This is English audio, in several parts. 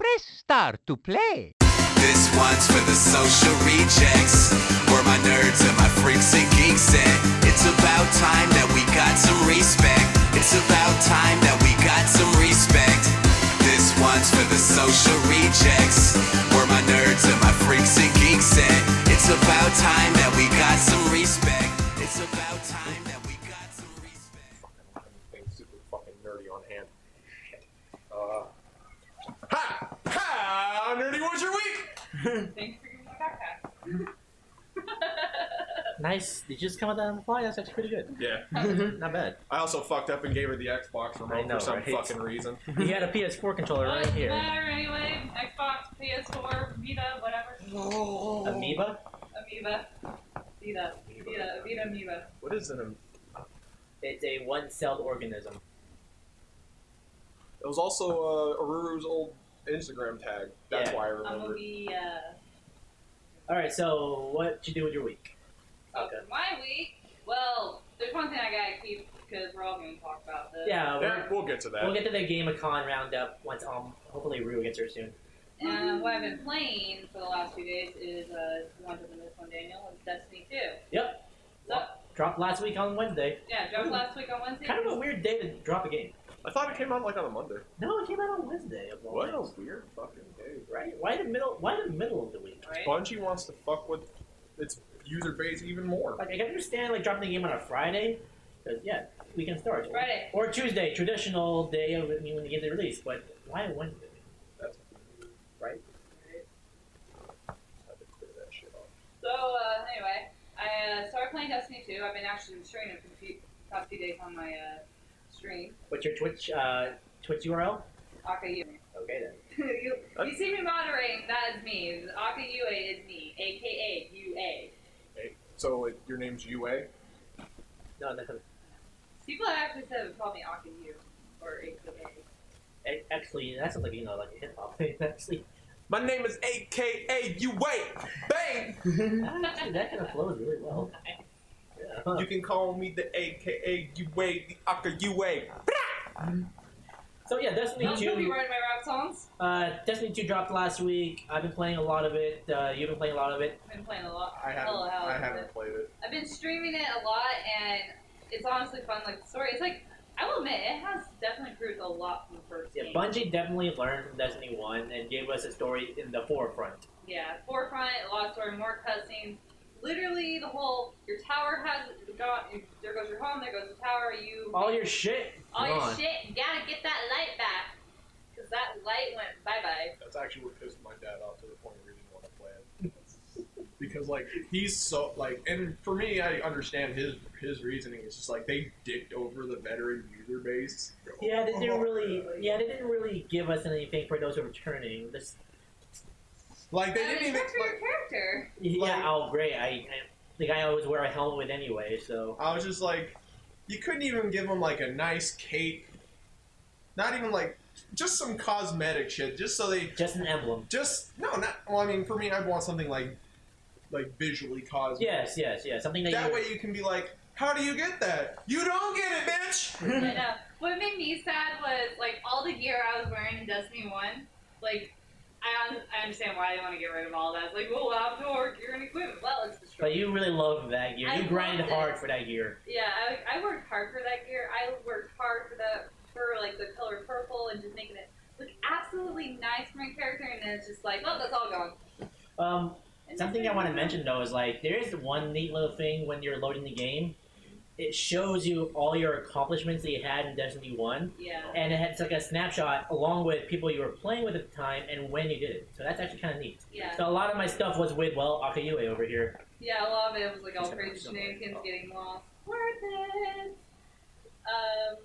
Let's start to play. This one's for the social rejects. We're my nerds and my freaks and geeks, and it's about time that we got some respect. It's about time that we got some respect. This one's for the social rejects. We're my nerds and my freaks and geeks, and it's about time that we got some respect. It's about time that we got some respect. having things super fucking nerdy on hand. Uh, ha! Ha! Nerdy was your week? Thanks for giving me backpack. Nice. Did you just come with that on the fly? That's actually pretty good. Yeah. Not bad. I also fucked up and gave her the Xbox I remote know, for some right? fucking reason. He had a PS4 controller right Doesn't here. matter anyway. Xbox, PS4, Vita, whatever. Amoeba? Amoeba. Vita. Vita. Vita Amoeba. What is it? It's a one-celled organism. It was also uh, Aruru's old Instagram tag. That's Yeah. why I I'm gonna remember. be, uh, All right. So, what you do with your week? Okay. my week. Well, there's one thing I gotta keep because we're all gonna talk about this. Yeah. Yeah, We're, we'll get to that. we'll get to the Game of Con roundup once um hopefully Rue gets her soon. And what I've been playing for the last few days is uh, the one that's in this one, Daniel, is Destiny 2. Yep. So, Dropped last week on Wednesday. yeah, dropped last week on Wednesday. Kind of a weird day to drop a game. I thought it came out like on a Monday. No, it came out on Wednesday. of all What a things. weird fucking day. Right? Why the middle? Why the middle of the week? Right? Bungie wants to fuck with its user base even more. Like I can understand like dropping the game on a Friday, because yeah, we can start. Friday. Or Tuesday, traditional day of I mean, when the games are released. But why Wednesday? I had to clear that shit off. So uh, anyway, I uh, started playing Destiny 2. I've been actually streaming it for the few, past few days on my uh, stream. What's your Twitch uh, Twitch URL? Aka Yue. Okay then. you, you see me moderating, that is me. Aka Yue is me, aka UA. Hey, so it, your name's UA? No, no. People have actually said would call me Aka Yu or aka. A- eh, Actually, that sounds like you know like a hip hop thing. Actually, My name is AKA UA. Bang! actually Ah, that kind of flows really well. Yeah. You can call me the AKA UA, the Aka UA. So yeah, Destiny I'll still be Two. writing my rap songs. Uh, Destiny Two dropped last week. I've been playing a lot of it. Uh, you've been playing a lot of it. I've been playing a lot. I haven't, Hello, how I is haven't it? played it. I've been streaming it a lot, and it's honestly fun. Like the story, it's like I will admit it has definitely improved a lot from the first Yeah, game. Bungie definitely learned from Destiny One and gave us a story in the forefront. Yeah, forefront, a lot of story, more cutscenes. Literally, the whole your tower has got. There goes your home. There goes the tower. You All your shit. all your gone. Oh, shit. You gotta get that light back, cause that light went bye bye. That's actually what pissed my dad off to the point where he didn't want to play it. because like he's so like, and for me, I understand his his reasoning. It's just like they dicked over the veteran user base. Yeah, they didn't Oh, really. really? Yeah, they didn't really give us anything for those who are returning. This, Like they I didn't mean, even. except for your Like, character. Like- yeah, oh great. I, I the guy I always wear a helmet with anyway. So I was just like, you couldn't even give him like a nice cape. Not even like just some cosmetic shit, just so they just an emblem. just no. Not well. I mean, for me, I'd want something like like visually cosmetic. Yes, yes, yes. Something that, That you, way you can be like, how do you get that? You don't get it, I bitch! know. What made me sad was like all the gear I was wearing in Destiny One. Like, I un- I understand why they want to get rid of all that. It's like, well, outdoor gear and equipment. Well, it's destroyed. But you really love that gear. I You grinded loved it. hard for that gear. Yeah, I, I worked hard for that gear. I worked hard for the for like the color purple and just making it look absolutely nice for my character, and then it's just like, oh, that's all gone. Um, And something that's I want to it. mention though is like there is one neat little thing when you're loading the game. It shows you all your accomplishments that you had in Destiny One, Yeah, and it had like a snapshot along with people you were playing with at the time and when you did it. So that's actually kind of neat. yeah, So a lot of my stuff was with well Akayue over here. yeah. A lot of it was like all Somewhere, crazy somewhere. shenanigans, Oh. getting lost. Worth it. Um,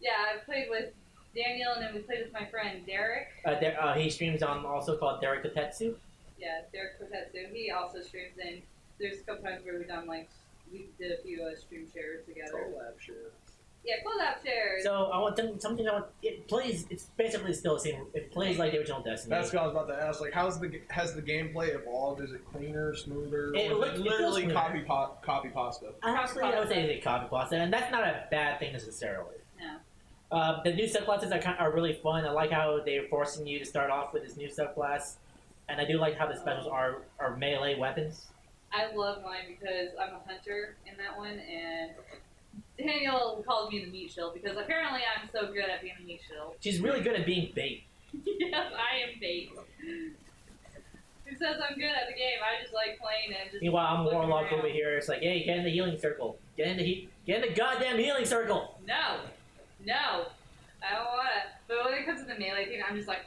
yeah, I played with Daniel, and then we played with my friend Derek. Uh, there, uh, he streams on also called Derek Kotetsu. Yeah, Derek Kotetsu. He also streams, and there's a couple times where we've done like we did a few uh, stream shares together. Yeah, collab shares. So I want them- something I want. It plays. It's basically still the same. It plays like the original Destiny. That's what I was about to ask. Like, how's the g- has the gameplay evolved? Is it cleaner, smoother? It Or is looks- it feels literally smoother. copy pa- copy pasta. Honestly, I would say it's a copy pasta, and that's not a bad thing necessarily. No. Um, the new subclasses are kind are really fun. I like how they're forcing you to start off with this new subclass, and I do like how the specials are are melee weapons. I love mine because I'm a hunter in that one, and Daniel called me the meat shield because apparently I'm so good at being a meat shield. She's really good at being bait. yes, I am bait. Who says I'm good at the game? I just like playing and just. Meanwhile, I'm looking warlock around. over here. It's like, hey, get in the healing circle. Get in the he- get in the goddamn healing circle. No, no, I don't want it. But when it comes to the melee thing, I'm just like,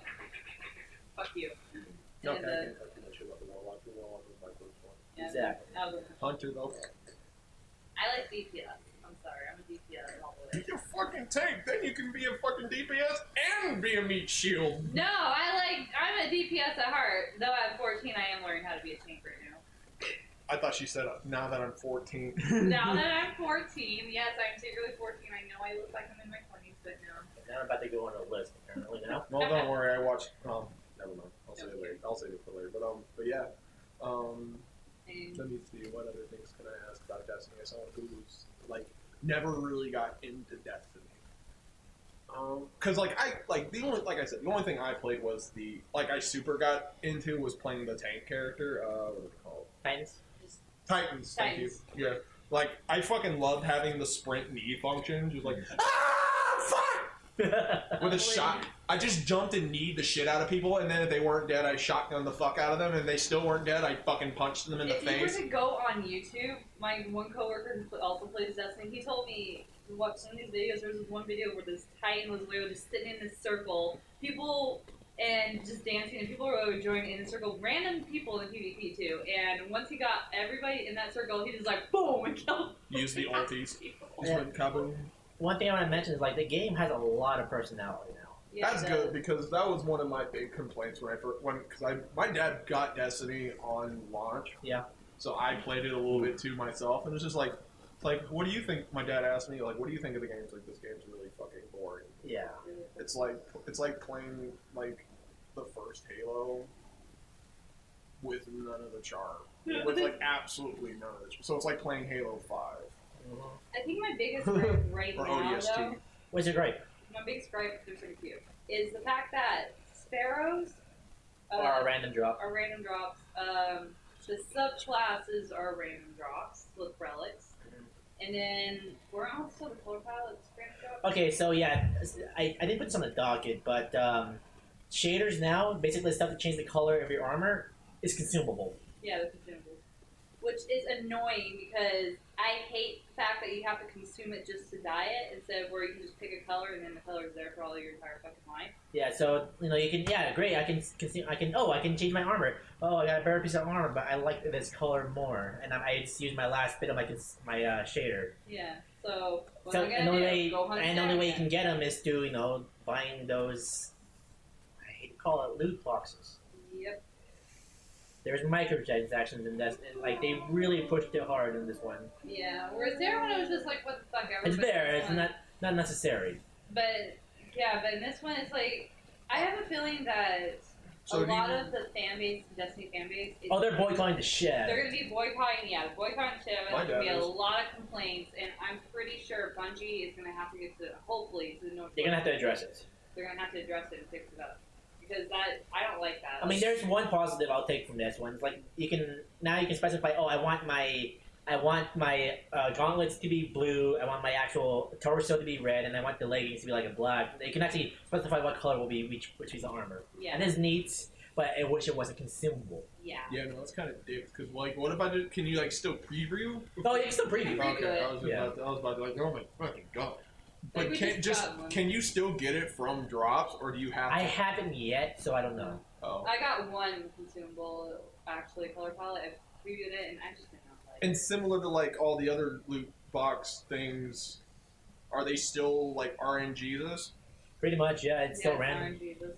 fuck you. Okay, I And, uh, can't talk too much about the warlock. The warlock was my first one. yeah, Exactly. I was- Hunter though. I like DPS. I'm sorry, I'm a DPS all the You way. can fucking tank, then you can be a fucking DPS and be a meat shield. No, I like. I'm a DPS at heart. Though at 14, I am learning how to be a tank right now. I thought she said uh, now that I'm 14. now that I'm 14, yes, I'm secretly 14. I know I look like I'm in my 20s, but no. Now I'm about to go on a list apparently now. Well, don't worry. I watched. Um, never mind. I'll save it later. I'll save it for later. But um, but yeah. Um, And let me see. What other things can I ask about Destiny? I saw who's like never really got into Destiny. Um, cause like I like the only like I said the only thing I played was the like I super got into was playing the tank character. Uh, what was it called? Titans. Titans. Thank Titans. you. Yeah. Like I fucking loved having the sprint knee function. Just like ah fuck with a shot. I just jumped and kneed the shit out of people, and then if they weren't dead, I shotgunned the fuck out of them, and they still weren't dead. I fucking punched them in the if you face. were to go on YouTube, my one coworker who pl- also plays Destiny, he told me to watch some of these videos. There was this one video where this Titan was literally just sitting in this circle, people and just dancing, and people were joining in the circle, random people in PvP too. And once he got everybody in that circle, he just like boom and killed Use the ulties. people. Yeah. Just went kaboom. One thing I want to mention is like the game has a lot of personality now. Yeah, That's it good does. because that was one of my big complaints when I first when because I my dad got Destiny on launch. Yeah. So I played it a little bit too myself, and it's just like, it's like what do you think? My dad asked me like, what do you think of the games? Like this game's really fucking boring. Yeah. It's like it's like playing like the first Halo with none of the charm, with like absolutely none of the. Charm. So it's like playing Halo Five Mm-hmm. I think my biggest gripe right or now, ODST. though, What's your gripe? my biggest gripe, they're so cute, is the fact that sparrows uh, or a random drop? are random drops. Um, the subclasses are random drops with relics. And then we're also the color palettes random drops. Okay, so yeah, I, I didn't put this on the docket, but um, shaders now, basically stuff that changes the color of your armor, is consumable. Yeah, the consumables. Which is annoying because I hate the fact that you have to consume it just to dye it instead of where you can just pick a color and then the color is there for all your entire fucking life. Yeah, so you know you can yeah great I can consume I can oh I can change my armor oh I got a better piece of armor but I like this color more and I, I just use my last bit of my cons- my uh, shader. Yeah, so what so am I gonna and the only do? way Go hunt and the only way you Saturn. can get them is to you know buying those I hate to call it loot boxes. Yep. There's microtransactions in this and, like they really pushed it hard in this one. Yeah. Whereas there when I was just like, what the fuck? It's everybody there it's wants. not not necessary. But yeah, but in this one, it's like I have a feeling that So a do you- lot of the fan base, Destiny fan base, is, Oh, they're boycotting the shit. they're going to be boycotting. Yeah, boycotting show. and My There's going to be dad a is. lot of complaints, and I'm pretty sure Bungie is going to have to get to hopefully to the North. You're gonna have to address it. They're going to have to address it and fix it up because that I don't like that. I mean, there's one positive I'll take from this one. It's like you can now you can specify. Oh, I want my I want my uh, gauntlets to be blue. I want my actual torso to be red, and I want the leggings to be like a black. You can actually specify what color will be which which piece of armor. yeah, And it's neat, but I wish it wasn't consumable. yeah. Yeah, no, that's kind of dicked. Cause like, what about it? Can you like still preview? Mm-hmm. Oh, you can still preview. Preview Okay, I was, it. about to, I was about to like, oh my fucking god. Like, But we can just just got one. can you still get it from drops, or do you have? I to, haven't yet, so I don't know. oh. I got one consumable actually color palette. I previewed it, and I just did not like. it. And similar to like all the other loot box things, are they still like RNGs? Pretty much, yeah. It's yeah, still random. RNG just-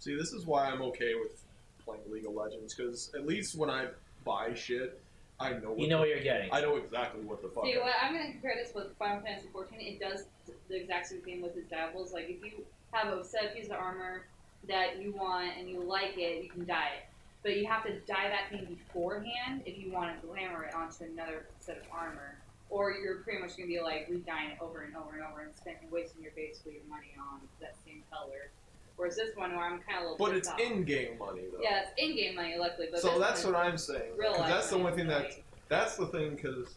See, this is why I'm okay with playing League of Legends because at least when I buy shit, I know. What You know what you're getting. I know exactly what the fuck. See, what I'm going to compare this with Final Fantasy 14. It does the exact same thing with its dabbles. Like, if you have a set piece of armor that you want and you like it, you can dye it. But you have to dye that thing beforehand if you want to glamour it onto another set of armor. or you're pretty much gonna be like redying it over and over and over and spending wasting your basically your money on that same color. Whereas this one where I'm kind of a little But pissed it's off. in game money though. yeah, it's in game money, luckily. But So this that's one what is I'm saying. 'Cause real life That's the money, one thing like, that that's the thing because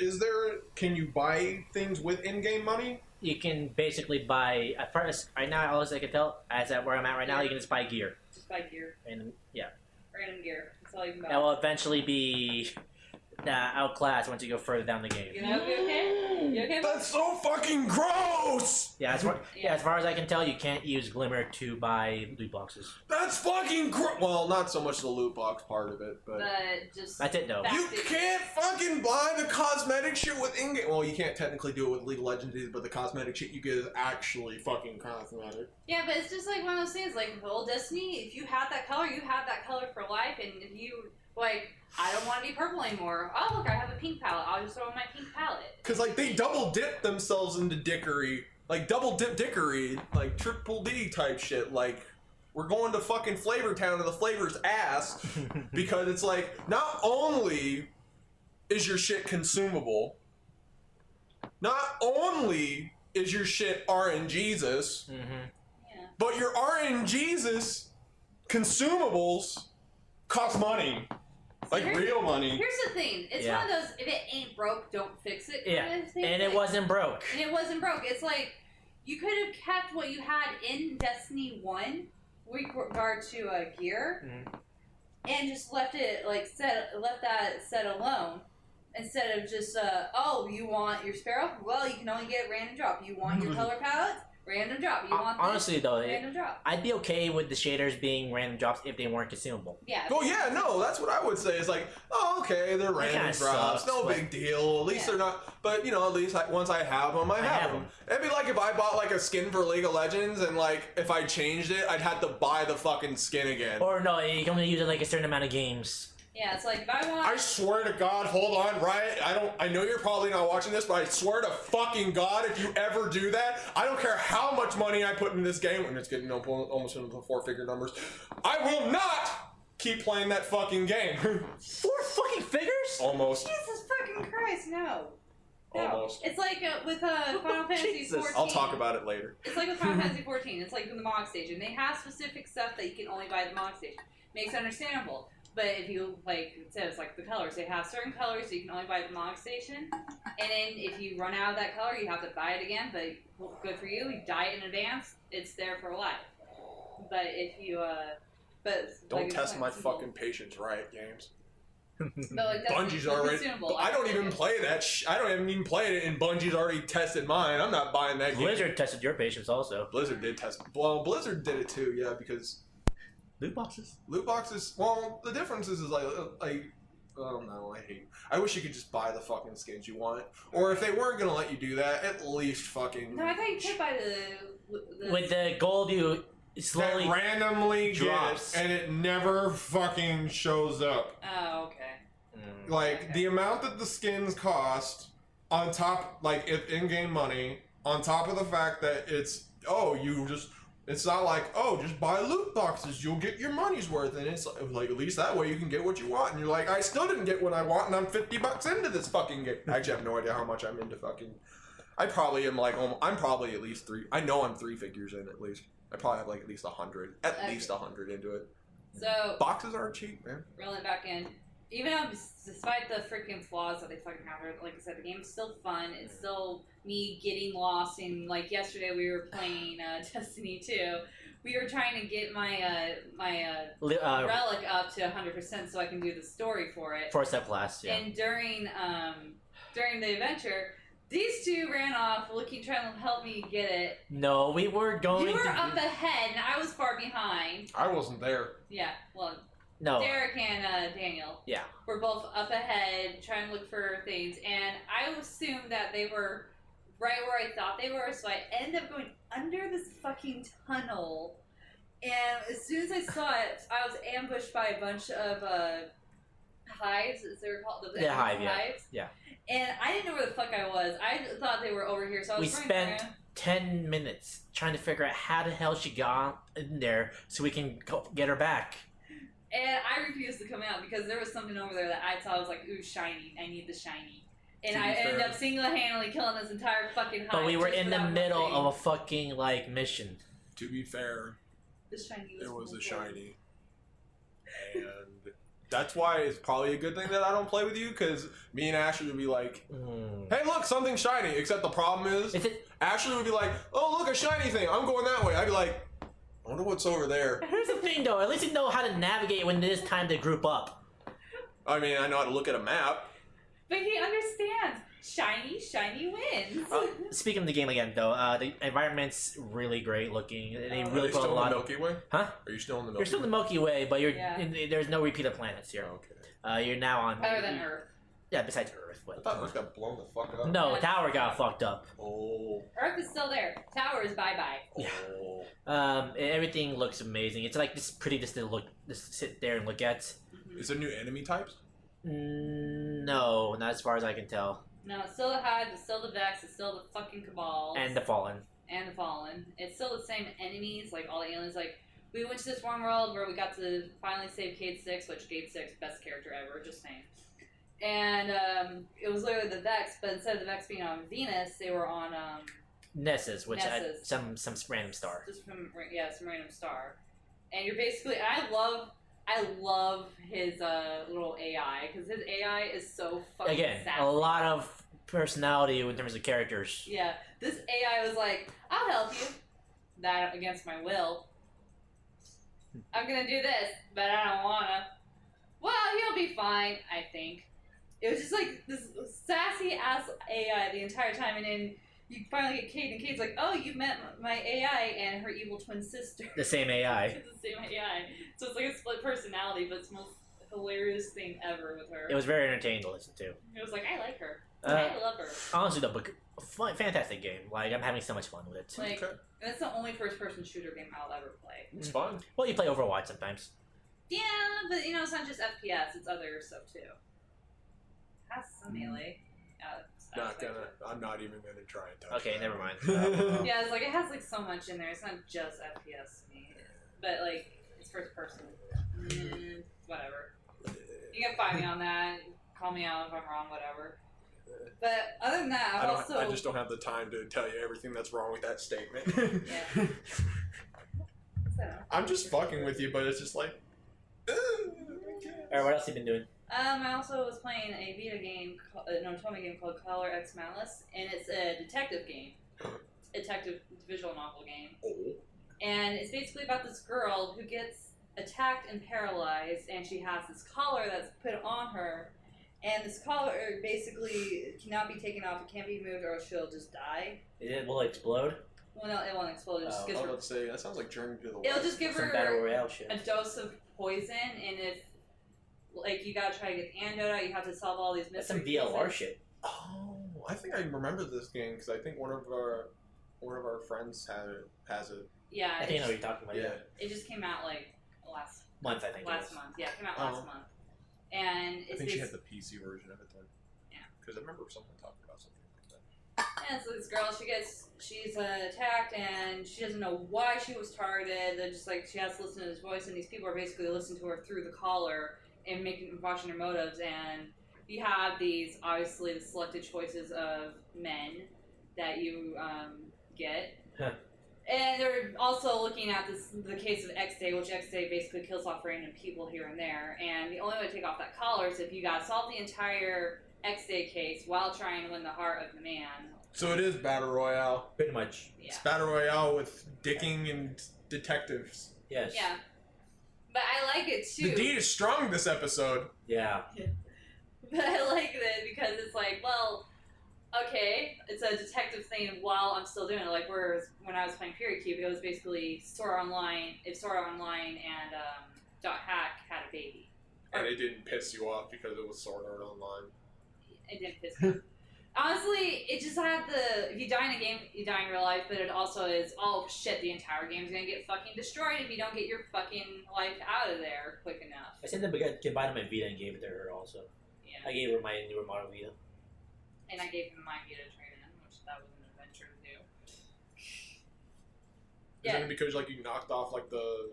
is there can you buy things with in-game money? You can basically buy, as far as right now, all as I can tell, as at where I'm at right now, you can just buy gear. just buy gear, And yeah, random gear. That's all you can buy. that will eventually be uh, outclassed once you go further down the You game. know, you okay? You okay? That's so fucking gross. Yeah, as far, yeah, as, far as I can tell, you can't use Glimmer to buy loot boxes. That's fucking gross. Well, not so much the loot box part of it, but But just That's it, though. That- you can't fucking buy the cosmetic shit with in-game. Well, you can't technically do it with League of Legends, either, but the cosmetic shit you get is actually fucking cosmetic. Yeah, but it's just like one of those things, like with old Destiny. If you have that color, you have that color for life. And if you like, I don't want to be purple anymore. Oh look, I have a pink palette. I'll just throw on my pink palette. Cause like they double dip themselves into dickery, like double dip dickery, like triple D type shit. Like we're going to fucking Flavor Town to the flavor's ass because it's like not only is your shit consumable, not only is your shit RNGesus, Mm-hmm. Mhm. Yeah. but your RNGesus consumables cost money, like Here's- real money. Here's the thing. It's Yeah. one of those if it ain't broke, don't fix it. kind Yeah, of thing. And it Like, wasn't broke. And it wasn't broke. It's like you could have kept what you had in Destiny One with regard to uh, gear, Mhm. and just left it like set left that set alone. Instead of just uh, oh, you want your sparrow? Well, you can only get random drop. You want your color palettes? Random drop. You want this? Honestly, though, it- random drop? I'd be okay with the shaders being random drops if they weren't consumable. Yeah. Oh yeah, no, that's what I would say. It's like, oh, okay, they're random kinda drops, sucks, no but- big deal. At least Yeah. they're not. But you know, at least like once I have them, I, have, have them. 'em. It'd be like if I bought like a skin for League of Legends, and like if I changed it, I'd have to buy the fucking skin again. Or no, you can only use it like a certain amount of games. Yeah. It's like if I want. I swear to God, hold on, Riot. I don't. I know you're probably not watching this, but I swear to fucking God, if you ever do that, I don't care how much money I put into this game, and it's getting up almost into four-figure numbers. I will not keep playing that fucking game. Four fucking figures? almost. Jesus fucking Christ, no. No. Almost. It's like uh, with uh, Final Fantasy Jesus. 14. I'll talk about it later. It's like with Final Fantasy 14. It's like in the mod station. They have specific stuff that you can only buy at the mod station. Makes it understandable. But if you like, it says like the colors. They have certain colors that you can only buy at the mod station. And then if you run out of that color, you have to buy it again. But well, good for you. You die in advance. It's there for life. But if you uh, but Don't like, test it's my not consumable. fucking patience, Riot Games. But, like, that's Bungie's already. consumable. I don't even play that. Sh- I don't even played it, and Bungie's already tested mine. I'm not buying that. game. Blizzard tested your patience also. Blizzard did test. Well, Blizzard did it too. Yeah, because Loot boxes. loot boxes. Well, the difference is, is like like. I don't know. I hate. I wish you could just buy the fucking skins you want, or if they weren't gonna let you do that, at least fucking No, I thought you could buy the, the With the gold, you that slowly. randomly Drops. drops and it never fucking shows up. Oh, okay. Mm. Like Okay. the amount that the skins cost on top, like if in-game money, on top of the fact that it's oh you just it's not like oh just buy loot boxes you'll get your money's worth and it's like, like, at least that way you can get what you want and you're like I still didn't get what I want and I'm fifty bucks into this fucking game. I actually have no idea how much I'm into fucking. I probably am like almo- I'm probably at least three. I know I'm three figures in at least. I probably have like at least a hundred, at Okay. least a hundred into it. So Boxes aren't cheap, man. reel it back in. Even though, despite the freaking flaws that they fucking have, there, like I said, the game's still fun. It's still me getting lost. And like yesterday, we were playing uh, Destiny Two. We were trying to get my uh, my Li- uh, uh, relic up to 100 percent so I can do the story for it. four step class, yeah. And during um, during the adventure, these two ran off looking trying to help me get it. No, we were going You were to. up ahead, and I was far behind. I wasn't there. Yeah, well, no. Derek and uh, Daniel. Yeah. Were both up ahead trying to look for things, and I assumed that they were right where I thought they were, so I ended up going under this fucking tunnel. And as soon as I saw it, I was ambushed by a bunch of uh, hives, as they were called. The Yeah, hive, yeah. hives. Yeah. And I didn't know where the fuck I was. I thought they were over here, so I was We running spent- around. 10 minutes trying to figure out how the hell she got in there so we can go- get her back. And I refused to come out because there was something over there that I saw. I was like, ooh, shiny. I need the shiny. and To be I ended fair. up single-handedly killing this entire fucking hive. But we were just in the without middle nothing. of a fucking like mission. To be fair, The shiny. it was cool. a shiny, and that's why it's probably a good thing that I don't play with you because me and Ashley would be like, Mm. "Hey, look, something shiny." Except the problem is, Is it? Ashley would be like, "Oh, look, a shiny thing. I'm going that way." I'd be like, "I wonder what's over there." Here's the thing, though. At least you know how to navigate when it is time to group up. I mean, I know how to look at a map. But he understands. Shiny, shiny wins. Oh. Uh, speaking of the game again, though, uh, the environment's really great looking. They Oh. Are you really put a Uh, still in lot. the Milky Way? Huh? Are you still in the Milky You're still in Way? the Milky Way, but you're Yeah. in- there's no repeat of planets here. Okay. Uh, you're now on. Other than Earth. Yeah, besides Earth. I What? thought Earth got blown the fuck up. No, Tower got fucked up. Oh. Earth is still there. Tower is bye bye. Yeah. oh. Um, and everything looks amazing. It's like just pretty just to look, just sit there and look at. Is there new enemy types? Mm, No, not as far as I can tell. No, it's still the Hive, it's still the Vex, it's still the fucking Cabal. And the Fallen. and the Fallen. It's still the same enemies, like all the aliens. Like we went to this one world where we got to finally save Cade Six, which Cade Six best character ever, just saying. And um, it was literally the Vex, but instead of the Vex being on Venus, they were on um, Nessus, which I, Nessus. some some random star. just from ra- yeah, some random star. And you're basically, I love, I love his uh, little AI because his AI is so fucking Again, sassy. a lot of personality in terms of characters. Yeah, this AI was like, "I'll help you," that against my will. I'm gonna do this, but I don't wanna. Well, you'll be fine, I think. It was just like this sassy ass AI the entire time, and then you finally get Kate, and Kate's like, "Oh, you met my AI and her evil twin sister." The same AI. it's the same AI, so it's like a split personality, but it's the most hilarious thing ever with her. It was very entertaining to listen to. It was like, I like her. Uh, I love her. honestly, though, but fun, fantastic game. Like I'm having so much fun with it. Like, okay. that's the only first-person shooter game I'll ever play. It's fun. Well, you play Overwatch sometimes. Yeah, but you know, it's not just FPS, it's other stuff too. Has some melee. Uh, Mm-hmm. Not aspect to gonna. I'm not even gonna try and touch. Okay, that. never mind. it. Yeah, it's like it has like so much in there. It's not just FPS to me, but like it's first person. Mm, whatever. You can find me on that. Call me out if I'm wrong. Whatever. But other than that, I I've don't. also I just don't have the time to tell you everything that's wrong with that statement. Yeah. I'm just fucking with you, but it's just like. eh, okay. All right, what else have you been doing? Um, I also was playing a Vita game, ca- uh, no, Tomy game called Color X Malice, and it's a detective game, detective visual novel game, Oh. and it's basically about this girl who gets attacked and paralyzed, and she has this collar that's put on her, and this collar basically cannot be taken off, it can't be moved, or she'll just die. It will explode. Well, no, it won't explode. It just Oh, gives I was her. about to say that sounds like Journey to the It'll West. just give Some her battle royale shit. a dose of poison, and if like you gotta try to get the antidote out, you have to solve all these mysteries. That's some VLR shit. Oh, I think I remember this game because I think one of our one of our friends had it, has it. Yeah, I it, think I know what you're talking about. Yeah. it just came out like last Month, I think. it last was. month. Yeah, it came out Oh. last month, and I it's think she this, had the PC version of it then. Yeah. Because I remember someone talking about something like that. yeah, it's this girl. She gets she's uh, attacked, and she doesn't know why she was targeted. They're just like she has to listen to his voice, and these people are basically listening to her through the collar and making watching her motives. And you have these obviously the selected choices of men that you um, get. Huh. And they're also looking at this the case of X Day, which X Day basically kills off random people here and there. And the only way to take off that collar is if you gotta solve the entire X Day case while trying to win the heart of the man. So it is battle royale. Pretty much. Yeah. It's battle royale with dicking and detectives. Yes. Yeah. But I like it too. The D is strong this episode. Yeah. But I like that because it's like, well, okay, it's a detective thing while I'm still doing it. Like, whereas when I was playing Fury Cube, it was basically Sora Online, if Sora Online and um, Dot Hack had a baby. And it didn't piss you off because it was Sword Art Online. It didn't piss me off. Honestly, it just had the. If you die in a game, you die in real life, but it also is, oh shit, the entire game's gonna get fucking destroyed if you don't get your fucking life out of there quick enough. I said that we got goodbye to my Vita and gave it to her also. Yeah. I gave her my newer model Vita. And I gave him my Vita trade in, which that was an adventure to do. Is Yeah. it because like you knocked off like the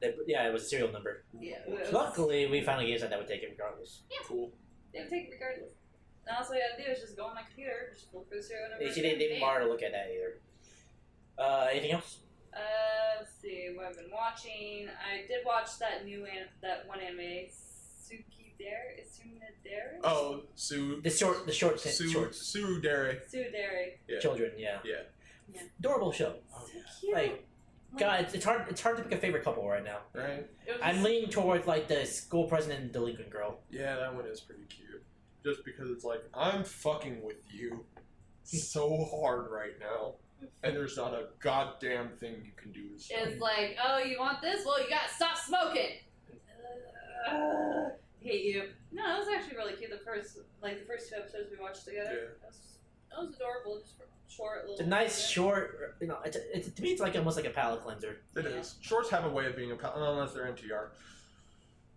That- yeah, it was a serial number. Yeah. Luckily, we found a game that would take it regardless. cool? They would take it regardless. And that's all you gotta do is just go on my computer, just look through the serial number. They she didn't even bother to look at that either. Uh, anything else? Uh, let's see what I've been watching. I did watch that new an- that one anime, Suki Dare. Is Dare? Oh, Sue. The short, the short, Sue. shorts. Sue Dairy. Sue Dare. yeah. Children, yeah. Yeah. Yeah. Adorable show. Oh, So cute. Like, God, it's, it's hard. It's hard to pick a favorite couple right now. Right? It was I'm just- leaning towards like the school president and delinquent girl. Yeah, that one is pretty cute. Just because it's like, I'm fucking with you so hard right now. And there's not a goddamn thing you can do to stop It's like, oh, you want this? Well, you gotta stop smoking. Ugh, hate you. No, that was actually really cute. The first, like the first two episodes we watched together, Yeah. that, was, that was adorable. Just for short little. It's a nice short. You know, it's, it's, to me, it's like almost like a palate cleanser. It Yeah. is. Shorts have a way of being a pal- unless they're MTR.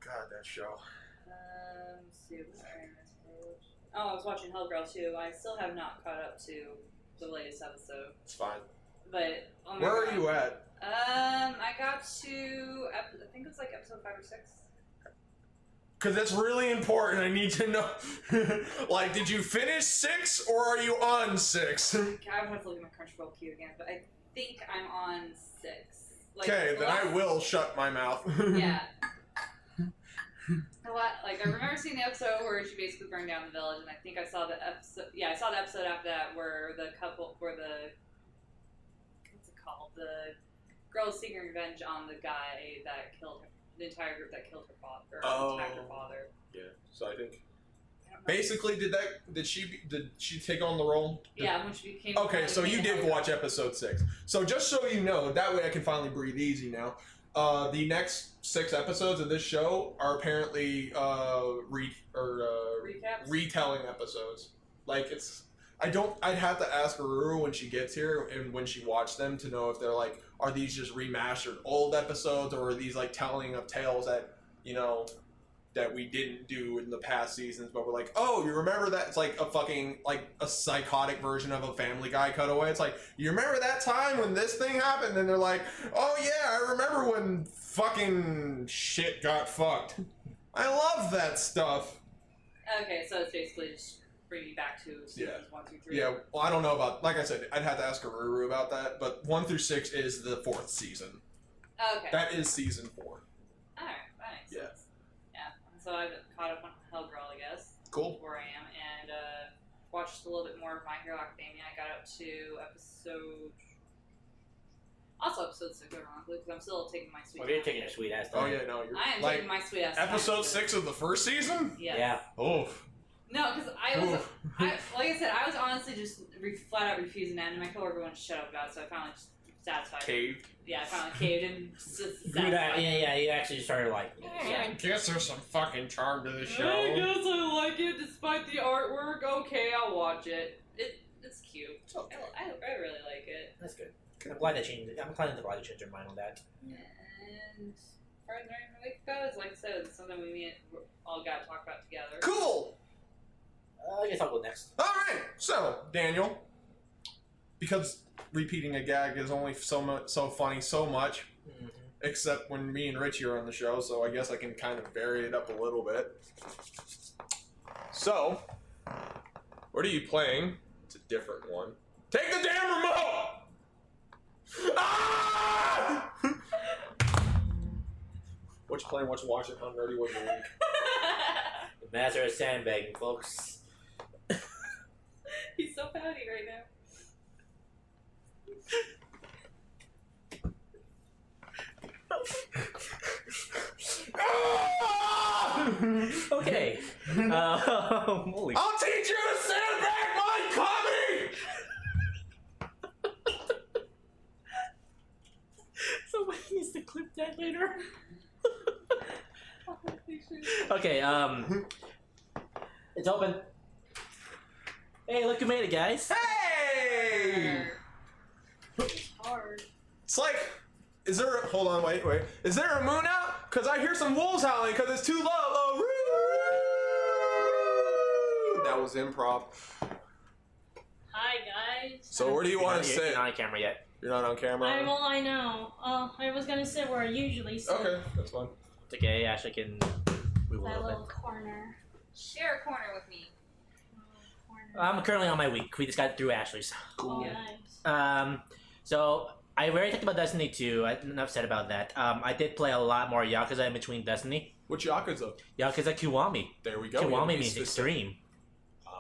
God, that show. Um, let's see, what was I in this page? oh, I was watching Hellgirl too. I still have not caught up to the latest episode, It's fine. but oh my Where are God. you at? Um, I got to ep- I think it was like episode five or six. Because that's really important. I need to know. like, did you finish six or are you on six? I would have to look at my Crunchyroll queue again, but I think I'm on six. Like, Okay, the then I last- will shut my mouth. Yeah. A lot, like I remember seeing the episode where she basically burned down the village, and I think I saw the episode. Yeah, I saw the episode after that where the couple, where the what's it called, the girl is seeking revenge on the guy that killed her, the entire group that killed her father, or Oh. attacked her father. yeah. So I think I don't know. basically, did that? Did she? be- Did she take on the role? yeah, when she became Okay, so you did became- watch episode six. So just so you know, that way I can finally breathe easy now. Uh, the next six episodes of this show are apparently uh, re or uh, recaps. retelling episodes. Like it's, I don't. I'd have to ask Aruru when she gets here and when she watched them to know if they're like, are these just remastered old episodes or are these like telling of tales that you know that we didn't do in the past seasons, but we're like, oh, you remember that? It's like a fucking like a psychotic version of a Family Guy cutaway. It's like, you remember that time when this thing happened? And they're like, oh yeah, I remember when fucking shit got fucked. I love that stuff. okay, so it's basically just bringing you back to seasons Yeah. one, two, three. Yeah, well, I don't know about. Like I said, I'd have to ask Aruru about that. But one through six is the fourth season. Okay. That is season four. Alright, that makes Yeah. sense. Yeah. So I've caught up on Hellgirl, I guess, Cool. where I am, and uh, watched a little bit more of My Hero Academia. I got up to episode. Also, episode six, ironically, because I'm still taking my sweet. Well, you're time. taking a sweet ass. Oh yeah, no, you're I am like taking my sweet ass. time. episode six of the first season. Yes. Yeah. Oh, No, because I was, I, like I said, I was honestly just re- flat out refusing that, and my coworker wanted to shut up about it, so I finally just satisfied. caved. Yeah, I finally caved and s- You satisfied. got- uh, yeah, yeah. You actually started liking it. Yeah. I guess there's some fucking charm to the I show. guess I like it despite the artwork. Okay, I'll watch it. It it's cute. It's okay. I, I, I really like it. That's good. I'm glad they changed. I'm glad they glad they changed their mind on that. And as far as learning from week goes, like I said, it's something we meet, we all got to talk about together. Cool. Uh, I guess I'll go next. All right. So Daniel, because repeating a gag is only so much so funny so much. Mm-hmm. Except when me and Richie are on the show, so I guess I can kind of vary it up a little bit. So, what are you playing? It's a different one. Take the damn remote! Ah! what you playing? What you watching? How nerdy was your week? The master of sandbagging, folks. He's so pouty right now. Ah! Okay. uh, holy. I'll teach you to sandbag my comedy! Somebody needs to clip that later. Holy shit. Okay. Um. It's open. Hey, look who made it, guys. Hey! It's hard. It's like, is there? A, hold on, wait, wait. Is there a moon out? Cause I hear some wolves howling. Cause it's too low. Oh, roo- that was improv. Hi guys. So where do you You're want not- to you're sit? Not on camera yet. You're not on I camera. well I know. Uh, I was gonna sit where I usually sit. Okay, that's fine. It's okay. Ashley can That move a little bit. little corner. Share a corner with me. Oh, I'm currently on my week. We just got through Ashley's. Oh, Yeah. nice. Um, so I already talked about Destiny 2. I, enough said about that. Um, I did play a lot more Yakuza in between Destiny. What Yakuza? Yakuza Kiwami. There we go. Kiwami Yakuza means specific. extreme. Ah,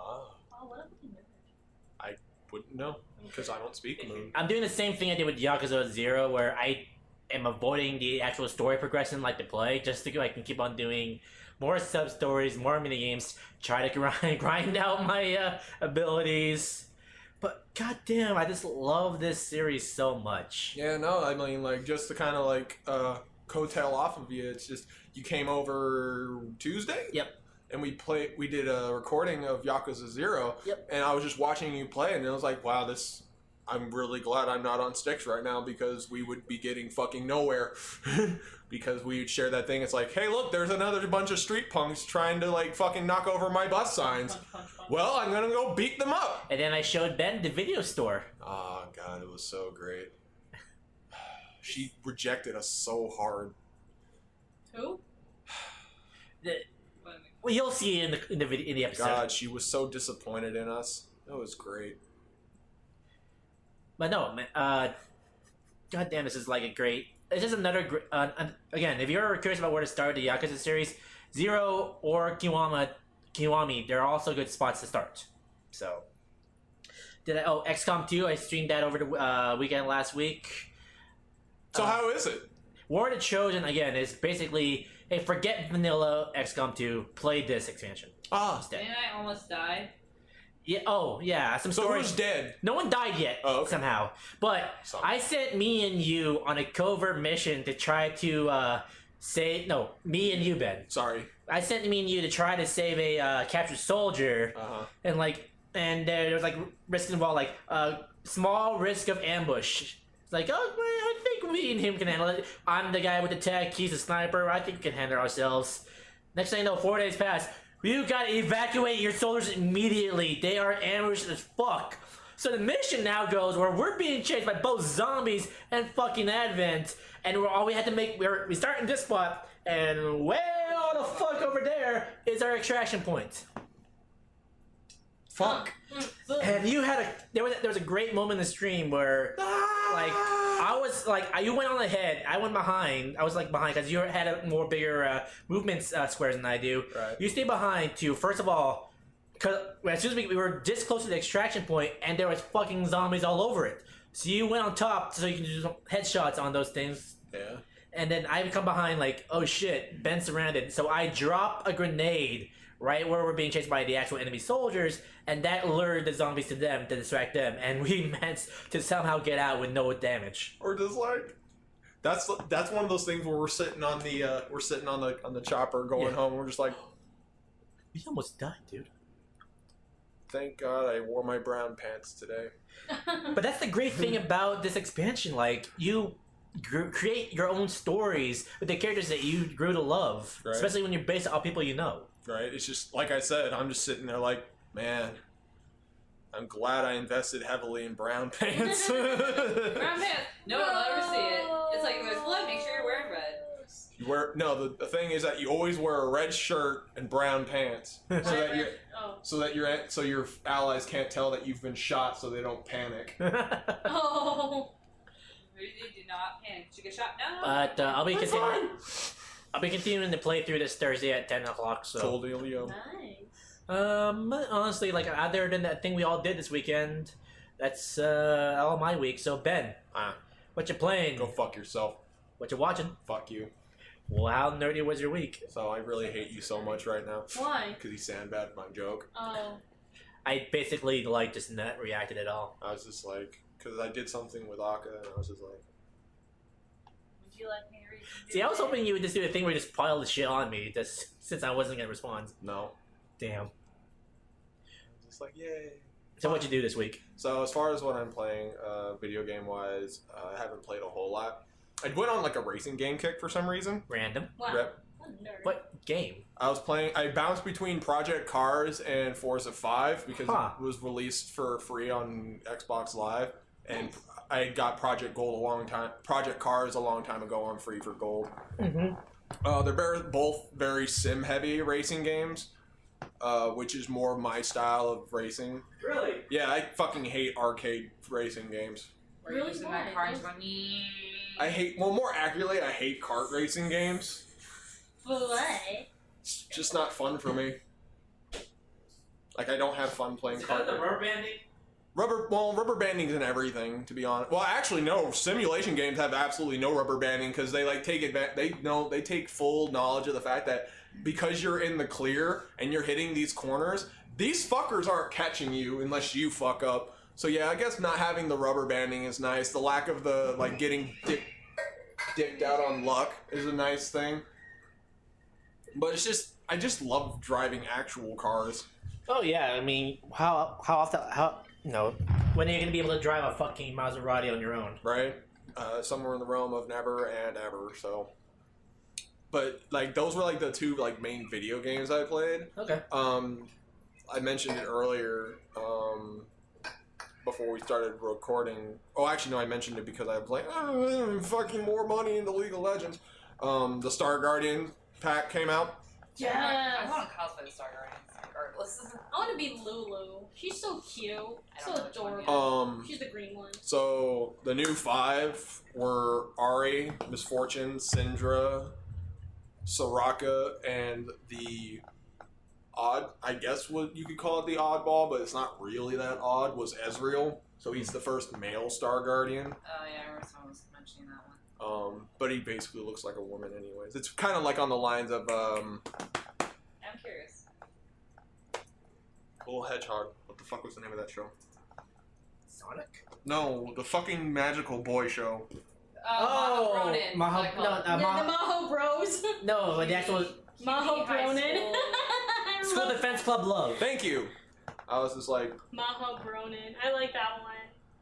Oh, what up with you? wouldn't know because I don't speak moon. I'm doing the same thing I did with Yakuza Zero, where I am avoiding the actual story progression like the play, just so I can keep on doing more sub stories, more mini games, try to grind, grind out my uh, abilities. But goddamn, I just love this series so much. Yeah, no, I mean, like, just to kind of like uh, coattail off of you, it's just you came over Tuesday. Yep. And we play. We did a recording of Yakuza Zero. Yep. And I was just watching you play, and I was like, wow, this. I'm really glad I'm not on sticks right now because we would be getting fucking nowhere. because we would share that thing. It's like, hey, look, there's another bunch of street punks trying to like fucking knock over my bus signs. Punch, punch, punch. Well, I'm gonna go beat them up. And then I showed Ben the video store. Oh god, it was so great. She rejected us so hard. Who? Wait a minute. Well, you'll see it in the in the, vid- in the episode. God, she was so disappointed in us. It was great. But no, man, uh, goddamn, this is like a great. It's just another. gr- Uh, an- again, if you're curious about where to start the Yakuza series, Zero or Kiwama, Kiwami, they're also good spots to start. So, did I? Oh, XCOM 2. I streamed that over the uh, weekend last week. So Uh, how is it? War of the Chosen again is basically hey, forget vanilla XCOM 2. Play this expansion Ah, instead. Didn't I almost die? Yeah. Oh, yeah. Some so stories. who's dead? No one died yet Oh, okay. somehow, but Some- I sent me and you on a covert mission to try to uh, save. No, me and you, Ben. Sorry. I sent me and you to try to save a uh, captured soldier, Uh huh. and like, and there, there was like risk involved, like uh, small risk of ambush. It's like, oh, well, I think me and him can handle it. I'm the guy with the tech. He's a sniper. I think we can handle ourselves. Next thing you know, four days pass. You gotta evacuate your soldiers immediately. They are ambushed as fuck. So the mission now goes where we're being chased by both zombies and fucking Advent, and we're all we had to make. We're, we start in this spot, and way all the fuck over there is our extraction point. Fuck. And you had a there was there was a great moment in the stream where like I was like I, you went on ahead, I went behind. I was like behind because you had a more bigger uh, movement uh, squares than I do. Right. You stay behind to first of all, because as soon as we, we were this close to the extraction point, and there was fucking zombies all over it. So you went on top so you can do some headshots on those things. Yeah. And then I come behind like, oh shit, Ben surrounded. So I drop a grenade right where we're being chased by the actual enemy soldiers, and that lured the zombies to them to distract them, and we managed to somehow get out with no damage. Or just like that's that's one of those things where we're sitting on the uh, we're sitting on the on the chopper going Yeah. home. We're just like, We almost died, dude. thank God I wore my brown pants today. But that's the great thing about this expansion. Like you gr- create your own stories with the characters that you grew to love, Right. especially when you're based on people you know. right? It's just like I said, I'm just sitting there like, man, I'm glad I invested heavily in brown pants. you Brown pants. No one will ever see it. It's like if there's blood, make sure you're wearing red. wear no. The, the thing is that you always wear a red shirt and brown pants, so that your Oh. so that your an- so your allies can't tell that you've been shot, so they don't panic. but Oh. Maybe they do not panic. Should get shot. No. uh, I'll be I'm continuing. fine. I'll be continuing to play through this Thursday at ten o'clock. So. Cool dealio. Nice. Um, honestly, like other than that thing we all did this weekend, that's uh all my week. So Ben, Ah. what you playing? Go fuck yourself. What you watching? Fuck you. Well, how nerdy was your week? So I really hate you so much right now Why? because he sandbagged my joke. Oh. I basically like just not reacted at all. I was just like, because I did something with Aka, and I was just like, Would you like me to read? you See, I was that? hoping you would just do a thing where you just pile the shit on me, just since I wasn't gonna respond. no. I Damn. was just like, yay. So what you do this week? So as far as what I'm playing, uh, video game wise, uh, I haven't played a whole lot. I went on like a racing game kick for some reason. Random. Wow. Rep. What a nerd. What game? I was playing. I bounced between Project Cars and Forza Five because Huh. it was released for free on Xbox Live, and I got Project Gold a long time. Project Cars a long time ago on free for gold. Mm-hmm. Uh, they're very, both very sim heavy racing games. uh, which is more my style of racing. Really? Yeah, I fucking hate arcade racing games. Where you're Really? using that Why? car and just Those- going, I hate, well, more accurately, I hate kart racing games. But what? It's just not fun for me. Like I don't have fun playing Is that kart. the rubber banding? Rubber, well, rubber banding's in everything, to be honest. Well, actually, no. Simulation games have absolutely no rubber banding because they like take advantage. They know they take full knowledge of the fact that because you're in the clear and you're hitting these corners, these fuckers aren't catching you unless you fuck up. So yeah, I guess not having the rubber banding is nice. The lack of the like getting dip, dipped out on luck is a nice thing. But it's just, I just love driving actual cars. Oh yeah, I mean, how how often how no When are you gonna be able to drive a fucking Maserati on your own? right? Uh, somewhere in the realm of never and ever. So, but like those were like the two like main video games I played. Okay. Um, I mentioned it earlier um, before we started recording. Oh, actually, no, I mentioned it because I played oh, fucking more money into League of Legends. Um, the Star Guardian pack came out. yeah. I Yes. want to cosplay the Star Guardians regardless. I want to be Lulu. She's so cute. I So don't know which one adorable. Um, She's the green one. So the new five were Ari, Misfortune, Syndra, Soraka, and the odd, I guess what you could call it the oddball, but it's not really that odd, was Ezreal. So he's the first male Star Guardian. Oh yeah, I remember someone was mentioning that one. Um, but he basically looks like a woman, anyways. It's kind of like on the lines of um, I'm curious. Little Hedgehog. What the fuck was the name of that show? Sonic? No, the fucking magical boy show. Uh, oh, Oh, Ronan. Maha- what I call no, it. uh, the, Ma- the Maho Bros. No, like the actual Maho High Bronin. school. I School Uh-huh. love Defense Club Love. Thank you. I was just like, Maho Bronin. I like that one.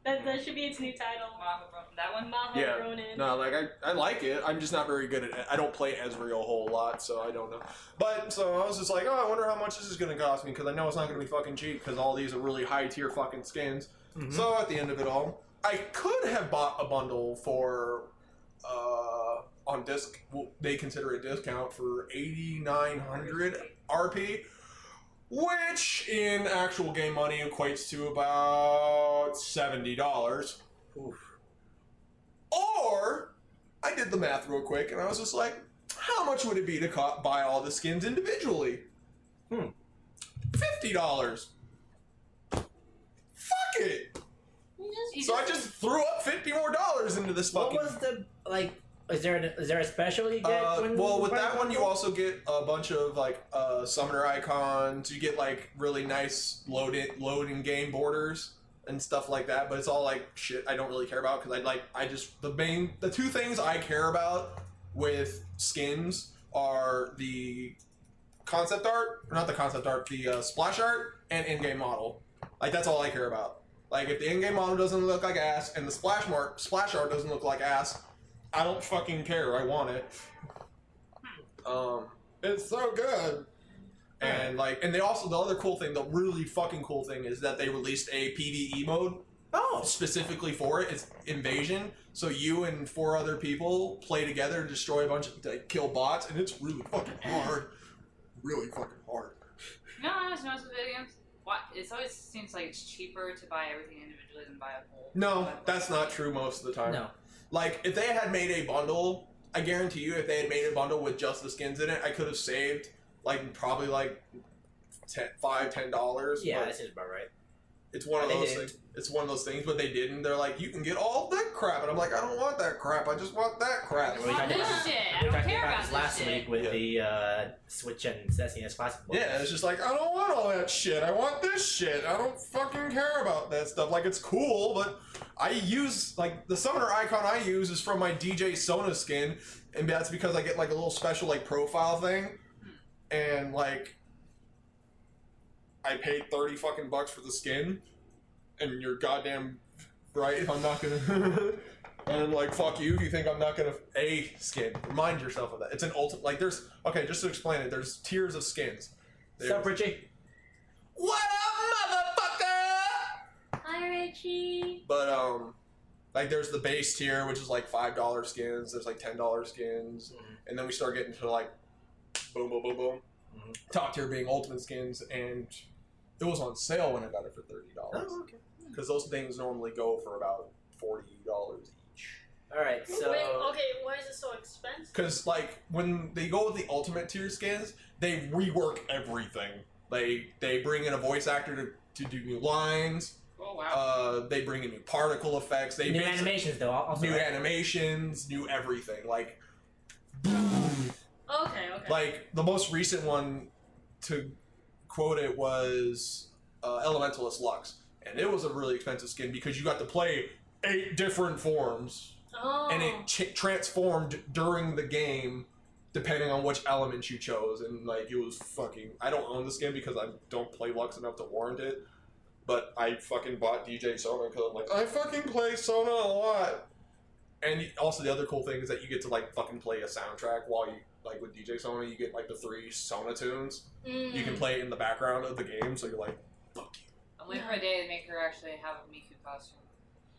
That, that should be its new title. Maha Bro- That one. Maho Yeah. Bronin. No, like I, I like it. I'm just not very good at. I don't play Ezreal a whole lot, so I don't know. But so I was just like, oh, I wonder how much this is gonna cost me because I know it's not gonna be fucking cheap because all these are really high tier fucking skins. Mhm. So at the end of it all, I could have bought a bundle for, uh, on disc. Well, they consider a discount for eighty nine hundred RP. Which in actual game money equates to about seventy dollars. Or I did the math real quick and I was just like, how much would it be to co- buy all the skins individually? Hmm. Fifty dollars. Fuck it. You just- you So I just threw up fifty more dollars into this What fucking. was the like? Is there an, is there a special you get? Uh, when well, you with buy that the one, you bundle? also get a bunch of like uh, summoner icons. You get like really nice loaded loading game borders and stuff like that. But it's all like shit I don't really care about because I like I just the main the two things I care about with skins are the concept art, or not the concept art, the uh, splash art and in-game model. Like that's all I care about. Like if the in-game model doesn't look like ass and the splash mark splash art doesn't look like ass, I don't fucking care. I want it. Um, it's so good. And like, and they also the other cool thing, the really fucking cool thing is that they released a PVE mode Oh, specifically for it. It's invasion. So you and four other people play together and destroy a bunch of like, kill bots, and it's really fucking hard. Really fucking hard. No, I always noticed with video games. What? It always seems like it's cheaper to buy everything individually than buy a whole. No, bundle. that's not true most of the time. no. Like if they had made a bundle, I guarantee you, if they had made a bundle with just the skins in it, I could have saved like probably like ten, five, ten dollars. Yeah, but- that seems about right. It's one of They those didn't. things. It's one of those things, but they didn't. They're like, you can get all that crap, and I'm like, I don't want that crap. I just want that crap. It's We not talked this about- Oh, shit. I we don't talked care about about this this last shit. week with the uh, Switch and Sessiness Classic. Book. Yeah, it's just like I don't want all that shit. I want this shit. I don't fucking care about that stuff. Like it's cool, but I use like the summoner icon I use is from my DJ Sona skin, and that's because I get like a little special like profile thing, Hmm. and like I paid thirty fucking bucks for the skin, and you're goddamn right if I'm not gonna. And I'm like, fuck you if you think I'm not gonna a skin. Remind yourself of that. It's an ultimate. Like, there's okay. Just to explain it, there's tiers of skins. What's up, Richie? What up, motherfucker? Hi, Richie. But um, like there's the base tier, which is like five dollar skins. There's like ten dollar skins, Mhm. and then we start getting to like, boom, boom, boom, boom. Top tier being Ultimate Skins, and it was on sale when I got it for thirty dollars Oh, okay. because those things normally go for about forty dollars each. All right, so Wait, okay, why is it so expensive? Because like when they go with the ultimate tier skins, they rework everything. They they bring in a voice actor to, to do new lines. Oh wow. Uh, they bring in new particle effects. They new basi- animations though. Also, new right? animations, new everything. Like Okay, okay. like the most recent one to quote it was uh, Elementalist Lux, and it was a really expensive skin because you got to play eight different forms. oh. and it ch- transformed during the game depending on which element you chose and like it was fucking i don't own the skin because i don't play lux enough to warrant it but i fucking bought dj sona because i'm like i fucking play sona a lot and also the other cool thing is that you get to like fucking play a soundtrack while you like with dj sona you get like the three sona tunes Mm. you can play it in the background of the game so you're like I'm waiting for a day to make her actually have a Miku costume.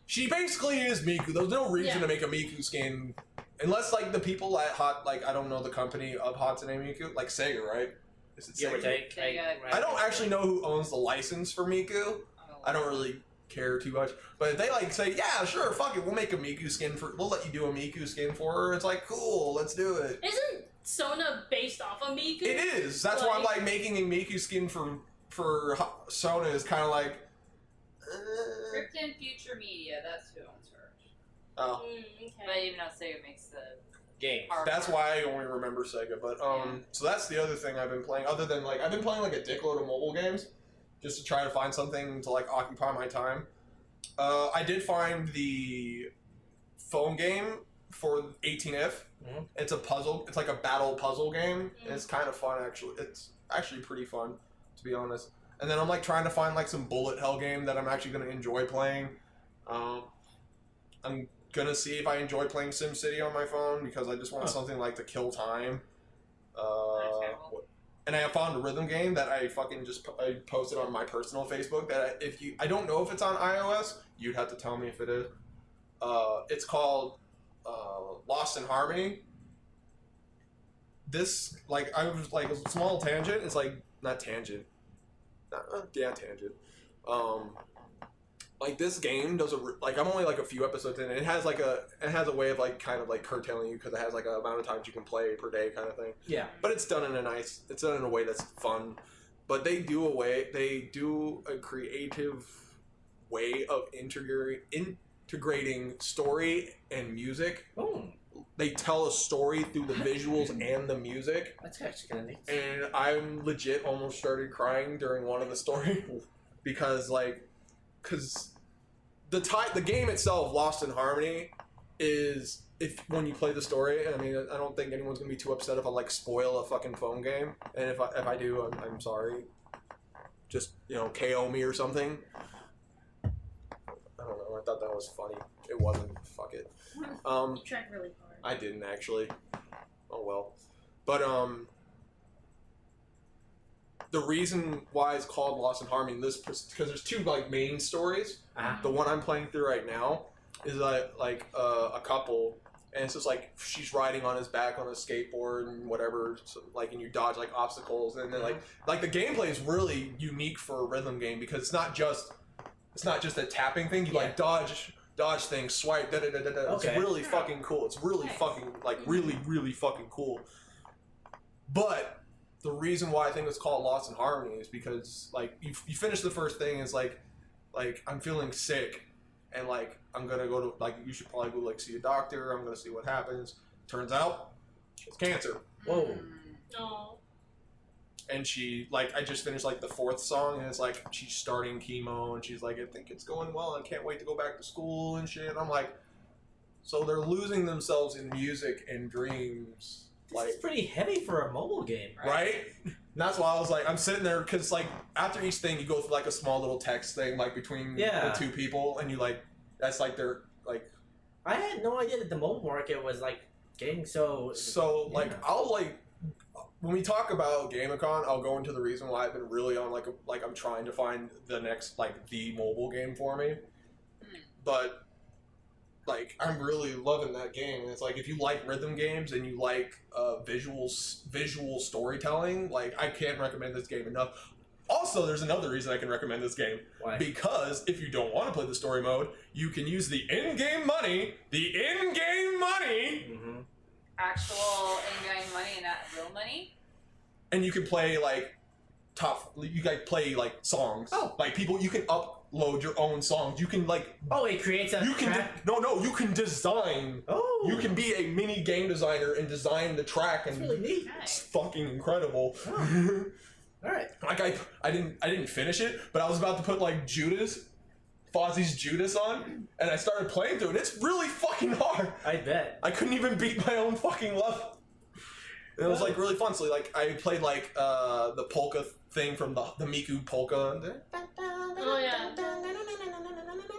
She basically is Miku. There's no reason Yeah. to make a Miku skin unless like the people at Hot like I don't know the company of Hatsune Miku, like Sega, right? Is it give or Sega? take. They like, got- I don't actually know who owns the license for Miku. I don't really care too much. But if they like say, Yeah, sure, fuck it, we'll make a Miku skin for we'll let you do a Miku skin for her, it's like cool, let's do it. Isn't Sona based off of Miku? It is. That's why I'm Like- like making a Miku skin for for Ho- Sona is kinda like uh, Krypton Future Media, that's who owns her. oh. Mm, okay. But even though Sega makes the Game. hard That's why I only remember Sega. But um, so that's the other thing I've been playing. Other than like I've been playing like a dickload of mobile games, just to try to find something to like occupy my time. Uh, I did find the phone game for 18F. Mhm. It's a puzzle. It's like a battle puzzle game. And it's kind of fun actually. It's actually pretty fun to be honest. And then I'm like trying to find like some bullet hell game that I'm actually going to enjoy playing. Um, I'm gonna see if I enjoy playing SimCity on my phone because I just want Huh. something like to kill time. Uh, Understandable. and I found a rhythm game that I fucking just po- I posted on my personal Facebook that I, if you I don't know if it's on iOS, you'd have to tell me if it is. Uh, it's called uh, Lost in Harmony. This like I was like a small tangent. It's like not tangent, not uh, yeah tangent. Um, like this game does a re- like I'm only like a few episodes in. And it has like a it has a way of like kind of like curtailing you because it has like an amount of times you can play per day kind of thing. Yeah. But it's done in a nice. It's done in a way that's fun. But they do a way. They do a creative way of integrating integrating story and music. Oh, They tell a story through the visuals and the music. that's actually kind of neat. And I'm legit almost started crying during one of the story because like, because the type the game itself, Lost in Harmony, is if when you play the story. I mean, I don't think anyone's gonna be too upset if I like spoil a fucking phone game. And if I if I do, I'm, I'm sorry. Just you know, KO me or something. I don't know. I thought that was funny. It wasn't. Fuck it. Um, You tried really hard. I didn't actually. Oh well. But um the reason why it's called Lost in Harmony in this because there's two like main stories. Uh-huh. The one I'm playing through right now is like like uh, a couple and it's just like she's riding on his back on a skateboard and whatever so, like and you dodge like obstacles and then like like the gameplay is really unique for a rhythm game because it's not just it's not just a tapping thing you like dodge dodge things swipe da da da da da Okay. it's really fucking cool it's really Nice. fucking like really really fucking cool but the reason why i think it's called lost in harmony is because like you, you finish the first thing is like like i'm feeling sick and like i'm gonna go to like you should probably go like see a doctor i'm gonna see what happens turns out it's cancer Mm, Whoa. No. and she like I just finished like the fourth song and it's like she's starting chemo and she's like I think it's going well and can't wait to go back to school and shit. I'm like, so they're losing themselves in music and dreams, This like is pretty heavy for a mobile game, right? right? And that's why I was like, I'm sitting there because like after each thing you go through like a small little text thing like between Yeah. the two people and you like that's like their like I had no idea that the mobile market was like getting so. So Yeah. like I'll like when we talk about GameCon, I'll go into the reason why I've been really on like a, like I'm trying to find the next like the mobile game for me. Hmm. But like I'm really loving that game. And it's like if you like rhythm games and you like uh, visuals, visual storytelling, like I can't recommend this game enough. Also, there's another reason I can recommend this game Why? because if you don't want to play the story mode, you can use the in-game money, the in-game money, hmm Actual ingoing money and not real money. and you can play like top. You like play like songs. Oh. like people, you can upload your own songs. You can like Oh, it creates a you can track. de- no no you can design oh, you can be a mini game designer and design the track That's and really neat. Nice. it's fucking incredible All right. like I, I didn't i didn't finish it but i was about to put like judas fozzie's judas on and i started playing through it it's really fucking hard I bet. i couldn't even beat my own fucking level And it was like really fun so like i played like uh the polka thing from the, the miku polka and the- Oh yeah.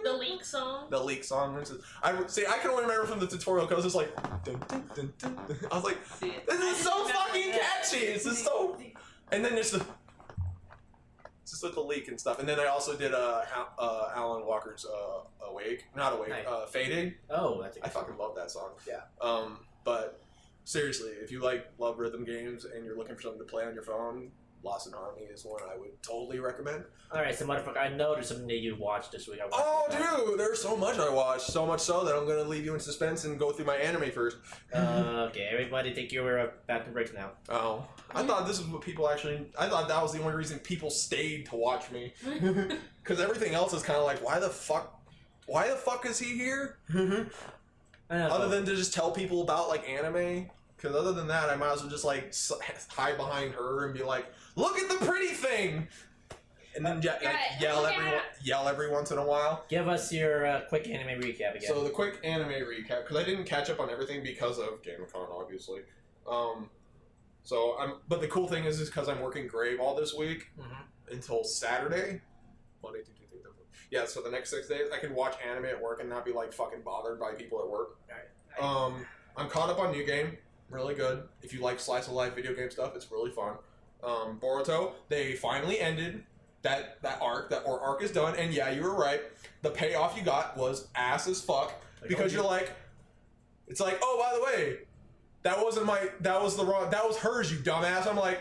The Link song. the leak song i see i can only remember from the tutorial because it's like dun, dun, dun, dun, dun. i was like See, This is so fucking catchy. This is so. And then there's the. it's Just with the leak and stuff, and then I also did uh, Al- uh Alan Walker's uh awake, not awake, Nice. uh, fading. Oh, that's a I fucking love that song. Yeah. Um, but seriously, if you like love rhythm games and you're looking for something to play on your phone, Lost in Army is one I would totally recommend. All right, so motherfucker, I know there's something that you watched this week. I watched Oh, it. dude, there's so much I watched, so much so that I'm gonna leave you in suspense and go through my anime first. Uh, okay, everybody, think you were uh, bathroom breaks now. Oh, I thought this was what people actually. I thought that was the only reason people stayed to watch me, because everything else is kind of like, why the fuck, why the fuck is he here? I know, other than to just tell people about like anime. Because other than that, I might as well just like s- hide behind her and be like, look at the pretty thing, and then ye- like, Yeah, yell look every at- on- yell every once in a while. give us your uh, quick anime recap again. So the quick anime recap, because I didn't catch up on everything because of GameCon, obviously. Um, so I'm, but the cool thing is, is because I'm working Grave all this week, Mhm. until Saturday. Monday, Tuesday, Thursday. Friday. Yeah, so the next six days I can watch anime at work and not be like fucking bothered by people at work. Um, I'm caught up on new game. Really good. If you like slice of life video game stuff, it's really fun. Um, Boruto, they finally ended that that arc. That or arc is done. And yeah, you were right. The payoff you got was ass as fuck Like, because oh, you're like, it's like, oh, by the way, that wasn't my, that was the wrong, that was hers, you dumbass. I'm like,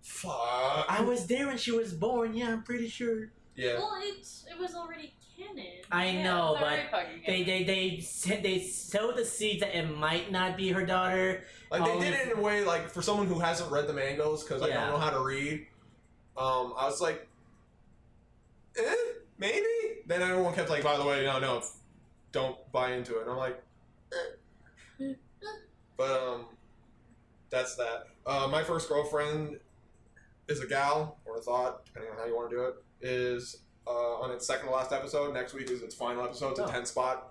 fuck. I was there when she was born. Yeah, I'm pretty sure. Yeah. Well, it's it was already canon. I Yeah, know, it's but already fucking they good. they they said they sowed the seed that it might not be her daughter. Like they Um, did it in a way, like for someone who hasn't read the mangoes, because I Yeah. don't know how to read. Um, I was like, eh, maybe. Then everyone kept like, by the way, no, no, f- don't buy into it. And I'm like, eh. but um, that's that. Uh, my first girlfriend is a gal or a thought, depending on how you want to do it. Is uh, on its second to last episode. Next week is its final episode. It's Oh. Hmm. a ten spot.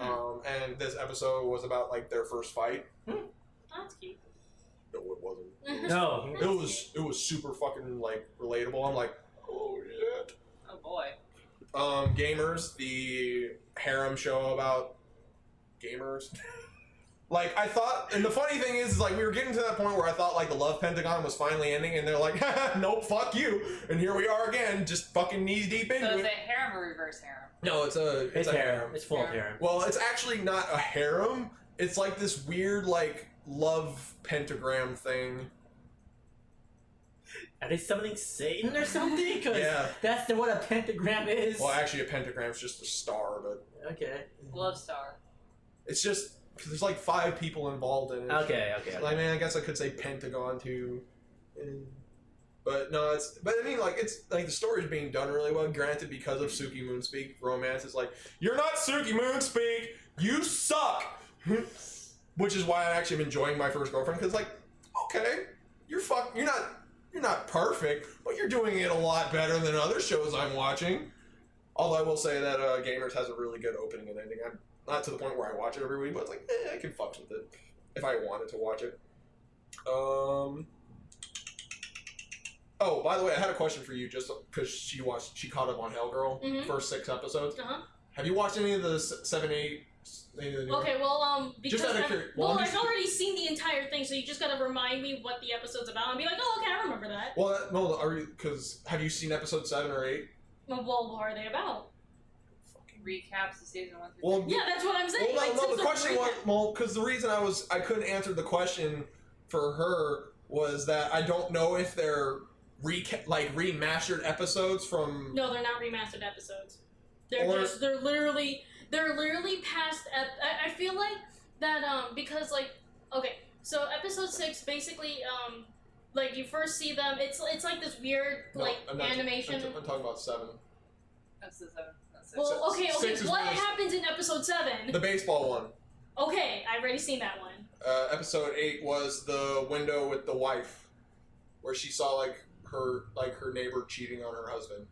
Um, and this episode was about like their first fight. That's cute. No, it wasn't. Mm-hmm. No, It was it was super fucking like relatable. I'm like, oh shit. Oh boy. Um, gamers, the harem show about gamers. like I thought, and the funny thing is, is, like we were getting to that point where I thought like the Love Pentagon was finally ending, and they're like, nope, fuck you, and here we are again, just fucking knees deep So into is it it. harem or reverse harem? No, it's a it's, a harem. It's full of Harem. harem. Well, it's actually not a harem. It's like this weird like love pentagram thing. Are they summoning Satan or something? 'Cause Yeah. that's the, what a pentagram is. Well, actually, a pentagram's just a star, but okay. Love Star. It's just because there's like five people involved in it. Okay. Okay. I mean, I guess I could say Pentagon too, Mm. but no, it's. But I mean, like it's like the story's being done really well. Granted, because of Suki Moonspeak, romance is like you're not Suki Moonspeak. You suck. Which is why I actually am enjoying my first girlfriend because like, okay, you're fuck, you're not, you're not perfect, but you're doing it a lot better than other shows I'm watching. Although I will say that uh, Gamers has a really good opening and ending. I'm not to the point where I watch it every week, but it's like eh, I can fuck with it if I wanted to watch it. Um. Oh, by the way, I had a question for you just because she watched, she caught up on Hellgirl Mhm. first six episodes. Uh-huh. Have you watched any of the s- seven, eight? Any of the new Okay, well, um, because out of I've, curi- well, well, I'm I've just- already seen the entire thing, so you just gotta remind me what the episode's about and be like, oh, okay, I remember that. Well, that, no, are you? Because have you seen episode seven or eight? Well, what are they about? Fucking recaps the season one through Well, Yeah, that's what I'm saying. well, like, no, no. since The question recap- was well, because the reason I was I couldn't answer the question for her was that I don't know if they're reca- like remastered episodes from. No, they're not remastered episodes. They're Or- just they're literally they're literally past. Ep- I, I feel like that um because like okay so episode six basically um like you first see them it's it's like this weird No, like I'm not- animation. I'm, I'm talking about seven. That's the seven. That's six. well, okay, Six okay. is What really- happens in episode seven? The baseball one. Okay, I've already seen that one. Uh, episode eight was the window with the wife, where she saw like her like her neighbor cheating on her husband,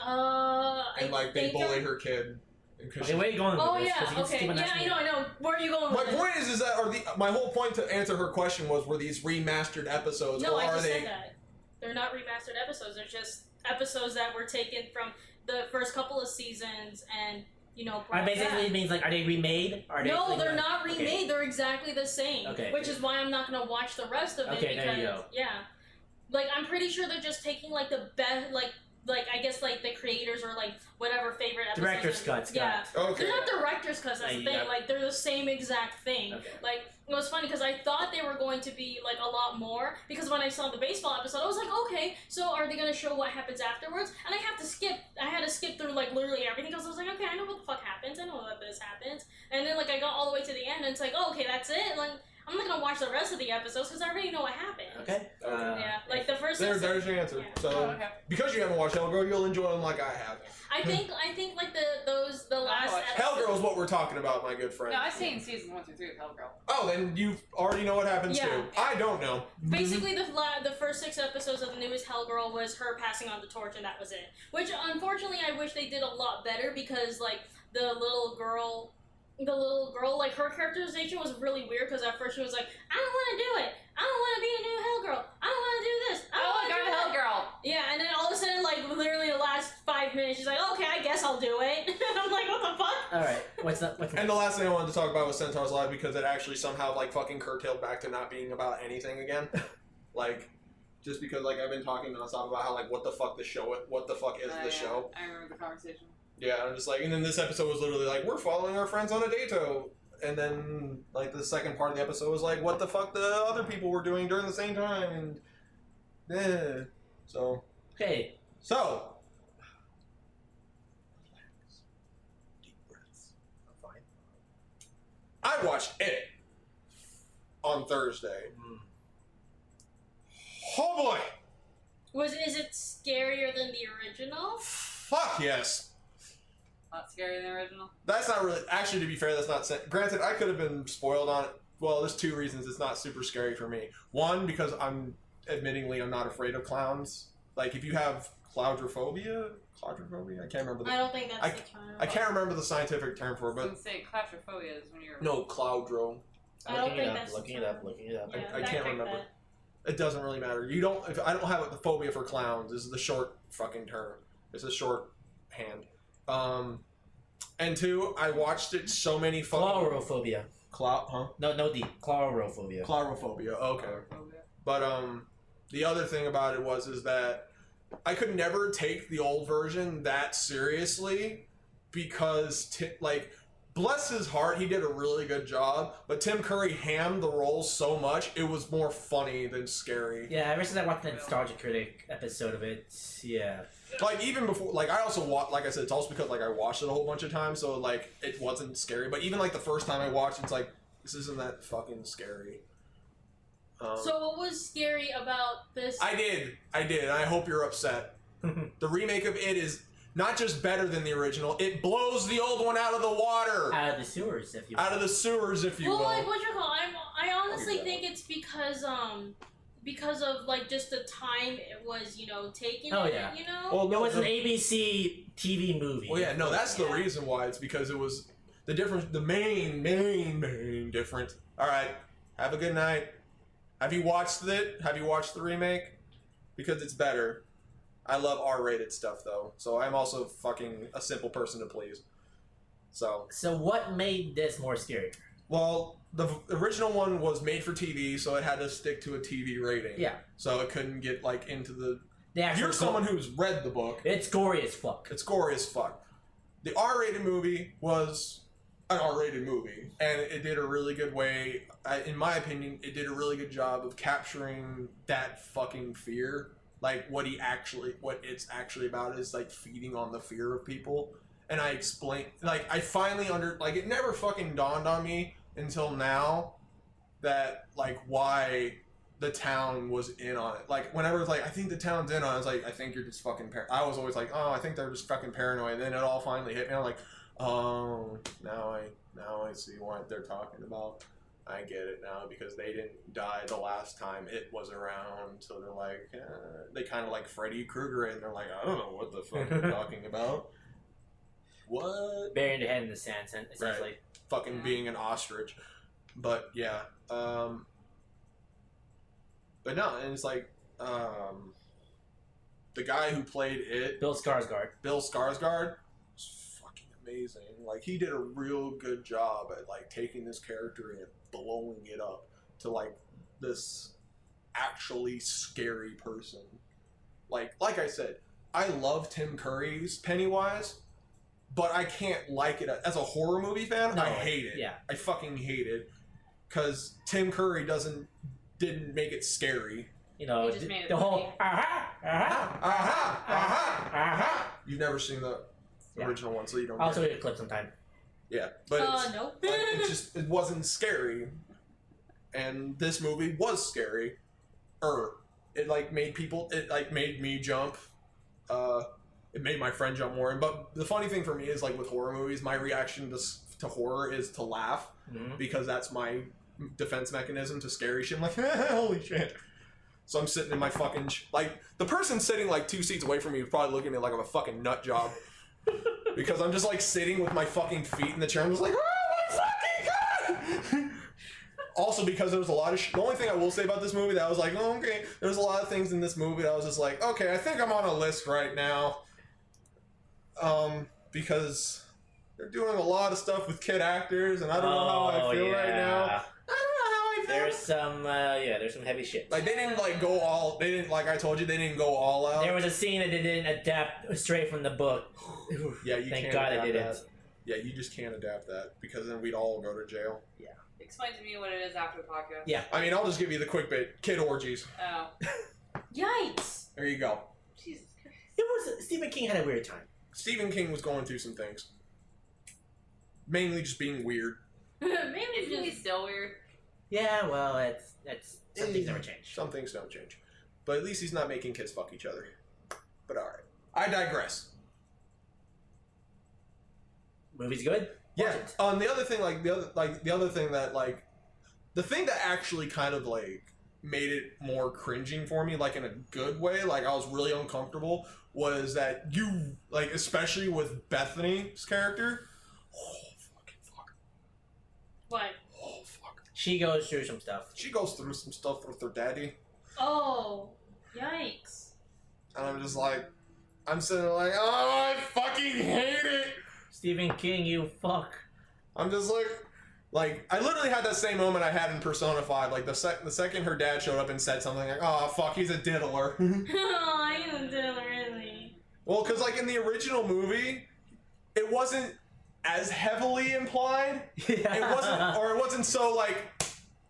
Uh, and I like they think bullied I- her kid. and 'cause Okay, she- where are you going with Oh this? 'Cause yeah, you just okay, keep on yeah. asking I me. know, I know. Where are you going? my with this? point is, is that are the my whole point to answer her question was were these remastered episodes No, or I are just they? said that. They're not remastered episodes. They're just episodes that were taken from the first couple of seasons and, you know, I brought basically back. means like, are they remade? Are they No, like, they're uh, not okay. remade. They're exactly the same. Okay. Which is why I'm not going to watch the rest of it Okay, because there you go. yeah. Like I'm pretty sure they're just taking like the best like like I guess like the creators or like whatever favorite episodes. Director's are- cut. Yeah. Okay. They're not director's cuts. That's Yeah, the you thing. got- Like they're the same exact thing. Okay. Like it was funny because I thought they were going to be like a lot more because when I saw the baseball episode, I was like, okay, so are they gonna show what happens afterwards? And I have to skip. I had to skip through like literally everything because I was like, okay, I know what the fuck happens. I know that this happens. And then like I got all the way to the end, and it's like, oh, okay, that's it. Like I'm not gonna watch the rest of the episodes because I already know what happened. Okay. Okay. Uh, Yeah, like the first. There, episode- there's your answer. Yeah. So Oh, okay. because you haven't watched Hellgirl, you'll enjoy them like I have. I think I think like the those the last. watched it. episode- Hellgirl is what we're talking about, my good friend. No, I've seen season one through three of Hellgirl. Oh, then you already know what happens Yeah. to. I don't know. Basically, the la- the first six episodes of the newest Hellgirl was her passing on the torch, and that was it. Which, unfortunately, I wish they did a lot better because, like, the little girl, the little girl, like her characterization was really weird. Because at first she was like, "I don't want to do it. I don't want to be a new Hellgirl. I don't want to do this. I don't Oh, want to do I'm that." Hellgirl. Yeah, and then all of a sudden, like literally the last five minutes, she's like, "Okay, I guess I'll do it." I'm like, "What the fuck?" All right. What's up? What's And next? the last thing I wanted to talk about was Centaur's Live because it actually somehow like fucking curtailed back to not being about anything again. like, just because like I've been talking nonstop about how like what the fuck the show what the fuck is Oh, the yeah. show? I remember the conversation. Yeah, I'm just like, and then this episode was literally like we're following our friends on a dato, and then like the second part of the episode was like what the fuck the other people were doing during the same time, and eh. so Okay. so I watched it on Thursday. Oh boy! Was is it scarier than the original? Fuck yes. Not scarier than the original. That's not really. Actually, to be fair, that's not. sa- Granted, I could have been spoiled on it. Well, there's two reasons it's not super scary for me. One, because I'm admittingly I'm not afraid of clowns. Like if you have cloudrophobia, cloudrophobia. I can't remember. I The, don't think that's I- the term. I can't remember the scientific term for it, I was but gonna say claustrophobia is when you're no, cloudro. I don't Looking think it up. that's the Looking it term. up. Looking it up. I- Yeah, I that- can't remember. It doesn't really matter. You don't. If I don't have the phobia for clowns. This is the short fucking term. It's a short hand. Um, and two, I watched it so many fucking Chlorophobia. cloud, huh? No, no, the chlorophobia. Chlorophobia. Okay. Claustrophobia. But um, the other thing about it was is that I could never take the old version that seriously because Ti- like bless his heart, he did a really good job. But Tim Curry hammed the role so much it was more funny than scary. Yeah, ever since I watched the Nostalgia Critic episode of it, yeah. Like even before, like I also watched, like I said, it's also because like I watched it a whole bunch of times, so like it wasn't scary. But even like the first time I watched, it's like this isn't that fucking scary. Um, So what was scary about this? I did. I did. And I hope you're upset. the remake of it is not just better than the original, it blows the old one out of the water. Out of the sewers, if you Out of the sewers, if you Uh, well, will. like what you call? I I honestly that think it's because um because of like just the time it was you know taken. Oh, in it, yeah. You know. Oh, well, It no, was an the- ABC TV movie. well, yeah, no, that's the Yeah. reason why. It's because it was the difference, the main, main, main difference. All right, have a good night. Have you watched it? Have you watched the remake? Because it's better. I love R-rated stuff though, so I'm also fucking a simple person to please. So So what made this more scary? Well, the v- original one was made for TV, so it had to stick to a TV rating. Yeah. So it couldn't get like into the. The If actual you're someone who's read the book, It's gory as fuck. it's gory as fuck. the R-rated movie was an R-rated movie, and it did a really good way. I, in my opinion, it did a really good job of capturing that fucking fear, like what he actually, what it's actually about is like feeding on the fear of people. And I explained, like I finally under, like it never fucking dawned on me until now that like why the town was in on it. Like whenever it's like, I think the town's in on. it, I was like, I think you're just fucking. Par-. I was always like, oh, I think they're just fucking paranoid. And then it all finally hit me. I'm like, oh, now I now I see what they're talking about. I get it now because they didn't die the last time it was around. So they're like, eh. they kind of like Freddy Krueger, and they're like, I don't know what the fuck you're talking about. What? Burying the head in the sand, sen- essentially. fucking Yeah. being an ostrich. But yeah, um, but no, and it's like um, the guy who played it, Bill Skarsgård. Bill Skarsgård, was fucking amazing. Like he did a real good job at like taking this character and blowing it up to like this actually scary person. Like like I said, I love Tim Curry's Pennywise, but I can't like it as a horror movie fan. No, I hate it. Yeah. I fucking hate it because Tim Curry doesn't didn't make it scary. You know, He just th- made it the whole Uh-huh, funny. aha, aha, aha, aha, aha. You've never seen the Yeah. original one, so you don't. uh-huh. I'll get show it. you a clip sometime. Yeah, but uh, it's, no. like, it just it wasn't scary, and this movie was scary. Er, it like made people. It like made me jump. Uh, it made my friend jump more. But the funny thing for me is like with horror movies, my reaction to s- to horror is to laugh Mhm. because that's my defense mechanism to scary shit. I'm like, holy shit. So I'm sitting in my fucking ch- like the person sitting like two seats away from me is probably looking at me like I'm a fucking nut job because I'm just like sitting with my fucking feet in the chair. I'm just like, oh my fucking god. also, because there was a lot of sh- the only thing I will say about this movie that I was like, oh, okay, there's a lot of things in this movie that I was just like, okay, I think I'm on a list right now. Um, because they're doing a lot of stuff with kid actors, and I don't know how Oh, I feel right now. yeah. I don't know how I feel. There's some, uh, yeah, there's some heavy shit. Like they didn't like go all. They didn't like I told you they didn't go all out. There was a scene that they didn't adapt straight from the book. yeah, you Thank can't God I adapt didn't. that. Yeah, you just can't adapt that because then we'd all go to jail. Explain to me what it is after the podcast. Yeah. I mean, I'll just give you the quick bit. Kid orgies. Oh, Yikes! There you go. Jesus Christ. It was Stephen King had a weird time. Stephen King was going through some things, mainly just being weird. Maybe Isn't he just still weird? Yeah, well, it's that's some things never change. Some things don't change, but at least he's not making kids fuck each other. But all right, I digress. Movie's good. Yeah. Watch it. Um, the other thing, like the other, like the other thing that, like, the thing that actually kind of like made it more cringing for me, like in a good way, like I was really uncomfortable, was that you, like, especially with Bethany's character. Oh fucking fuck! what? Oh fuck! She goes through some stuff. She goes through some stuff with her daddy, Oh, yikes! and I'm just like, I'm sitting there like, oh, I fucking hate it. Stephen King, you fuck. I'm just like, like I literally had that same moment I had in Persona Five. Like the sec- the second her dad showed up and said something like, "Oh fuck, he's a diddler." oh, you didn't really. well, because like in the original movie, it wasn't as heavily implied. It wasn't, or it wasn't so like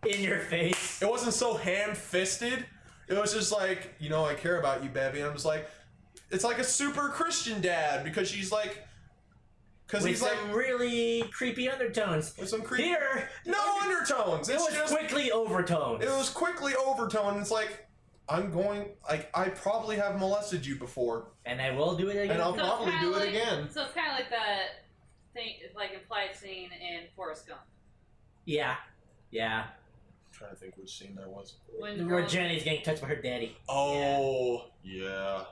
in your face. it wasn't so ham fisted. It was just like, you know, I care about you, baby. And I'm just like, it's like a super Christian dad because she's like, because With he's like some really creepy undertones. with some creepy. Here, No undertones. it It's was just quickly overtones. it was quickly overtone. It's like I'm going. Like I probably have molested you before, and I will do it again. and I'll So it's probably kinda do it like- again. So it's kind of like that thing, like implied scene in Forrest Gump. yeah, yeah. trying to think which scene that was. When the Where girl- Jenny's getting touched by her daddy. Oh yeah,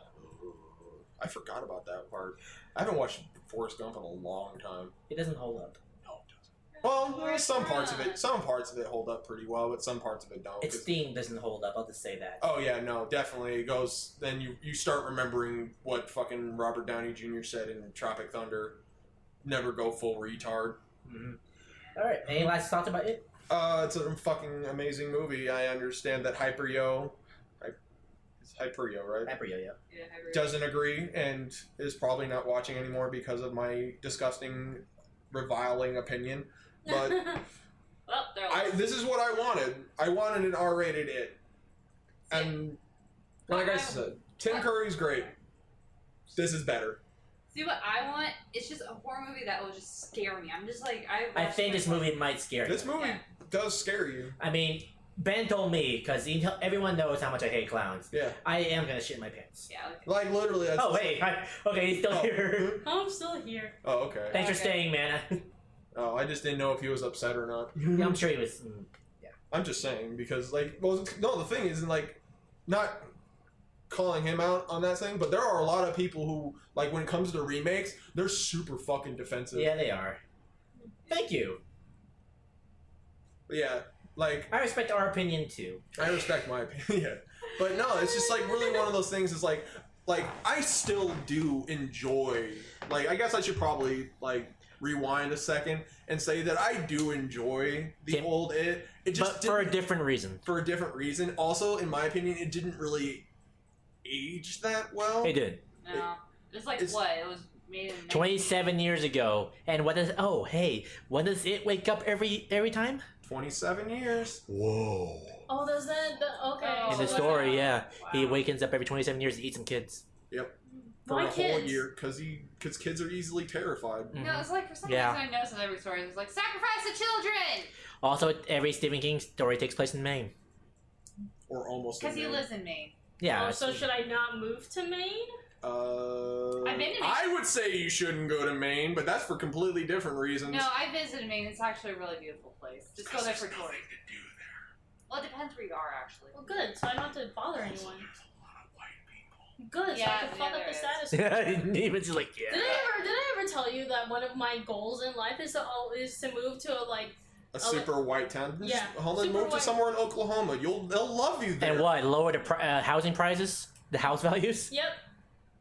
I forgot about that part. I haven't watched Forrest Gump in a long time. It doesn't hold up. No, it doesn't. Well, there's some parts of Forrest it. Some parts of it hold up pretty well, but some parts of it don't. Its 'cause- theme doesn't hold up. I'll just say that. Oh yeah, no, definitely. It goes then you you start remembering what fucking Robert Downey Jr. said in Tropic Thunder. Never go full retard. Mhm. All right. Any last thoughts about it? Uh, it's a fucking amazing movie. I understand that Hyper Yo, I, It's Hyperio, right? Embryo, yeah. Yeah, I agree. Doesn't agree and is probably not watching anymore because of my disgusting, reviling opinion. But Well, they're I like, this is what I wanted. I wanted an R-rated it, and like I said, Tim Curry's great. This is better. See what I want? It's just a horror movie that will just scare me. I'm just like I. I watched think this like- movie might scare you. This movie Yeah. does scare you. I mean, Ben told me because everyone knows how much I hate clowns. Yeah, I am gonna shit my pants. Yeah. Like, like literally. That's Oh wait, I, okay, he's still Oh. here. I'm still here. Oh okay. Thanks for Okay. staying, man. Oh, I just didn't know if he was upset or not. Yeah, I'm sure he was. mm. I'm just saying because like well no the thing isn't like not calling him out on that thing, but there are a lot of people who like when it comes to remakes, they're super fucking defensive. Yeah, they are. Thank you. But yeah. Like I respect our opinion too. I respect my opinion. But no, it's just like really one of those things is like like I still do enjoy like I guess I should probably like rewind a second and say that I do enjoy the Tim- old it. It just but for a didn't- different reason. for a different reason. Also, in my opinion, it didn't really age that well. It did. no. It's like it's- what? It was made in 27 years ago. And what does oh hey, when does it wake up every every time? 27 years. Oh, there's that. The, okay. Oh, In the wow. story, yeah. He Wow. wakens up every 27 years to eat some kids. For My a whole kids. year, because he, because kids are easily terrified. Mhm. No, it's like for some Yeah. reason I noticed in every story it was like sacrifice the children Also, every Stephen King story takes place in Maine. Or almost. because he in lives in Maine. Yeah. oh, so it's- should I not move to Maine? there. Uh, I've been in I would say you shouldn't go to Maine, but that's for completely different reasons. No, I visited Maine. It's actually a really beautiful place. Just go there for touring. Well, it depends where you are actually. Well, good. So I don't have to bother anyone. Good. Yeah, so I can fuck yeah, up there the is. status. quo. David's just like, Did yeah. I ever did I ever tell you that one of my goals in life is to all is to move to a like a super white town. Just Yeah, hold on, super move to white. somewhere in Oklahoma. You'll they'll love you there. And what? Lower the pri- uh, housing prices? The house values? yep.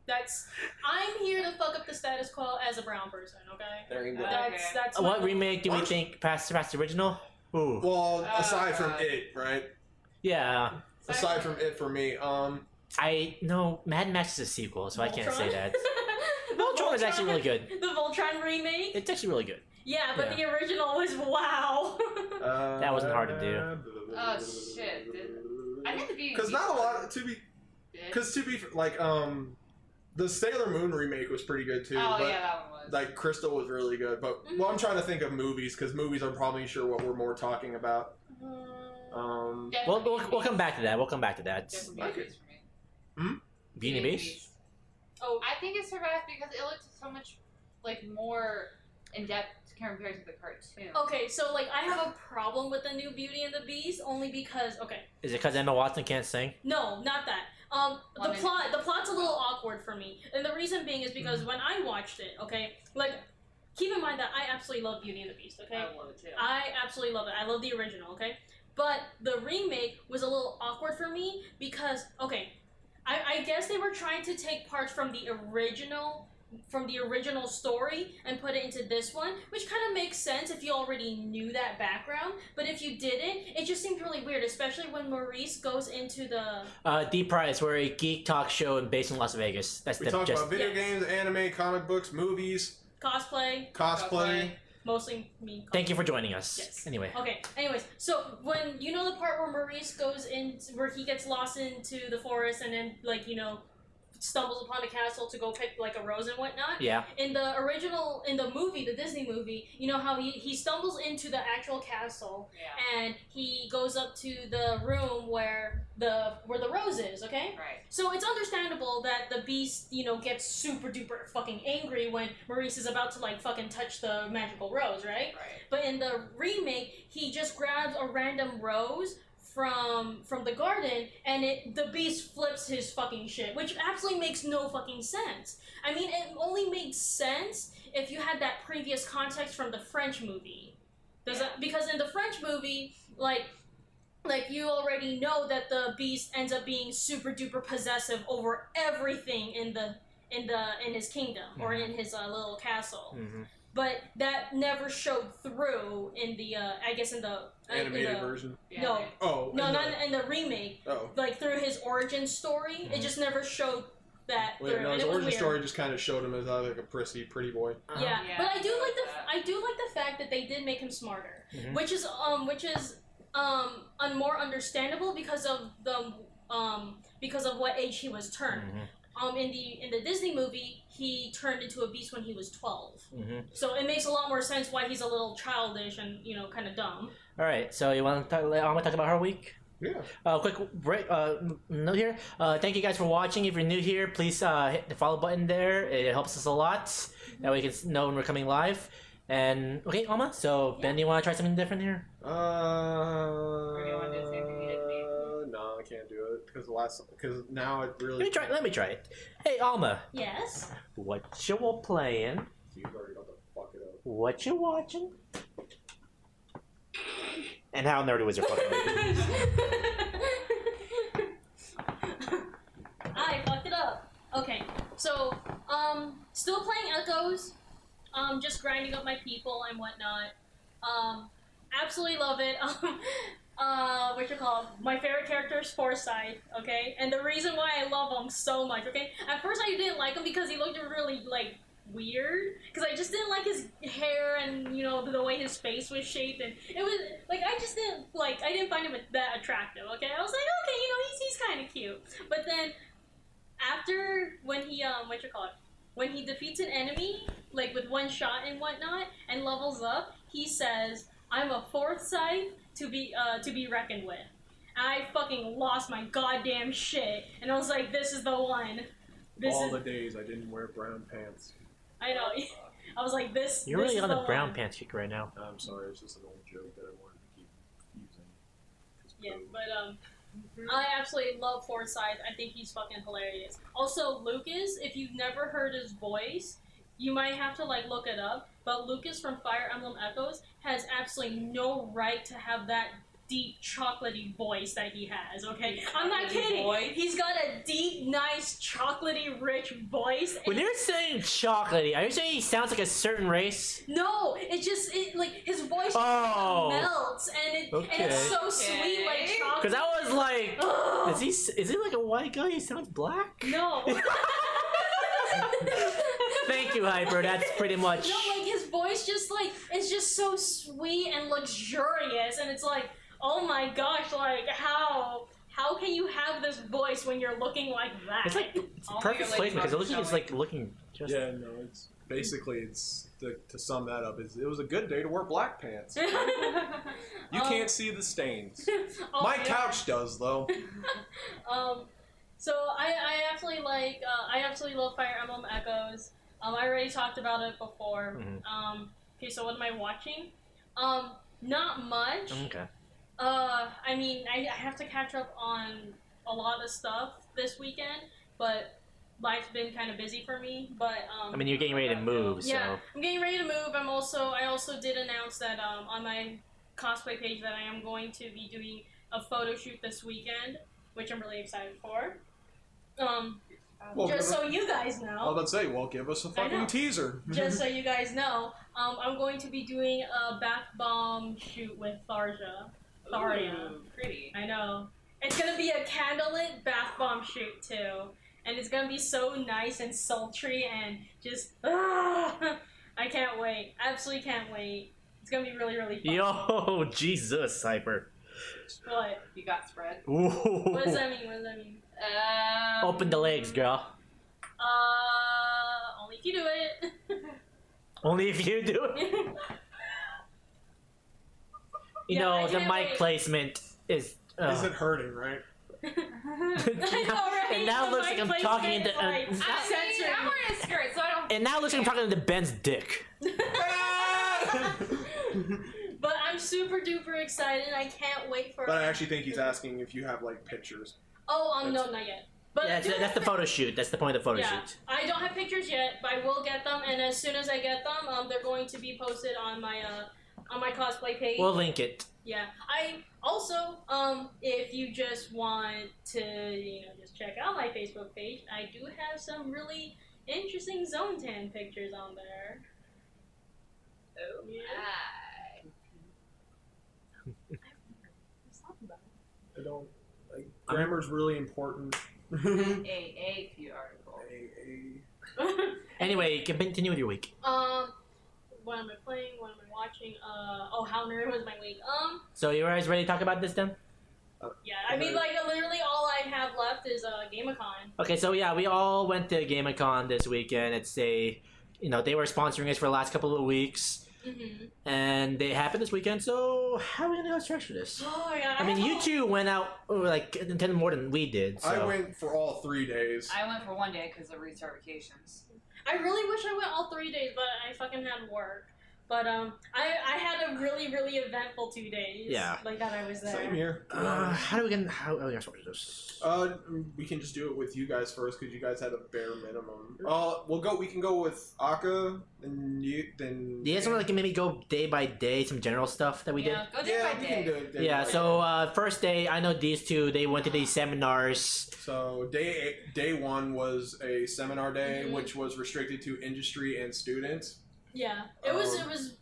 That's I'm here to fuck up the status quo as a brown person, okay? There you go. That's Okay. that's my what goal. remake do we What? think past past the original? Ooh. Well, Oh, aside from God. it, right? yeah. Aside from it, for me, um, I no Mad Max is a sequel, so I can't say Voltron? that. The Voltron is actually really good. The Voltron remake? It's actually really good. Yeah, but the original was wow. uh, That wasn't hard to do. Oh, shit, I think the beauty. Because not a lot to be Because Because to be like, um, the Sailor Moon remake was pretty good too. oh but, yeah, that one was. Like Crystal was really good, but well, Mm-hmm. I'm trying to think of movies because movies I'm probably sure what we're more talking about. Um, We'll, we'll, we'll come back to that. We'll come back to that. Okay. Definitely for me. Beanie Beast? Oh, I think it survived because it looked so much like more in depth compared to the cartoon. Oh, okay, so like I have a problem with the new Beauty and the Beast only because okay, Is it because Emma Watson can't sing? No, not that. Um, One the minute. plot the plot's a little awkward for me, and the reason being is because when I watched it, okay, like keep in mind that I absolutely love Beauty and the Beast, okay, I love it too. I absolutely love it. I love the original, okay, but the remake was a little awkward for me because okay, I, I guess they were trying to take parts from the original from the original story and put it into this one, which kind of makes sense if you already knew that background. But if you didn't, it just seemed really weird, especially when Maurice goes into the Uh, Deep Price, we're a geek talk show and based in Las Vegas. That's we the talk just about video Yes. games, anime, comic books, movies, cosplay, cosplay. mostly me. Thank you for joining us. Yes. Oh. Anyway, Okay. Anyways, so when you know the part where Maurice goes in, where he gets lost into the forest, and then like you know, stumbles upon a castle to go pick like a rose and whatnot. yeah. In the original, in the movie, the Disney movie, you know how he he stumbles into the actual castle yeah. and he goes up to the room where the where the rose is. Okay. Right. So it's understandable that the beast, you know, gets super duper fucking angry when Maurice is about to like fucking touch the magical rose, right? Right. But in the remake, he just grabs a random rose from from the garden and it the beast flips his fucking shit, which absolutely makes no fucking sense. I mean, it only made sense if you had that previous context from the French movie. Does that because in the French movie, like like you already know that the beast ends up being super duper possessive over everything in the in the in his kingdom or in his uh, little castle. Mhm. but that never showed through in the uh, I guess in the in Animated the, version. Yeah. No. Oh No, and not the- in the remake. Oh. Like through his origin story, it just never showed that. Mm-hmm. Wait, through, no, and his it was origin weird. story just kind of showed him as uh, like a prissy, pretty boy. Oh, Uh-huh. Yeah, Yeah, but I do I like the like I do like the fact that they did make him smarter, Mm-hmm. Mhm. which is um which is um un- more understandable because of the um because of what age he was turned. Mhm. Mm-hmm. Um, in the in the Disney movie, he turned into a beast when he was twelve, Mhm. so it makes a lot more sense why he's a little childish and you know kind of dumb. All right, so you want to talk, I want to talk about her week? Yeah. Uh, quick break. Uh, n- new here. Uh, thank you guys for watching. If you're new here, please uh, hit the follow button there. It helps us a lot. That way, you can s- know when we're coming live. And okay, Alma. So Ben, you want to try something different here? Uh, do you want to do the same thing you did me? No, I can't do it because last because now it Let really. me try. Let me try it. Hey, Alma. Yes. What you all playing? You already got the fuck it up. What you watching? And how nerdy was your fucking week? I fucked it up. Okay, so um, still playing Echoes, um, just grinding up my people and whatnot. Um, absolutely love it. Um, uh, what you call my favorite character is Forsyth. Okay, and the reason why I love him so much. Okay, at first I didn't like him because he looked really like weird because I just didn't like his hair and you know the way his face was shaped and it was like I just didn't like I didn't find him that attractive. Okay, I was like okay, you know he's he's kind of cute, but then after when he um what you call it when he defeats an enemy like with one shot and whatnot and levels up, he says I'm a fourth side to be uh to be reckoned with. I fucking lost my goddamn shit, and I was like, this is the one. This All is the days I didn't wear brown pants. I know. I was like, this. You're this really is on the brown one. pants kick right now. Uh, I'm sorry, it's just an old joke that I wanted to keep using. 'Cause Yeah, bro. but um, I absolutely love Forsyth. I think he's fucking hilarious. Also, Lucas, if you've never heard his voice, you might have to like look it up. But Lucas from Fire Emblem Echoes has absolutely no right to have that deep chocolatey voice that he has. Okay, I'm not Chocolatey kidding. voice? He's got a deep, nice, chocolatey, rich voice. When and- you're saying chocolatey, are you saying he sounds like a certain race? No, it just it like his voice just Oh. melts and it and Okay. it's so sweet like Okay. chocolate. Because I was like, Ugh. is he s- is he like a white guy? He sounds black. No. Thank you, Hyper. That's pretty much. No, like his voice just like is just so sweet and luxurious, and it's like, oh my gosh, like how how can you have this voice when you're looking like that? It's like it's Only perfect your placement legs because looking aren't is like looking just. yeah, no, it's basically it's to, to sum that up is it was a good day to wear black pants. You Um, can't see the stains. oh My God. couch does though. Um, so I, I absolutely like uh, I absolutely love Fire Emblem Echoes. Um, I already talked about it before. Mhm. Um, okay, so what am I watching? Um, not much. Okay. Uh, I mean, I, I have to catch up on a lot of stuff this weekend, but life's been kind of busy for me. But um, I mean, you're getting ready to move, so. yeah, I'm getting ready to move. I'm also I also did announce that um, on my cosplay page that I am going to be doing a photo shoot this weekend, which I'm really excited for. Um, Well, just give so you guys I was know, about to say, well, give us a fucking know. teaser. just so you guys know, um, I'm going to be doing a bath bomb shoot with Tharja. Tharia. Ooh, pretty. I know. It's gonna be a candlelit bath bomb shoot too, and it's gonna be so nice and sultry and just. ah, I can't wait. Absolutely can't wait. It's gonna be really really fun. Yo, Jesus, Hyper. What? You got spread. Ooh. What does that mean? What does that mean? Um, Open the legs, girl. Uh, only if you do it. Only if you do it. You Yeah, know, I the can't mic wait. placement is. Uh, Is it hurting, right? I know, right? And now it The looks like mic I'm placement talking is into. like- uh, I mean, Censoring. I'm wearing a skirt, so I don't. and now it looks like I'm talking into Ben's dick. but I'm super duper excited. and I can't wait for. But I actually think he's asking if you have like pictures. Oh, um, no, not yet. But That's, do- that's the photo shoot. That's the point of the photo yeah, shoot. I don't have pictures yet, but I will get them, and as soon as I get them, um, they're going to be posted on my uh, on my cosplay page. We'll link it. yeah, I also um, if you just want to, you know, just check out my Facebook page, I do have some really interesting zone tan pictures on there. Oh. Yeah. Ah. Let's talk about it. I don't. Like, grammar's really important. AAP article. I, Anyway, can continue with your week. um, what am I playing? What am I watching? Uh, oh, how nerdy was my week? Um, So you guys ready to talk about this then? yeah. I mean, like literally all I have left is uh, Gamicon. Okay, so yeah, we all went to GameCon this weekend. It's a, you know, they were sponsoring us for the last couple of weeks, Mm-hmm. and they happened this weekend. So how are we gonna structure this? Oh my god. I mean, have you a- two went out oh, like ten more than we did. So. I went for all three days. I went for one day because of recertifications. I really wish I went all three days, but I fucking had work. But um, I I had a really really eventful two days. Yeah. Like that I was there. Same here. Uh, how do we gonna how are we gonna structure this? Uh, we can just do it with you guys first because you guys had a bare minimum. Uh, we'll go. We can go with Akka, and you then. Do you guys want to like maybe go day by day, some general stuff that we did? yeah, go day yeah, by we day. can do it. day Yeah, by so day. uh, first day, I know these two, they went to these seminars. so day day one was a seminar day, Mhm. which was restricted to industry and students. Yeah. It was Um, it was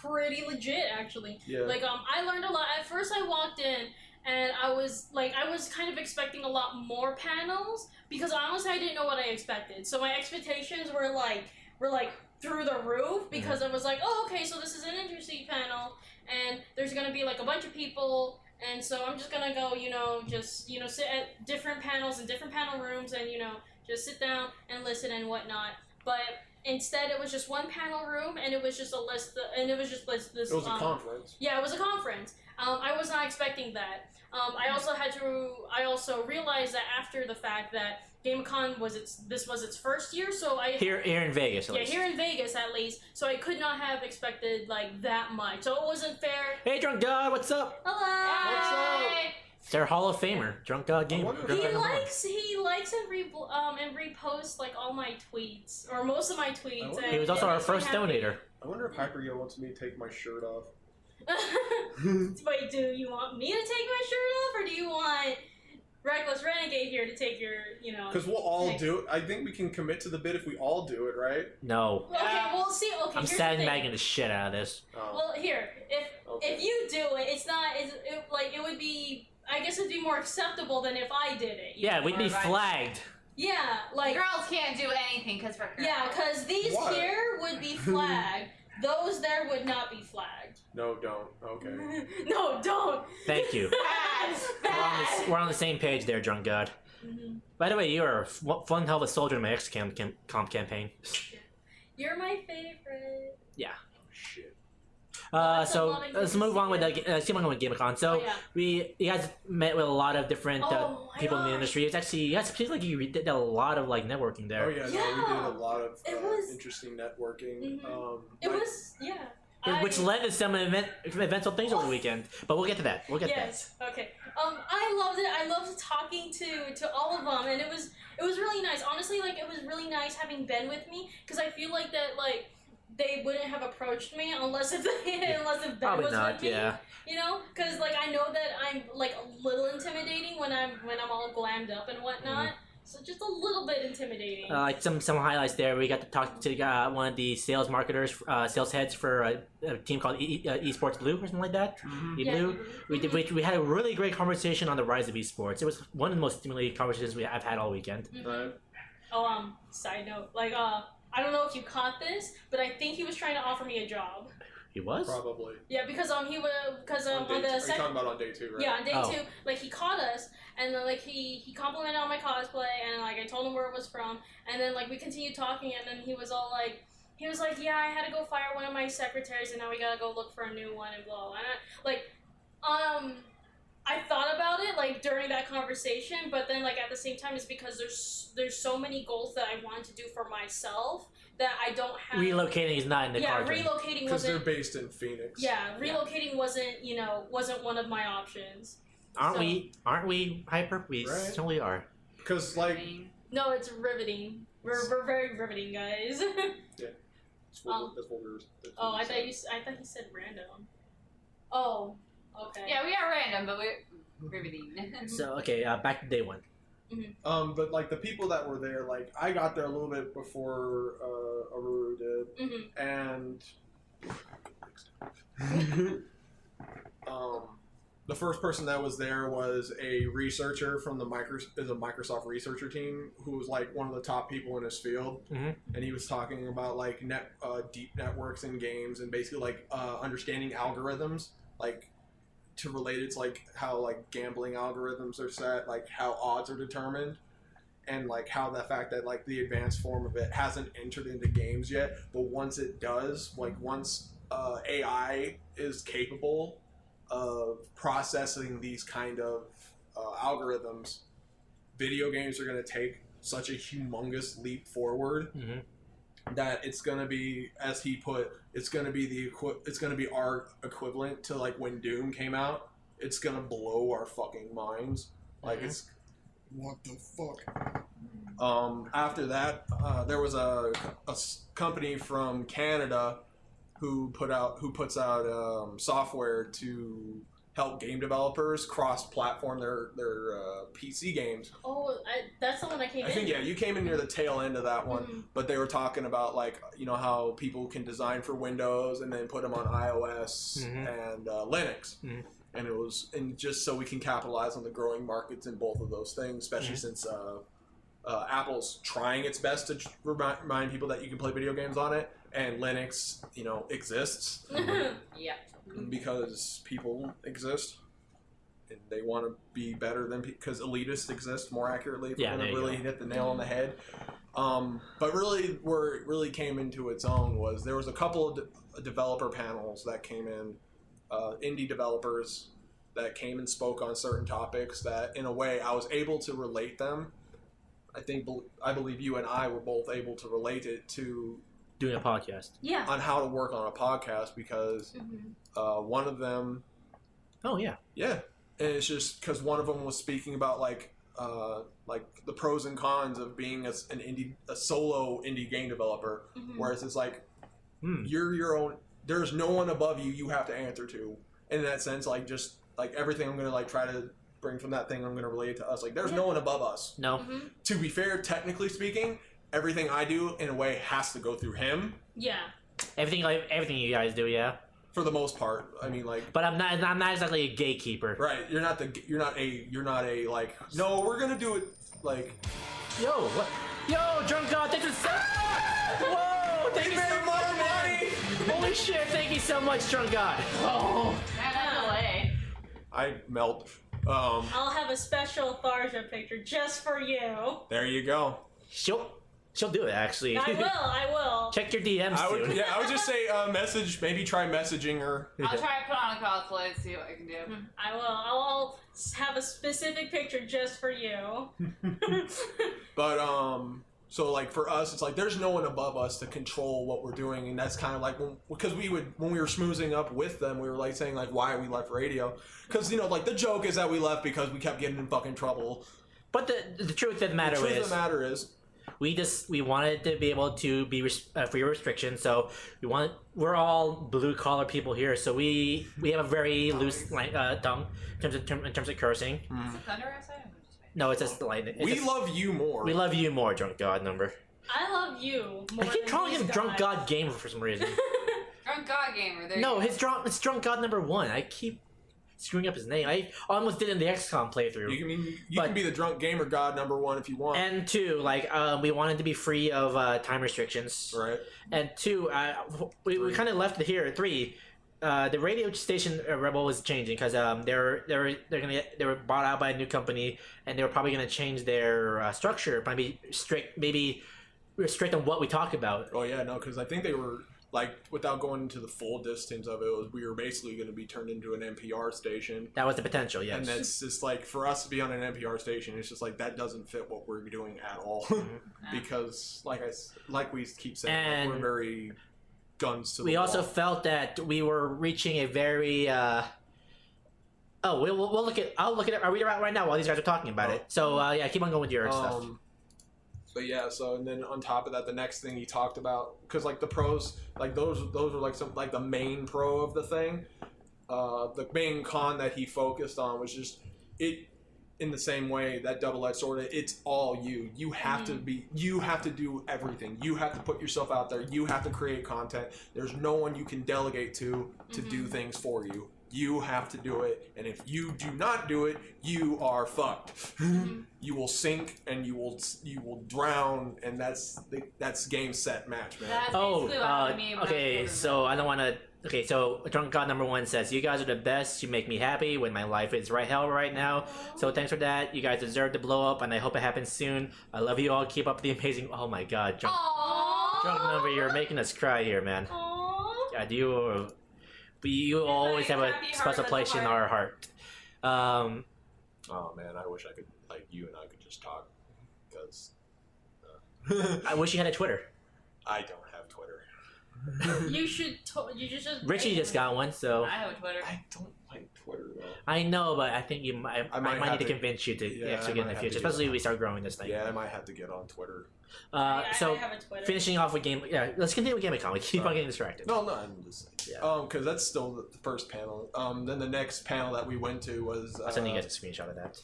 pretty legit actually. Yeah, Like um, I learned a lot. At first, I walked in and I was like, I was kind of expecting a lot more panels because honestly, I didn't know what I expected. So my expectations were like, were like through the Mm-hmm. roof because I was like, oh, okay, so this is an interesting panel, and there's gonna be like a bunch of people. And so I'm just gonna go, you know, just you know, sit at different panels in different panel rooms, and you know, just sit down and listen and whatnot. But instead, it was just one panel room, and it was just a list, and it was just this. this it was a um, conference. yeah, it was a conference. Um, I was not expecting that. Um, I also had to. I also realized that after the fact that GameCon was its. This was its first year, so I. Here, here in Vegas, at yeah, least. here in Vegas at least. So I could not have expected like that much. So it wasn't fair. Hey, Drunk Dog, what's up? Hello. Hey! They're Hall of Famer, Drunk Dog Gamer. wonder if Drunk He Dog Number One. likes he likes and re um and reposts like all my tweets or most of my tweets. wonder- and He was also it our makes me first happy. donator. I wonder if Hypergeo wants me to take my shirt off. Wait, do you want me to take my shirt off, or do you want Reckless Renegade here to take your, you know? Because we'll all Thanks. do it. I think we can commit to the bid if we all do it, right? No. Okay, well, see, okay, I'm here's the sandbagging thing. the shit out of this. Oh, Well, here, if if you do it, it's not, it's, it, like, it would be, I guess it would be more acceptable than if I did it. Yeah, we'd be Alright. flagged. Yeah, like, girls can't do anything because we're girls. yeah, because these What? here would be flagged. Those there would not be flagged. no, don't. Okay. no, don't. Thank you. Bad, We're on, bad. the, we're on the same page there, Drunk God. Mhm. By the way, you are a f- fun hell of a soldier in my X camp, camp, comp campaign. You're my favorite. Shit. Uh, that's a so lot of let's move on with interesting- the uh, see what I'm going with GameCon. So oh, yeah. we you guys met with a lot of different uh, Oh my people in the gosh. industry. It's actually you guys seems like you did a lot of like networking there. Oh yeah, no, we Yeah. did a lot of uh, It was- interesting networking. Mhm. Um, It like- was, yeah. Wh- Which I- led to some event, eventful things over the weekend, but we'll get to that. We'll get yes. Okay. Um, I loved it. I loved talking to to all of them, and it was it was really nice. Honestly, like it was really nice having Ben with me because I feel like that like they wouldn't have approached me unless if unless to if Ben that. Probably was not. with me. Yeah, You know, because like I know that I'm like a little intimidating when I'm when I'm all glammed up and whatnot. So just a little bit intimidating. Mm. uh, like some some highlights there. We got to talk to uh, one of the sales marketers, uh, sales heads for a, a team called e- e- uh, Esports Blue or something like that. Mm-hmm. E Yeah. Blue. We, did, we, we had a really great conversation on the rise of esports. It was one of the most stimulating conversations we I've had all weekend. Right. Oh, um, side note, like uh, I don't know if you caught this, but I think he was trying to offer me a job. He was. Probably. Yeah, because um he was because um on day two. Are on the you second talking about on day two, right? yeah on day Oh. two like he caught us and then like he he complimented on my cosplay and like I told him where it was from and then like we continued talking and then he was all like he was like yeah I had to go fire one of my secretaries and now we gotta go look for a new one and blah blah, blah. And I, like um I thought about it like during that conversation but then like at the same time it's because there's there's so many goals that I wanted to do for myself that I don't have Relocating is not in the yeah cards. relocating Because wasn't they're based in Phoenix. yeah, relocating wasn't, you know, wasn't one of my options. aren't so- we? Aren't we hyper? We Right. certainly are. Because I like, mean, No, it's riveting. We're, we're very riveting, guys. that's what, Um, that's what we were. that's what oh, we I said. thought you s- I thought you said random. Oh, okay. yeah, we are random, but we're riveting. So okay, uh, back to day one. Um, but like the people that were there, like I got there a little bit before uh, Aruru did, Mhm. and um, the first person that was there was a researcher from the micro is a Microsoft researcher team who was like one of the top people in his field, Mhm. and he was talking about like net uh, deep networks in games and basically like uh, understanding algorithms like to relate it to like how like gambling algorithms are set, like how odds are determined. And like how the fact that like the advanced form of it hasn't entered into games yet, but once it does, like once uh, AI is capable of processing these kind of uh, algorithms, video games are going to take such a humongous leap forward Mhm. that it's going to be, as he put, it's going to be the equi- it's going to be our equivalent to like when Doom came out. It's going to blow our fucking minds. Like it's What the fuck? um, after that, uh, there was a, a s- company from Canada who put out who puts out um, software to help game developers cross-platform their their uh, PC games. Oh, I, that's the one that came I in. think yeah, you came in near the tail end of that one, Mhm. but they were talking about like you know how people can design for Windows and then put them on iOS Mhm. and uh, Linux. Mhm. And it was, and just so we can capitalize on the growing markets in both of those things, especially since uh, uh, Apple's trying its best to tr- remind, remind people that you can play video games on it, and Linux, you know, exists Yeah. because people exist and they want to be better than because elitists exist more accurately. If we're Yeah, going there to you really go. hit the nail on the head. Um, but really, where it really came into its own was there was a couple of de- developer panels that came in, uh, indie developers that came and spoke on certain topics that, in a way, I was able to relate them. I think bel- I believe you and I were both able to relate it to Doing a podcast. yeah. on how to work on a podcast because Mhm. uh, one of them Oh yeah. yeah, and it's just because one of them was speaking about like uh, like the pros and cons of being a, an indie a solo indie game developer, Mhm. whereas it's like Hmm. you're your own. There's no one above you. You have to answer to. In that sense, like just like everything I'm gonna like try to bring from that thing, I'm gonna relate it to us. Like there's no one above us. No. Mhm. To be fair, technically speaking, everything I do in a way has to go through him Yeah. Everything like everything you guys do, yeah. for the most part. I mean, like But I'm not. I'm not exactly a gatekeeper. right, you're not the you're not a you're not a like no, we're gonna do it like Yo, what? Yo, drunk god, thank you so. Whoa, thank you so made much, more man. Holy shit, thank you so much, drunk god. Yeah, that's the way. I melt. Um, I'll have a special Tharja picture just for you. I there you go. She'll, she'll do it actually. will. I will. Check your DMs I soon. would, yeah, I would just say uh, message. Maybe try messaging her. I'll try to put on a cosplay and see what I can do. I will. I'll s- have a specific picture just for you. But um, so like for us, it's like there's no one above us to control what we're doing, and that's kind of like when because we would when we were schmoozing up with them, we were like saying like why we left radio, because you know like the joke is that we left because we kept getting in fucking trouble. But the, the truth of the matter the truth is, of the matter is, we just we wanted to be able to be res- uh, free of restrictions. So we want we're all blue collar people here. So we we have a very loose like, uh, tongue in terms of term, in terms of cursing. Is it thunder outside? I'm just waiting. No, it's just like it's we just- love you more. we love you more, drunk god number. I love you. More I keep than calling these him drunk guys. god gamer for some reason. Drunk God Gamer. There no, you his drunk it's drunk god number one. I keep screwing up his name. I almost did it in the XCOM playthrough. You can be you But- can be the drunk gamer god number one if you want. and two, like uh, we wanted to be free of uh, time restrictions. right. And two, uh, we, we kind of left it here. Three, uh, the radio station uh, Rebel was changing because um, they're they're they're gonna get, they were bought out by a new company, and they were probably gonna change their uh, structure, probably strict, maybe restrict on what we talk about. Oh yeah, no, because I think they were like without going into the full distance of it, it was we were basically going to be turned into an NPR station, That was the potential, yes. and that's just like for us to be on an NPR station, it's just like that doesn't fit what we're doing at all, because like I s- like we keep saying, like, Mm-hmm. And we're very guns to the we also wall. felt that we were reaching a very. Uh, oh, we'll, we'll we'll look at. I'll look at it. Are we right right now while these guys are talking about Oh. it? So uh, yeah, keep on going with your stuff. Um, but yeah, so and then on top of that, the next thing he talked about because like the pros, like those those were like some like the main pro of the thing. Uh, the main con that he focused on was just it in the same way that double-edged sword it's all you you have to be you have to do everything you have to put yourself out there you have to create content there's no one you can delegate to to do things for you you have to do it and if you do not do it you are fucked you will sink and you will you will drown and that's the, that's game set match man That's Oh, basically what happened to uh, me when I was okay. older. So I don't want to. Okay, so drunk god number one says, "You guys are the best. You make me happy when my life is right hell right now. So thanks for that. You guys deserve to blow up, and I hope it happens soon. I love you all. Keep up the amazing. Oh my god, drunk, Aww. drunk number, you're making us cry here, man. Aww. I do. But you always have a happy heart, special little place in heart. our heart. Um, oh man i wish i could like you and i could just talk because I wish you had a Twitter. i don't have twitter You should. To- you just. just Richie just got one, so I have a Twitter. i don't like twitter though I know, but I think you might. I, I might might have need to, to- convince you to yeah, actually I get in might the have to future, do especially that. if we start growing this thing. yeah i might have to get on twitter Uh, Yeah, I- so I have a Twitter. finishing off with game. Yeah, let's continue with Gamecom. We keep on Sorry. getting distracted. No, no, I'm just Yeah. um because that's still the first panel. Um, then the next panel that we went to was I'll uh, send you guys a screenshot of that.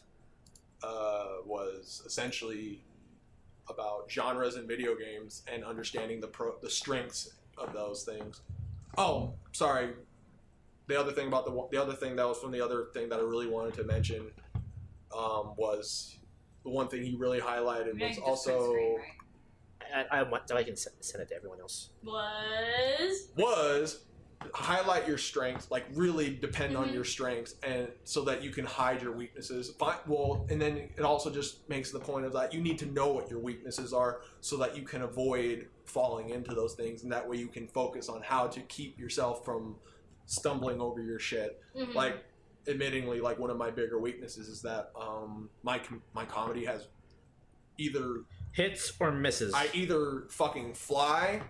uh was essentially about genres in video games and understanding the pro the strengths of those things. Oh, sorry. The other thing about the one- the other thing that was from the other thing that I really wanted to mention um, was the one thing he really highlighted Yeah, you was just also print screen, right? I, I want so I can send, send it to everyone else. was. was highlight your strengths like really depend on your strengths and so that you can hide your weaknesses Fi- well and then it also just makes the point of that you need to know what your weaknesses are so that you can avoid falling into those things and that way you can focus on how to keep yourself from stumbling over your shit Mhm. like admittingly like one of my bigger weaknesses is that um my com- my comedy has either Hits or misses. I either fucking fly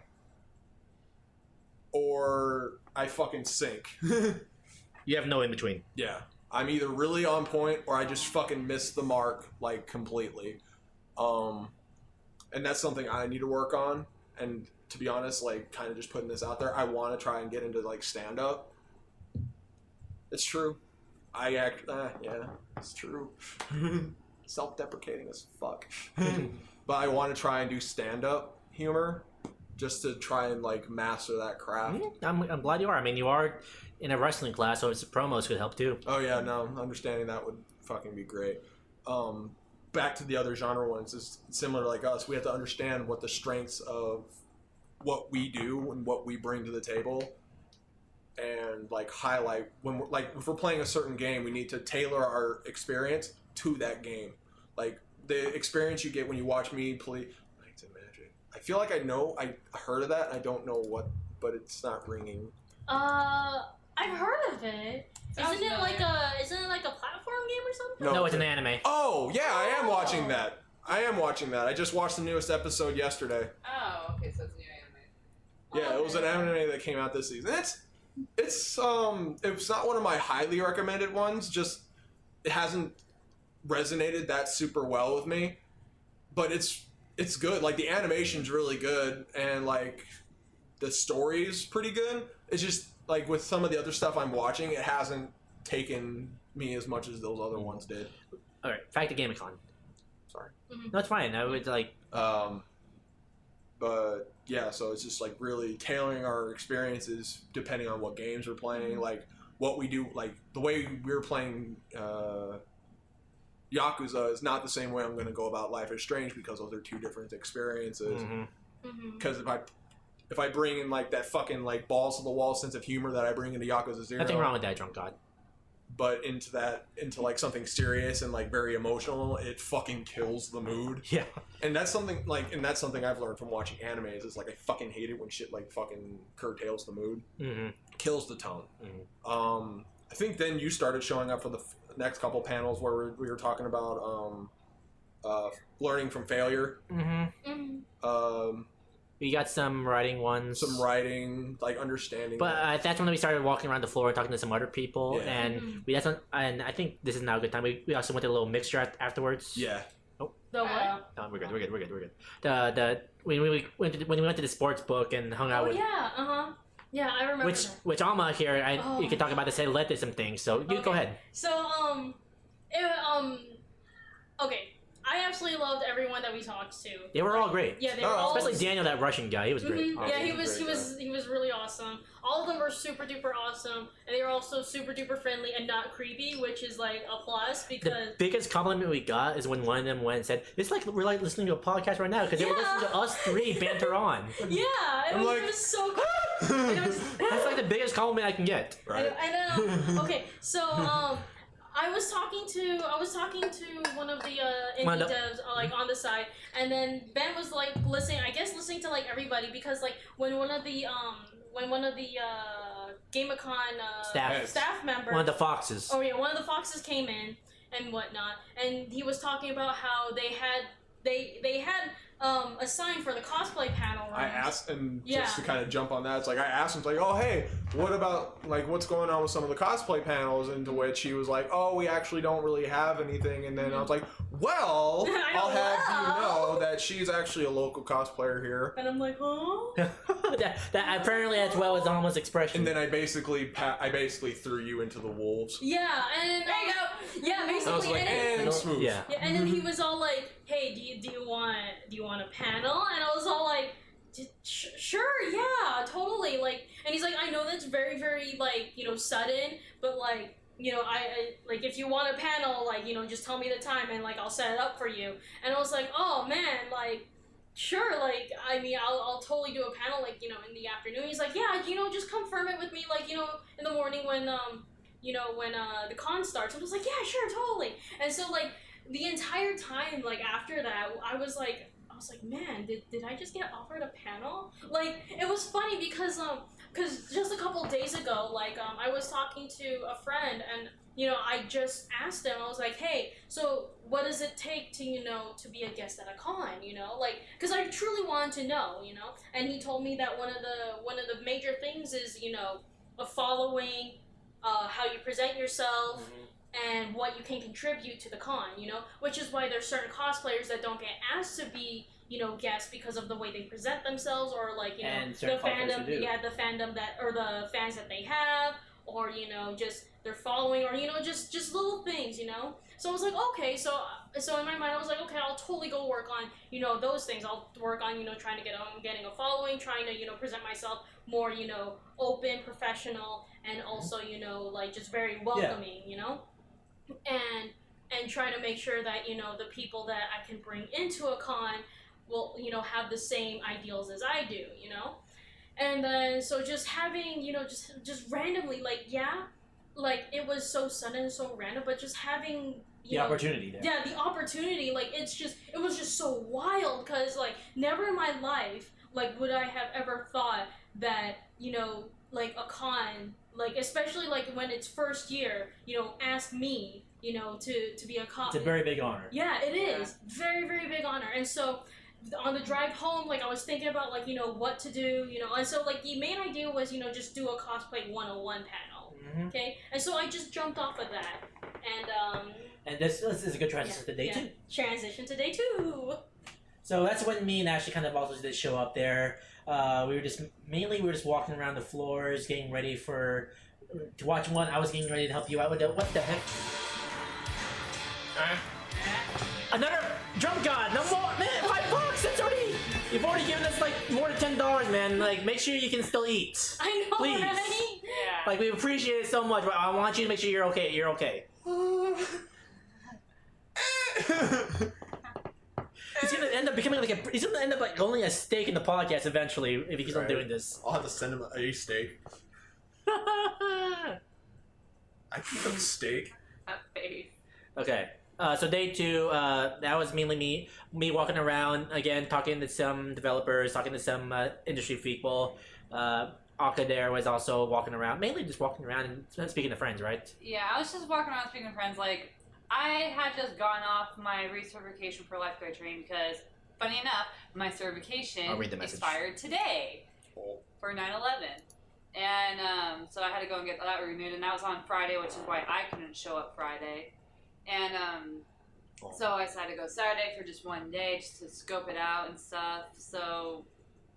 or I fucking sink. you have no in between. yeah. I'm either really on point or I just fucking miss the mark like completely. Um and that's something I need to work on and to be honest like kind of just putting this out there I want to try and get into like stand up. It's true. I act uh, yeah, it's true. Self-deprecating as fuck. Hmm, but I want to try and do stand-up humor just to try and like master that craft. Mm, I'm, I'm glad you are. I mean, you are in a wrestling class, so it's promos could help too. Oh yeah, no, understanding that would fucking be great. Um, back to the other genre ones is similar to like us. We have to understand what the strengths of what we do and what we bring to the table, and like highlight when we're, like if we're playing a certain game, we need to tailor our experience to that game. Like the experience you get when you watch me play Knights and Magic. I feel like I know I heard of that. I don't know what, but it's not ringing. Uh, I've heard of it. Sounds Isn't it like familiar. a? Isn't it like a platform game or something? No, No, it's an anime. Oh yeah, I am watching Oh. that. I am watching that. I just watched the newest episode yesterday. Oh, okay, so it's a new anime. Yeah, it was an Okay. anime that came out this season. It's it's um it's not one of my highly recommended ones. Just it hasn't resonated that super well with me, but it's it's good. Like the animation's really good, and like the story's pretty good. It's just like with some of the other stuff I'm watching, it hasn't taken me as much as those other ones did. All right, back to Gamecom. Sorry. Mhm. No, it's fine. I would like. Um, but yeah, so it's just like really tailoring our experiences depending on what games we're Mm-hmm. playing, like what we do, like the way we are playing uh, Yakuza is not the same way I'm going to go about Life is Strange because those are two different experiences. Mhm. Mhm. Because if I if I bring in like that fucking like balls to the wall sense of humor that I bring into Yakuza Zero, Nothing wrong with that, drunk god. but into that into like something serious and like very emotional it fucking kills the mood Yeah. and that's something like and that's something i've learned from watching animes is like i fucking hate it when shit like fucking curtails the mood hmm kills the tone Mhm. um i think then you started showing up for the f- next couple panels where we, we were talking about um uh learning from failure hmm Mhm. um We got some writing ones. some writing like understanding But that- uh, that's when we started walking around the floor and talking to some other people, Yeah. and Mm. we that's when, and I think this is now a good time. We, we also went to a little mixture at, afterwards. yeah The what? Uh, no, we're good. We're good. We're good. We're good. The the when we went to, when we went to the sports book and hung out Oh with yeah. Uh huh. Yeah, I remember. which that. which Alma here, I Oh. you can talk about this. I led to some things, so you go Okay. ahead. So um, it, um, loved everyone that we talked to. They were all great. Yeah, they Oh, were all Especially Daniel, that Russian guy. He was great. Mhm. Oh, yeah, he he was was he great, was he was really awesome. All of them were super duper awesome, and they were also super duper friendly and not creepy, which is like a plus because The biggest compliment we got is when one of them went and said, "It's like we're like listening to a podcast right now because they were Yeah. listening to us three banter on." yeah, it I'm was, like- it was so cool. And it was- That's like the biggest compliment I can get. Right. And, and then, um, okay, so um, I was talking to I was talking to one of the uh, indie One of the- devs uh, Mm-hmm. like on the side, and then Ben was like listening. I guess listening to like everybody because like when one of the um when one of the uh, GameCon uh, Staff. staff members One of the foxes. Oh yeah, one of the foxes came in and whatnot, and he was talking about how they had they they had um, a sign for the cosplay panel. I rounds. asked, and Yeah. just to kind of jump on that, it's like I asked him, it's like, oh hey, what about like what's going on with some of the cosplay panels? And to which he was like, oh, we actually don't really have anything. And then I was like, well, I I'll know, have well. you know that she's actually a local cosplayer here. and I'm like, huh? that, that apparently that's well as Alma's expression. And then I basically, pa- I basically threw you into the wolves. Yeah, and um, There you go. yeah, I was basically, like, and, and, And all- smooth. Yeah. yeah, and then he was all like, "Hey, do you do you want do you want a panel?" And I was all like, "D- sh- "Sure, yeah, totally." Like, and he's like, "I know that's very very like you know sudden, but like." You know, I, I like if you want a panel, like you know, just tell me the time and like I'll set it up for you. And I was like, oh man, like sure, like I mean, I'll, I'll totally do a panel, like you know, in the afternoon. He's like, yeah, you know, just confirm it with me, like you know, in the morning when um you know, when uh, the con starts. I was like, yeah, sure, totally. And so, like, the entire time, like, after that, I was like, I was like, man, did, did I just get offered a panel? Like, it was funny because, um, because just a couple days ago, like, um, I was talking to a friend and, you know, I just asked him, I was like, hey, so what does it take to, you know, to be a guest at a con, you know? Like, because I truly wanted to know, you know? And he told me that one of the, one of the major things is, you know, a following, uh, how you present yourself and what you can contribute to the con, you know, which is why there's certain cosplayers that don't get asked to be, you know, guests because of the way they present themselves or like, you know, And the certain cosplayers fandom, who do. yeah, the fandom that or the fans that they have or you know, just their following or you know, just just little things, you know. So I was like, okay, so so in my mind I was like, okay, I'll totally go work on, you know, those things. I'll work on, you know, trying to get on getting a following, trying to, you know, present myself more, you know, open, professional, and also, you know, like just very welcoming, you know, and and try to make sure that you know the people that I can bring into a con will you know have the same ideals as I do, you know, and then so just having you know just just randomly like yeah, like it was so sudden and so random, but just having The you know opportunity there. yeah the opportunity like it's just it was just so wild because like never in my life like would i have ever thought that you know like a con like especially like when it's first year you know asked me you know to to be a con It's a very big honor. yeah, it is. Very, very big honor. And so on the drive home, like I was thinking about like, you know, what to do, you know, and so like the main idea was, you know, just do a cosplay 101 panel. Mhm. Okay? And so I just jumped off of that. And um And this, this is a good transition Yeah, to day yeah. two. transition to day two. So that's when me and Ashley kind of also did show up there. Uh, we were just mainly we were just walking around the floors, getting ready for to watch one. I was getting ready to help you out with the what the heck? Another drum god, no more man, five bucks. That's already you've already given us like more than ten dollars, man. Like make sure you can still eat. I know, Please. right? Yeah. Like we appreciate it so much, but I want you to make sure you're okay. You're okay. He's gonna end up becoming like a. He's gonna end up like only a steak in the podcast eventually if he keeps on Right. doing this. I'll have to send him a- a steak. I can cook steak. That face. Okay. Uh, so day two, uh, that was mainly me, me walking around again, talking to some developers, talking to some uh, industry people. Uh, Aka there was also walking around, mainly just walking around and speaking to friends, right? Yeah, I was just walking around speaking to friends. Like, I had just gone off my recertification for lifeguard training because, funny enough, my certification I'll read the message. Oh. expired today for 9 11. And um, so I had to go and get that renewed, and that was on Friday, which is why I couldn't show up Friday. And um, Oh. so I decided to go Saturday for just one day just to scope it out and stuff. So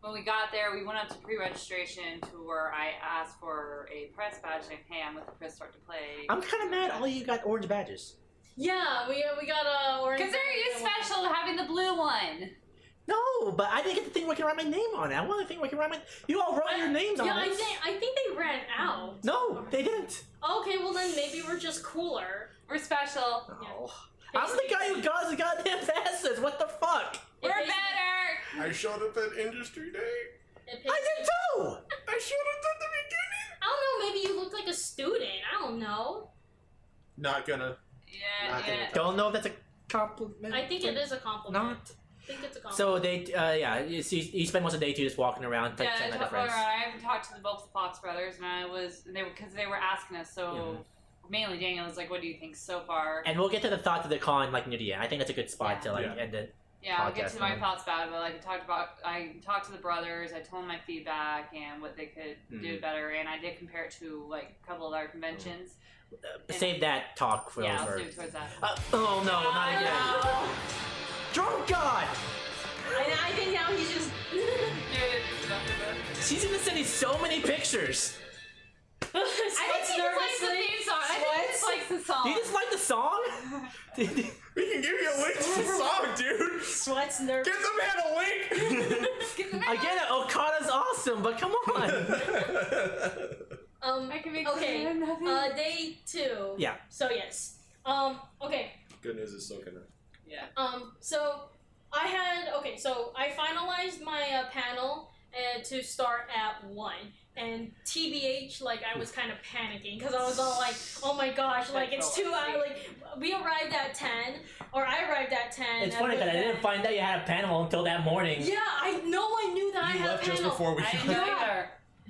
when we got there, we went up to pre registration to where I asked for a press badge, saying, Hey, I'm with the press start to play. I'm kind of mad all you got orange badges. Yeah, we we got uh. orange Consider you and- special having the blue one. No, but I didn't get the thing where I can write my name on it. I want the thing where I can write my. You all wrote your names Yeah, on I it. think I think they ran out. No, they didn't. Okay, well then maybe we're just cooler. We're special. Oh. No. I'm the guy who got the goddamn passes. What the fuck? We're It pays- better. I showed up at industry day. it pays- I did too. I showed up at the beginning. I don't know. Maybe you look like a student. I don't know. Not gonna. Yeah, Not yeah. Don't know if that's a compliment. I think it is a compliment. Not. I think it's a compliment. So they, uh, yeah, you, see, you spend most of the day too just walking around, like, Yeah, yeah, I like talked friends. around. I haven't talked to the both the Fox brothers, and I was and they were because they were asking us. So mainly Daniel was like, "What do you think so far?" And we'll get to the thoughts of the con like near the end. I think that's a good spot to like Yeah. end it. yeah, I'll get podcast to my on- thoughts about it. But like, I talked about I talked to the brothers. I told them my feedback and what they could Mm-hmm. do better, and I did compare it to like a couple of our conventions. Uh, Save that talk for Yeah, I'll over. save it towards that. Uh, oh no, not I again! know. Drunk God, and I think now he's just. she's in the city. So many pictures. I think he just likes the nervously- theme song. I think he just likes the song. Do you just like the song? We can give you a link to the song, dude. Sweats nervous. Get the man a link. Give them I a- get it. Okada's awesome, but come on. Um. I can make Okay. this man nothing. Uh. Day two. Yeah. So yes. Um. Okay. Good news is so gonna. Um, so I had okay, so I finalized my uh, panel uh, to start at one, and TBH, like I was kind of panicking because I was all like, "Oh my gosh, like it's two hours." Like we arrived at ten, or I arrived at ten. It's and funny was because I didn't at- find out you had a panel until that morning. Yeah, I know. I knew that I you had left a panel. just before we. I didn't know Yeah.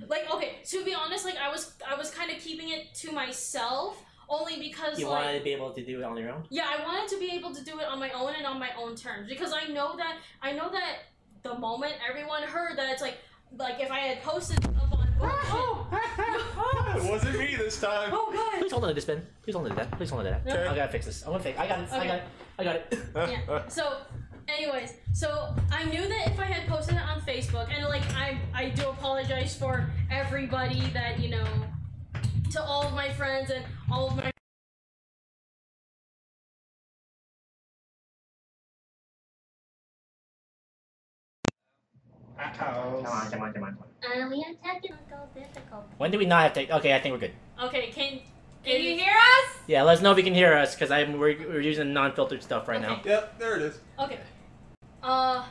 either. Like okay, to be honest, like I was, I was kind of keeping it to myself only because You like. wanted to be able to do it on your own. Yeah, I wanted to be able to do it on my own and on my own terms because I know that I know that the moment everyone heard that it's like like if I had posted up on oh, it wasn't me this time. oh Please hold on to this, Ben. Please hold on to that. Please hold on to that. Okay. I gotta fix this. I'm gonna fix. I got it. I got it. I got it. god yeah so anyways so I knew that if I had posted it on Facebook and like I I do apologize for everybody that you know to all of my friends and all of my Come on, come on, come on. uh, we have technical difficulties When do we not have to? Okay, I think we're good. okay can Can you hear us? Yeah, let us know if you can hear us because I'm we're, we're using non-filtered stuff right now. Yep, there it is. okay uh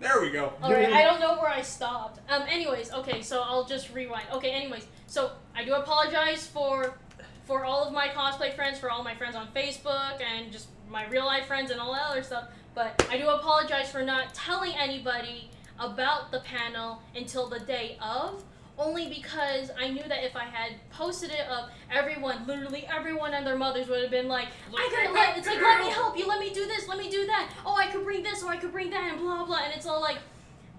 There we go. All right, I don't know where I stopped. Um. Anyways, okay, so I'll just rewind. Okay, anyways, so I do apologize for for all of my cosplay friends, for all my friends on Facebook, and just my real life friends and all that other stuff. But I do apologize for not telling anybody about the panel until the day of. Only because I knew that if I had posted it up, everyone, literally everyone and their mothers would have been like, I could let, it's like, let me help you, let me do this, let me do that. Oh, I could bring this, or I could bring that, and blah, blah. And it's all like,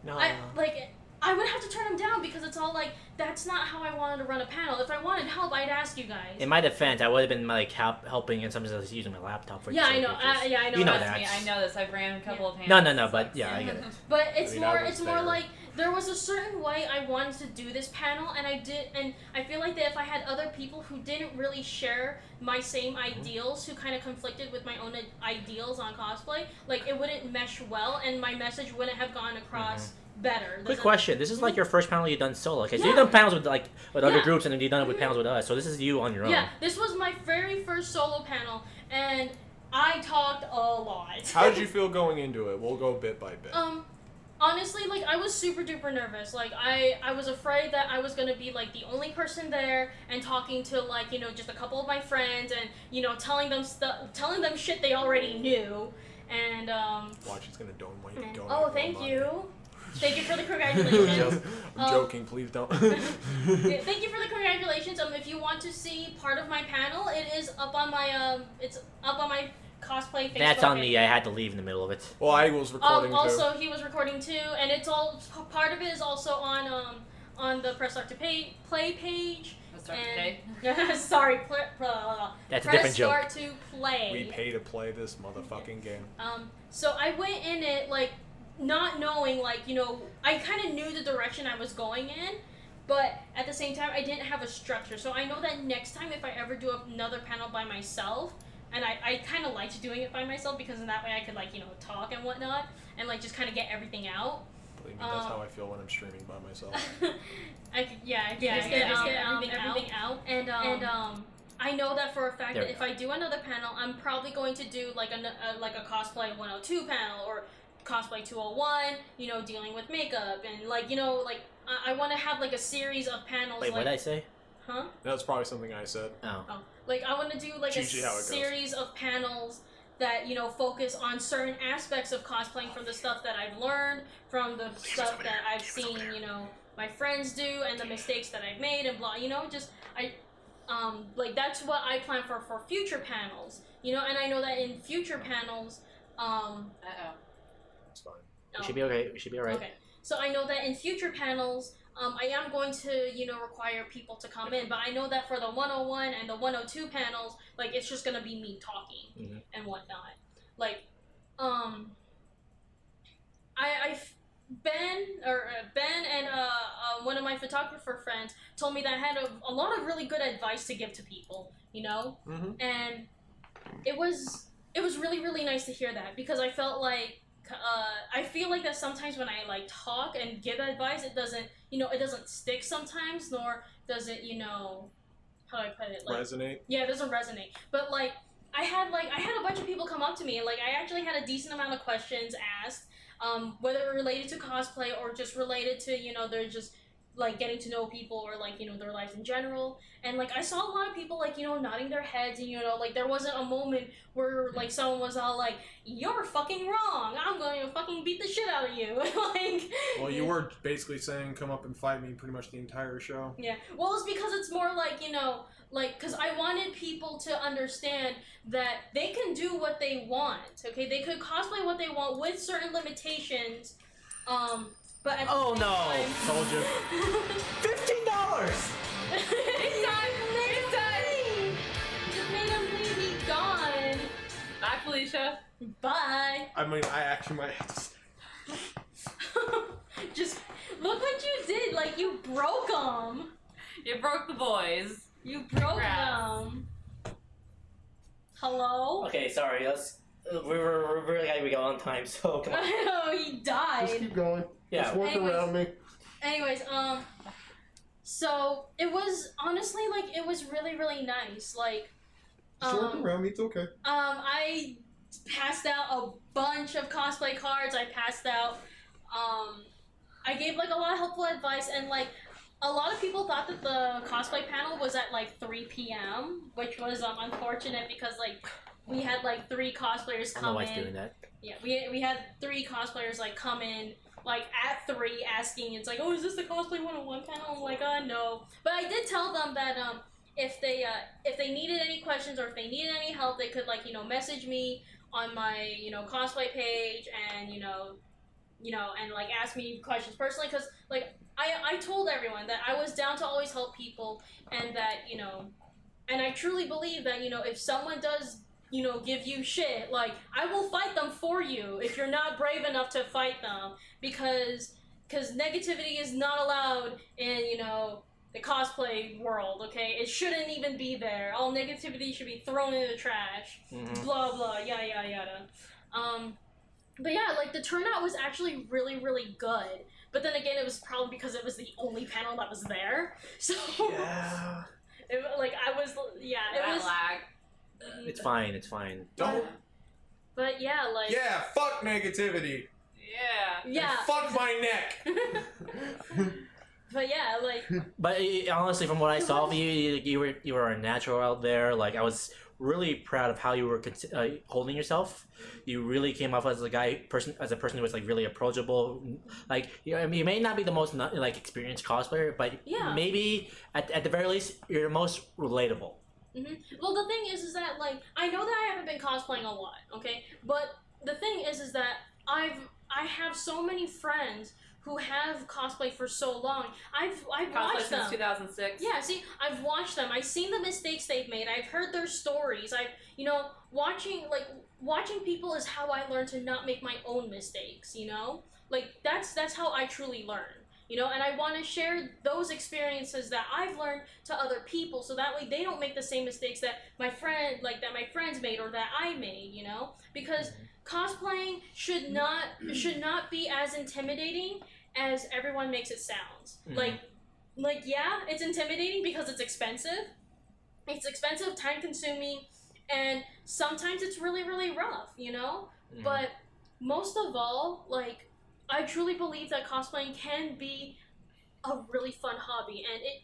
No. I like I would have to turn them down because it's all like that's not how I wanted to run a panel. If I wanted help, I'd ask you guys. In my defense, I would have been like help, helping and sometimes I was using my laptop for. yeah, I just know. pictures. Uh, yeah, I know. You know that's- Me, I that. know this. I've ran a couple of hands. No, no, no, but yeah, I get it. But it's I mean, I more. was It's more there. like there was a certain way I wanted to do this panel, and I did. And I feel like that if I had other people who didn't really share my same Mm-hmm. ideals, who kind of conflicted with my own i- ideals on cosplay, like it wouldn't mesh well, and my message wouldn't have gone across Mm-hmm. better. Does Quick that- question: This is like your first panel you've done solo, because Mm-hmm. Yeah. you've done panels with like with other Yeah. groups, and then you've done it with Mhm. panels with us. So this is you on your own. Yeah, this was my very first solo panel, and I talked a lot. How did you feel going into it? We'll go bit by bit. um, honestly, like I was super duper nervous. Like I, I was afraid that I was gonna be like the only person there and talking to like you know just a couple of my friends and you know telling them stuff, telling them shit they already knew, and um. Watch, it's gonna don't want you and- don't. oh, thank you. Thank you for the congratulations. I'm Um, joking. Please don't. Yeah, thank you for the congratulations. Um, if you want to see part of my panel, it is up on my um, it's up on my cosplay Facebook. That's on page. me. I had to leave in the uh, middle of it. well, I was recording Um, also, he was recording too, and it's all part of it is also on um on the press start to pay, play page. Let's start and- today. sorry, pl- blah, blah, blah. That's a different press joke. start to play. too. We pay to play this motherfucking game. Um, so I went in it like not knowing, like you know, I kind of knew the direction I was going in, But at the same time, I didn't have a structure. So I know that next time, if I ever do another panel by myself, and I, I kind of liked doing it by myself because in that way I could, like, you know, talk and whatnot and, like, just kind of get everything out. Believe me, Um, that's how I feel when I'm streaming by myself. I could, yeah, I could Yeah, just yeah, get, just um, get, um, everything, everything out. And, um, and, um, I know that for a fact There that we if I do another panel, I'm probably going to do like an, uh, like a cosplay 102 panel or cosplay 201. You know, dealing with makeup and like you know like I, I want to have like a series of panels. Wait, what like, did I say? huh? That's probably something I said. Oh. Oh, like I want to do like a Gigi, how it goes. series of panels that you know focus on certain aspects of cosplaying from the stuff that I've learned, from the stuff that I've seen, you know, my friends do, and the mistakes that I've made, and blah. You know, just I, um, like that's what I plan for for future panels. You know, and I know that in future panels, um, Uh It's fine. oh, We should be okay. We should be alright. Okay. So I know that in future panels, um, I am going to, you know, require people to come in, but I know that for the 101 and the 102 panels, like it's just gonna be me talking Mhm. and whatnot. Like, um, I, I, f- Ben or uh, Ben and uh, uh, one of my photographer friends told me that I had a, a lot of really good advice to give to people, you know, Mhm. and it was it was really really nice to hear that because I felt like uh, I feel like that sometimes when I like talk and give advice, it doesn't, you know, it doesn't stick sometimes, nor does it, you know, how do I put it? Like, Resonate. yeah, it doesn't resonate. But like, I had like I had a bunch of people come up to me, and like I actually had a decent amount of questions asked, um, whether it related to cosplay or just related to you know they're just like getting to know people or like you know their lives in general. And like I saw a lot of people like you know nodding their heads, and you know like there wasn't a moment where like someone was all like, "You're fucking wrong. I'm going to fucking beat the shit out of you." like, Well, you were basically saying come up and fight me pretty much the entire show. Yeah. Well, it's because it's more like, you know, like, because I wanted people to understand that they can do what they want, okay? They could cosplay what they want with certain limitations, um, but at Oh, the same no. time- Told you. Fifteen dollars. it's time! It's time! Just made him leave. He gone. oh. Bye, Felicia. Bye. I mean, I actually might have to say- Just look what you did. Like, you broke him. You broke the boys. You broke Congrats. him. Hello? Okay, sorry. Let's. uh, We were, we're really gotta be going on time, so come on. Oh, he died. going. Yeah. work Anyways. me. Anyways, um, so it was honestly like it was really really nice. Like, um, um, around me. It's okay. I passed out a bunch of cosplay cards. I passed out, um, I gave like a lot of helpful advice and like. A lot of people thought that the cosplay panel was at like 3 p.m., which was um, unfortunate because like we had like three cosplayers I don't know come why in. it's doing that. Yeah, we, we had three cosplayers like come in like at three asking. It's like, oh, is this the cosplay 101 panel? I'm like, uh, no. But I did tell them that um if they uh, if they needed any questions or if they needed any help, they could like you know message me on my you know cosplay page and you know you know and like ask me questions personally because like I I told everyone that I was down to always help people and that you know and I truly believe that you know if someone does you know, give you shit. Like, I will fight them for you if you're not brave enough to fight them because because negativity is not allowed in, you know, the cosplay world, okay? It shouldn't even be there. All negativity should be thrown in the trash. Mm. Mm-hmm. Blah blah, yada yada yada. Um but yeah, like the turnout was actually really, really good. But then again, it was probably because it was the only panel that was there. So, Yeah. it, like, I was, yeah, That it lag. was. It's fine. It's fine. Don't. But yeah, like. Yeah. Fuck negativity. Yeah. Yeah, And fuck my neck. but yeah, like But uh, honestly, from what I It saw of was- you, you, you were you were a natural out there. Like I was really proud of how you were con- uh, holding yourself. You really came off as a guy person as a person who was like really approachable. Like you, know, I mean, you may not be the most not, like experienced cosplayer, but Yeah. maybe at, at the very least you're the most relatable. well, the thing is, is that like I know that I haven't been cosplaying a lot, okay, but the thing is, is that I've I have so many friends who have cosplay for so long. I've I've Cosplay watched them. since 2006. Yeah, see, I've watched them. I've seen the mistakes they've made. I've heard their stories. I've, you know, watching like watching people is how I learn to not make my own mistakes. You know, like that's that's how I truly learn. you know and i want to share those experiences that i've learned to other people so that way they don't make the same mistakes that my friend like that my friends made or that i made you know because cosplaying should not should not be as intimidating as everyone makes it sound Mhm. like like yeah it's intimidating because it's expensive it's expensive time consuming and sometimes it's really really rough you know Mhm. but most of all, like, I truly believe that cosplaying can be a really fun hobby, and it,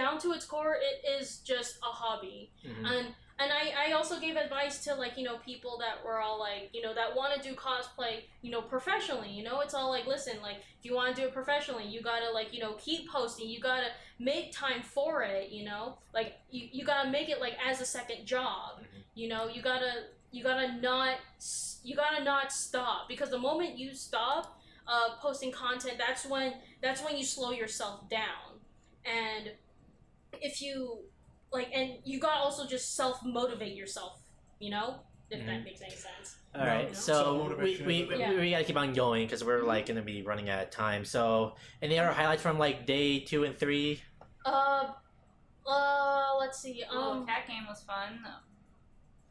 down to its core, it is just a hobby. Mhm. And and I, I also gave advice to like you know people that were all like you know that want to do cosplay you know professionally you know it's all like listen like if you want to do it professionally you gotta like you know keep posting you gotta make time for it you know like you, you gotta make it like as a second job Mhm. you know you gotta you gotta not s- you gotta not stop because the moment you stop uh, posting content that's when that's when you slow yourself down and if you like and you gotta also just self motivate yourself you know if Mm-hmm. that makes any sense All right, No. so we, Self-motivation we, is a- Yeah. we, we gotta keep on going because we're like gonna be running out of time. So, any other highlights from like day two and three? uh uh let's see Oh, um cat game was fun.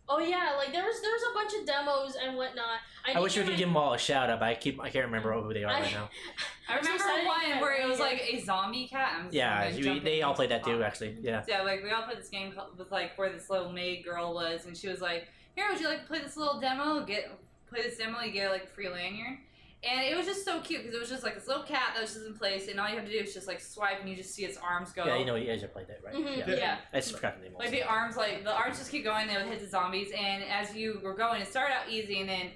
oh yeah like there's there's a bunch of demos and whatnot i, I need wish to we could remind- give them all a shout out, but I keep I can't remember who they are I- right now. I I'm so remember sorry. one where it was Yeah. like a zombie cat. I'm Yeah, gonna you, jump they in. all played that too, actually. Yeah. Yeah, like we all played this game called- with like where this little maid girl was, and she was like, "Here, would you like to play this little demo? Get play this demo, you get like a free lanyard." And it was just so cute because it was just like this little cat that was just in place, and all you have to do is just like swipe, and you just see its arms go. Yeah, you know, you guys have played that, right? Mhm. Yeah. Yeah. I just forgot the name. Like also. the arms, like the arms just keep going. They would hit the zombies, and as you were going, it started out easy, and then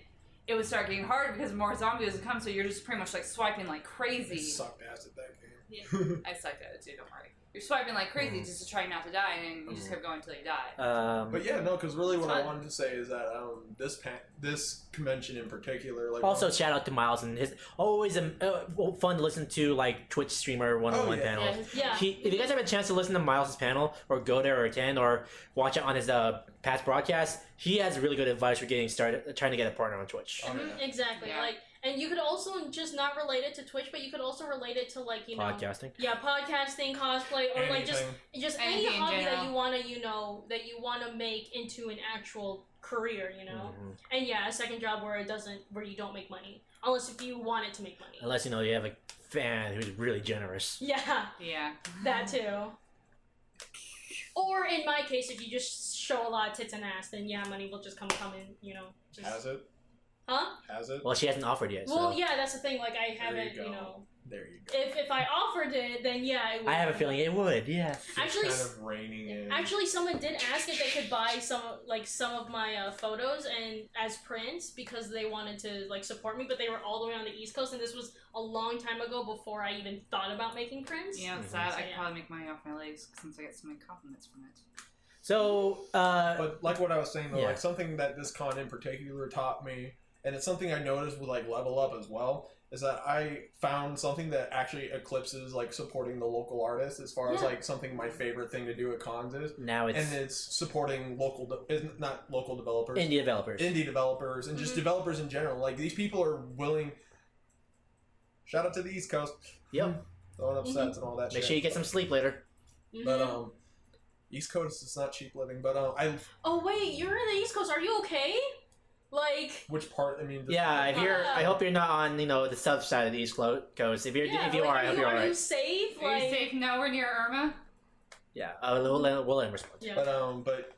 it would start getting harder because more zombies would come. So you're just pretty much like swiping like I crazy. sucked ass at that game. I sucked at it too. Don't worry. You're swiping like crazy Mm-hmm. just to try not to die, and you just kept going until you died. um, But yeah, no, because really, what I Fun. wanted to say is that um, this pa- this convention in particular, like um, also, shout out to Miles and his always um, uh, fun to listen to like Twitch streamer one on Oh, one yeah. panels. yeah He, if you guys have a chance to listen to Miles' panel, or go there, or attend, or watch it on his uh, past broadcast, he has really good advice for getting started, uh, trying to get a partner on Twitch. Oh, Mhm, exactly Yeah. like and you could also just not relate it to twitch but you could also relate it to like you know Podcasting. yeah podcasting cosplay or like just anything. just any Anything in hobby that general. you want to you know that you want to make into an actual career you know Mhm. and yeah a second job where it doesn't where you don't make money unless if you want it to make money Unless you know you have a fan who's really generous. yeah Yeah. that too or in my case if you just show a lot of tits and ass then yeah money will just come coming you know just has it huh has it. Well, she hasn't offered yet. So. well yeah that's the thing like There i you haven't you, go. know There you go. if if i offered it then yeah it would I have a feeling it would. Yeah. actually kind of reining in. Actually, someone did ask if they could buy some, like some of my uh, photos and as prints because they wanted to like support me. But they were all the way on the East Coast, and this was a long time ago before I even thought about making prints. Yeah, Mhm. so I, So, I yeah. could probably make money off my legs since I get so many compliments from it. So, uh, but like what I was saying though, Yeah. like something that this con in particular taught me, and it's something I noticed with like level up as well, is that I found something that actually eclipses like supporting the local artists as far as Yeah. like something my favorite thing to do at cons is, now it's and it's supporting local, de- is not local developers, indie Mm-hmm. developers. indie developers and just Mhm. developers in general. Like these people are willing. Shout out to the East Coast. Yep. Throwing up sets and all that. Make shit. sure you get some sleep later. Mhm. But um, East Coast is not cheap living. But um, I oh wait, you're in the East Coast. Are you okay? Like, which part? I mean, just- Yeah, if you're, Yeah. I hope you're not on, you know, the south side of the East Clo- Coast. If you're, yeah, if you like, are, I hope you, you're are all you right. safe? Are you Like, safe nowhere near Irma? Yeah, uh, we'll, let- we'll let him respond. yeah. But um, but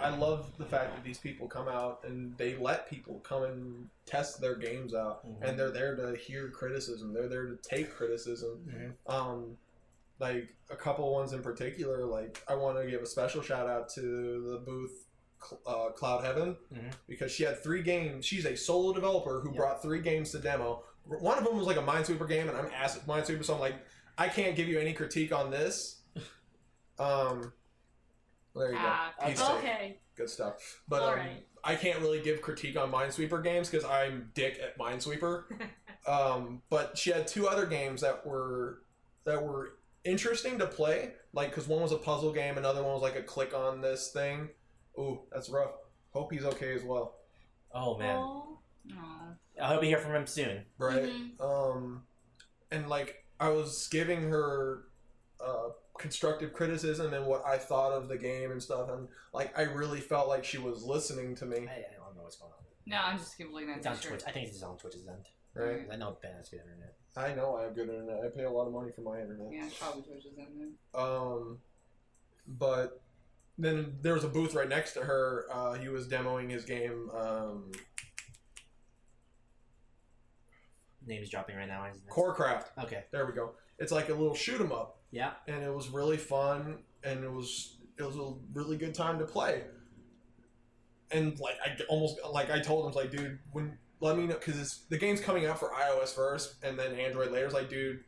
I love the fact that these people come out and they let people come and test their games out, Mhm. and they're there to hear criticism. They're there to take criticism. Um, like a couple ones in particular, like I want to give a special shout out to the booth. Cl- Uh, Cloud Heaven, Mhm. because she had three games. She's a solo developer who Yeah. brought three games to demo. One of them was like a Minesweeper game, and I'm asked Minesweeper, so I'm like, I can't give you any critique on this. Um, there you go. Ah, He's safe. okay. Good stuff. But All um, right. I can't really give critique on Minesweeper games because I'm dick at Minesweeper. um, but she had two other games that were that were interesting to play. Like, because one was a puzzle game, another one was like a click on this thing. Ooh, that's rough. Hope he's okay as well. Oh man, Aw. aw. Mm-hmm. I hope you hear from him soon. Right. Mhm. Um, and like I was giving her uh, constructive criticism and what I thought of the game and stuff, and like I really felt like she was listening to I, me. I don't know what's going on. No, I'm just keep looking at It's on the Twitch. shirt. I think it's on Twitch's end. Right? I know Ben has good internet. I know I have good internet. I pay a lot of money for my internet. Yeah, probably Twitch is in there. Um, but then there was a booth right next to her. Uh, he was demoing his game, um, Name's dropping right now, isn't it? Corecraft. Okay. There we go. It's like a little shoot 'em up. Yeah. And it was really fun, and it was it was a really good time to play. And like I almost like I told him like, dude, when let me know because the game's coming out for iOS first, and then Android later. It's like, dude,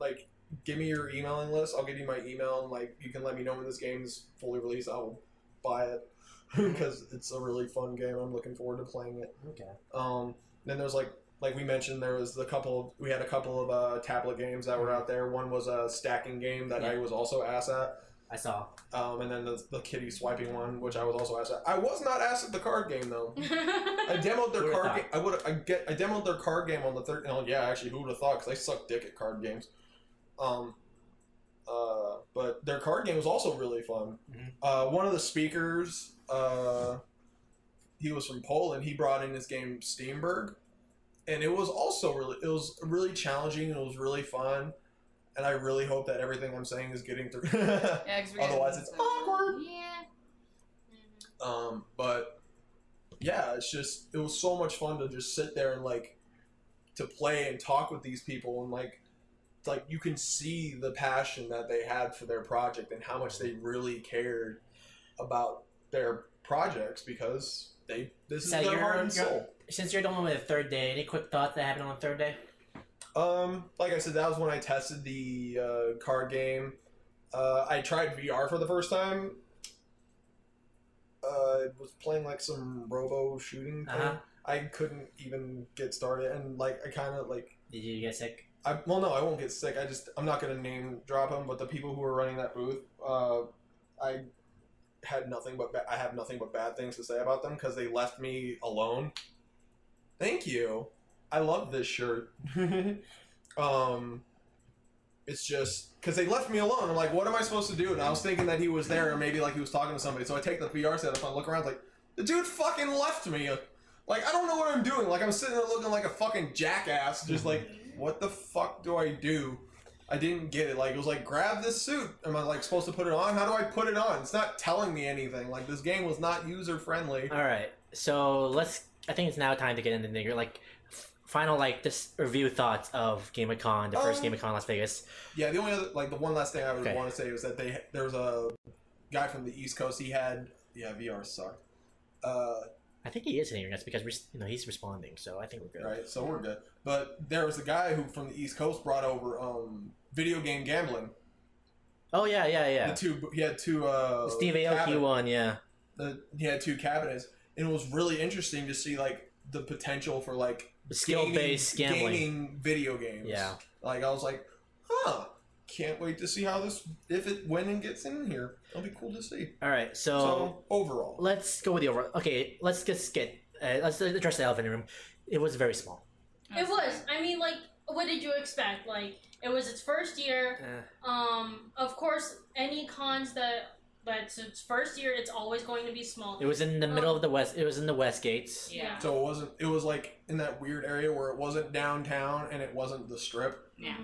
like give me your emailing list. I'll give you my email, and like you can let me know when this game's fully released. I will buy it because it's a really fun game. I'm looking forward to playing it. Okay. Um, then there's like like we mentioned, there was the couple. We had a couple of uh, tablet games that were out there. One was a stacking game that I was also ass at, I saw. um, and then the, the kitty swiping one, which I was also ass at. I was not ass at the card game though. Mm-hmm. I demoed their Who would've card. thought? Game, I would. I get. I demoed their card game on the third. Oh yeah, actually, who would have thought? Because I suck dick at card games. Um, uh, but their card game was also really fun. Mhm. Uh, one of the speakers, uh, he was from Poland. He brought in his game Steamberg, and it was also really. It was really challenging. and It was really fun, and I really hope that everything I'm saying is getting through. Yeah, 'cause we Otherwise didn't- it's awkward. Yeah. Um, but yeah, it's just it was so much fun to just sit there and like to play and talk with these people and like it's like you can see the passion that they had for their project and how much they really cared about their projects because they this is So their you're- heart and you're- soul. Since you're done with the third day, any quick thoughts that happened on the third day? Um, like I said, that was when I tested the uh, card game. Uh, I tried VR for the first time. Uh, it was playing like some robo shooting thing. Uh-huh. I couldn't even get started, and like I kind of like Did you get sick? I well no I won't get sick. I just I'm not gonna name drop them, but the people who were running that booth, uh, I had nothing but ba- I have nothing but bad things to say about them because they left me alone. Thank you. I love this shirt. um, it's just because they left me alone. I'm like, what am I supposed to do? And I was thinking that he was there, and maybe like he was talking to somebody. So I take the VR setup, I look around, like the dude fucking left me. Like I don't know what I'm doing. Like I'm sitting there looking like a fucking jackass, just like what the fuck do I do? I didn't get it. Like it was like grab this suit. Am I like supposed to put it on? How do I put it on? It's not telling me anything. Like this game was not user friendly. All right, so let's. I think it's now time to get into nigger. Like, f- final like just review thoughts of GamerCon, the first Um, GamerCon Las Vegas. Yeah, the only other like the one last thing I would Okay. want to say was that they there was a guy from the East Coast. He had yeah VR sucked. Uh, I think he is hitting us because we're, s- you know he's responding, so I think we're good. right, so we're good. But there was a guy who from the East Coast brought over um video game gambling. Oh yeah, yeah, yeah. The two he had two uh Steve Aoki cabin- won, yeah. the, he had two cabinets, and it was really interesting to see like the potential for like Skill based gaming- gambling. gaming video games. Yeah. Like I was like, huh. Can't wait to see how this if it when it gets in here. It'll be cool to see. All right, so, so overall, let's go with the overall. Okay, let's just get uh, let's address the elephant in the room. It was very small. It was. I mean, like, what did you expect? Like, it was its first year. Eh. Um, of course, any cons that that's its first year, it's always going to be small. It was in the middle of the west. It was in the West Gates. Yeah. so it wasn't. It was like in that weird area where it wasn't downtown and it wasn't the strip. Yeah.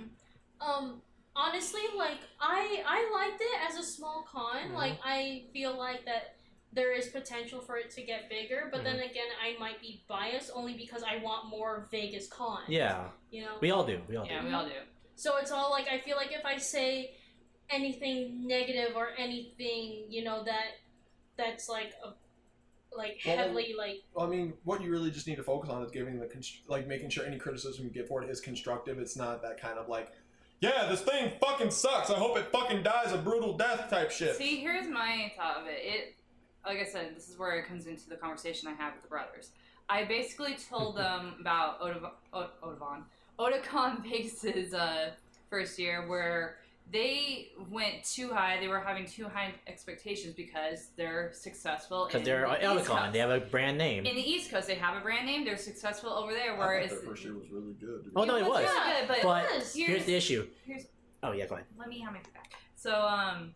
Um, honestly, like, I I liked it as a small con. Mhm. Like, I feel like that there is potential for it to get bigger, but Mm-hmm. then again, I might be biased only because I want more Vegas cons. Yeah, You know. we all do. We all do. Yeah, we all do. So it's all like I feel like if I say anything negative or anything, you know, that that's like a like Well, heavily like I mean, what you really just need to focus on is giving the const- like making sure any criticism you get for it is constructive. It's not that kind of like, yeah, this thing fucking sucks. I hope it fucking dies a brutal death type shit. See, here's my thought of it. It, like I said, this is where it comes into the conversation I have with the brothers. I basically told them about Odav- O- Odavan, Otakon Vegas's uh, first year, where they went too high. They were having too high expectations because they're successful. Because in they're the East Elicon. Coast. They have a brand name. in the East Coast, they have a brand name. They're successful over there. I Whereas thought their first year was really good. Oh, no, it was. really good, but But Yes. here's, here's the issue. here's- Oh, yeah, go ahead. let me have my back. So um,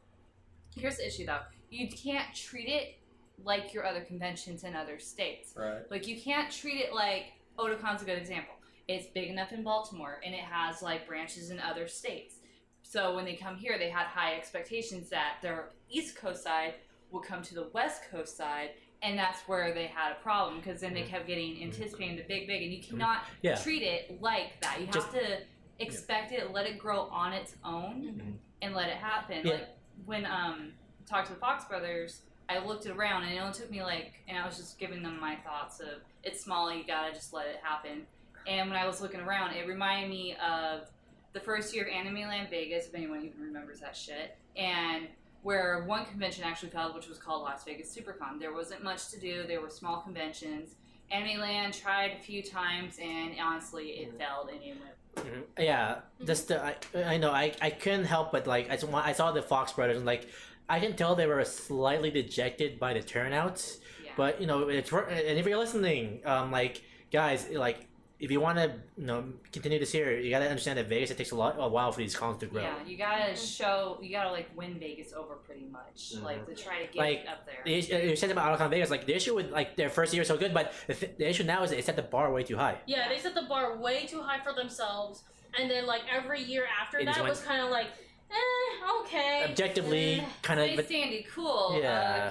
here's the issue though. You can't treat it like your other conventions in other states. Right. Like you can't treat it like Otacon's a good example. It's big enough in Baltimore and it has like branches in other states. So when they come here, they had high expectations that their East Coast side would come to the West Coast side, and that's where they had a problem because then they kept getting anticipating the big, big, and you cannot Yeah. treat it like that. You have Just- to expect it, let it grow on its own, Mhm. and let it happen. Yeah. Like when um talked to the Fox Brothers, I looked around and it only took me like, and I was just giving them my thoughts of it's small, you gotta just let it happen. And when I was looking around, it reminded me of the first year of Anime Land Vegas, if anyone even remembers that shit, and where one convention actually failed, which was called Las Vegas SuperCon. There wasn't much to do. There were small conventions. Anime Land tried a few times, and honestly, it Mm. failed. And it went Mhm. Yeah, Mm-hmm. just uh, I, I know I, I couldn't help but like I just wa- I saw the Fox Brothers and like I can tell they were slightly dejected by the turnout. yeah. But you know, it's wor- and if you're listening, um, like guys, like if you want to you know continue this year, you got to understand that Vegas it takes a lot a while for these cons to grow. yeah, you gotta Mhm. show. You gotta like win Vegas over pretty much, Mhm. like to try to get Like, up there. The issue, you said about Alcon Vegas, like the issue with like their first year is so good, but the, th- the issue now is that it set the bar way too high. Yeah, they set the bar way too high for themselves, and then like every year after It just that went- was kind of like, eh, okay. Objectively, Eh. kind Space of, but, Sandy, cool. Yeah.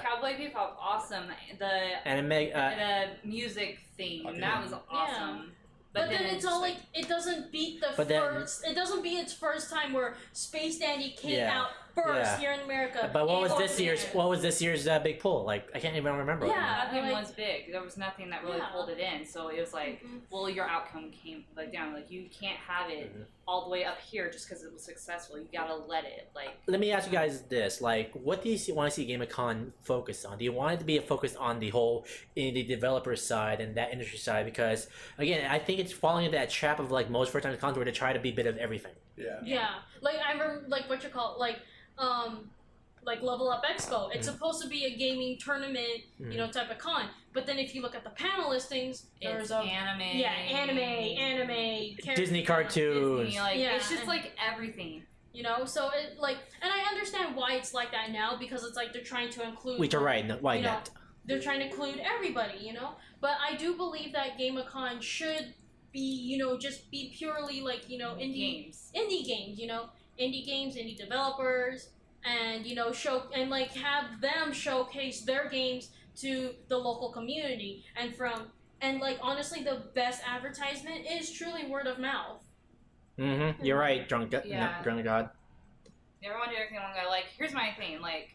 Uh, Cowboy Bebop, awesome. The and it, ma- uh, the music theme I think- that was awesome. But, then, it's all just like it doesn't beat the But then- first. It doesn't beat its first time where Space Dandy came Yeah. out first Yeah. here in America. but what and was it this year's what was this year's uh, big pull? Like I can't even remember. Yeah. nothing like- was big. There was nothing that really Yeah. pulled it in. So it was like, Mhm. well, your outcome came like down. Like you can't have it Mm-hmm. all the way up here just because it was successful. You gotta let it like. Let me ask you guys this: Like, what do you see, want to see Game of Con focus on? Do you want it to be a focus on the whole indie developer side and that industry side? Because again, I think it's falling into that trap of like most first-time cons where they try to be a bit of everything. Yeah. Yeah, like I remember, like what you call it, like, um, like Level Up Expo. It's Mhm. supposed to be a gaming tournament, Mhm. you know, type of con. But then if you look at the panel listings, It's there's a anime. yeah, anime, anime, character- Disney cartoons. Disney, like, Yeah. It's just like everything. You know, so it like, and I understand why it's like that now because it's like they're trying to Mm-hmm. include Which are right, no- why You know, not? they're trying to include everybody, you know? But I do believe that GameCon should be, you know, just be purely like, you know, indie Games. indie games, you know, indie games, indie developers, and you know, show and like have them showcase their games to the local community and from and like honestly the best advertisement is truly word of mouth. Mm-hmm. You're right, drunk, go- Yeah. drunk god. everyone did everything one guy. Like, here's my thing. Like,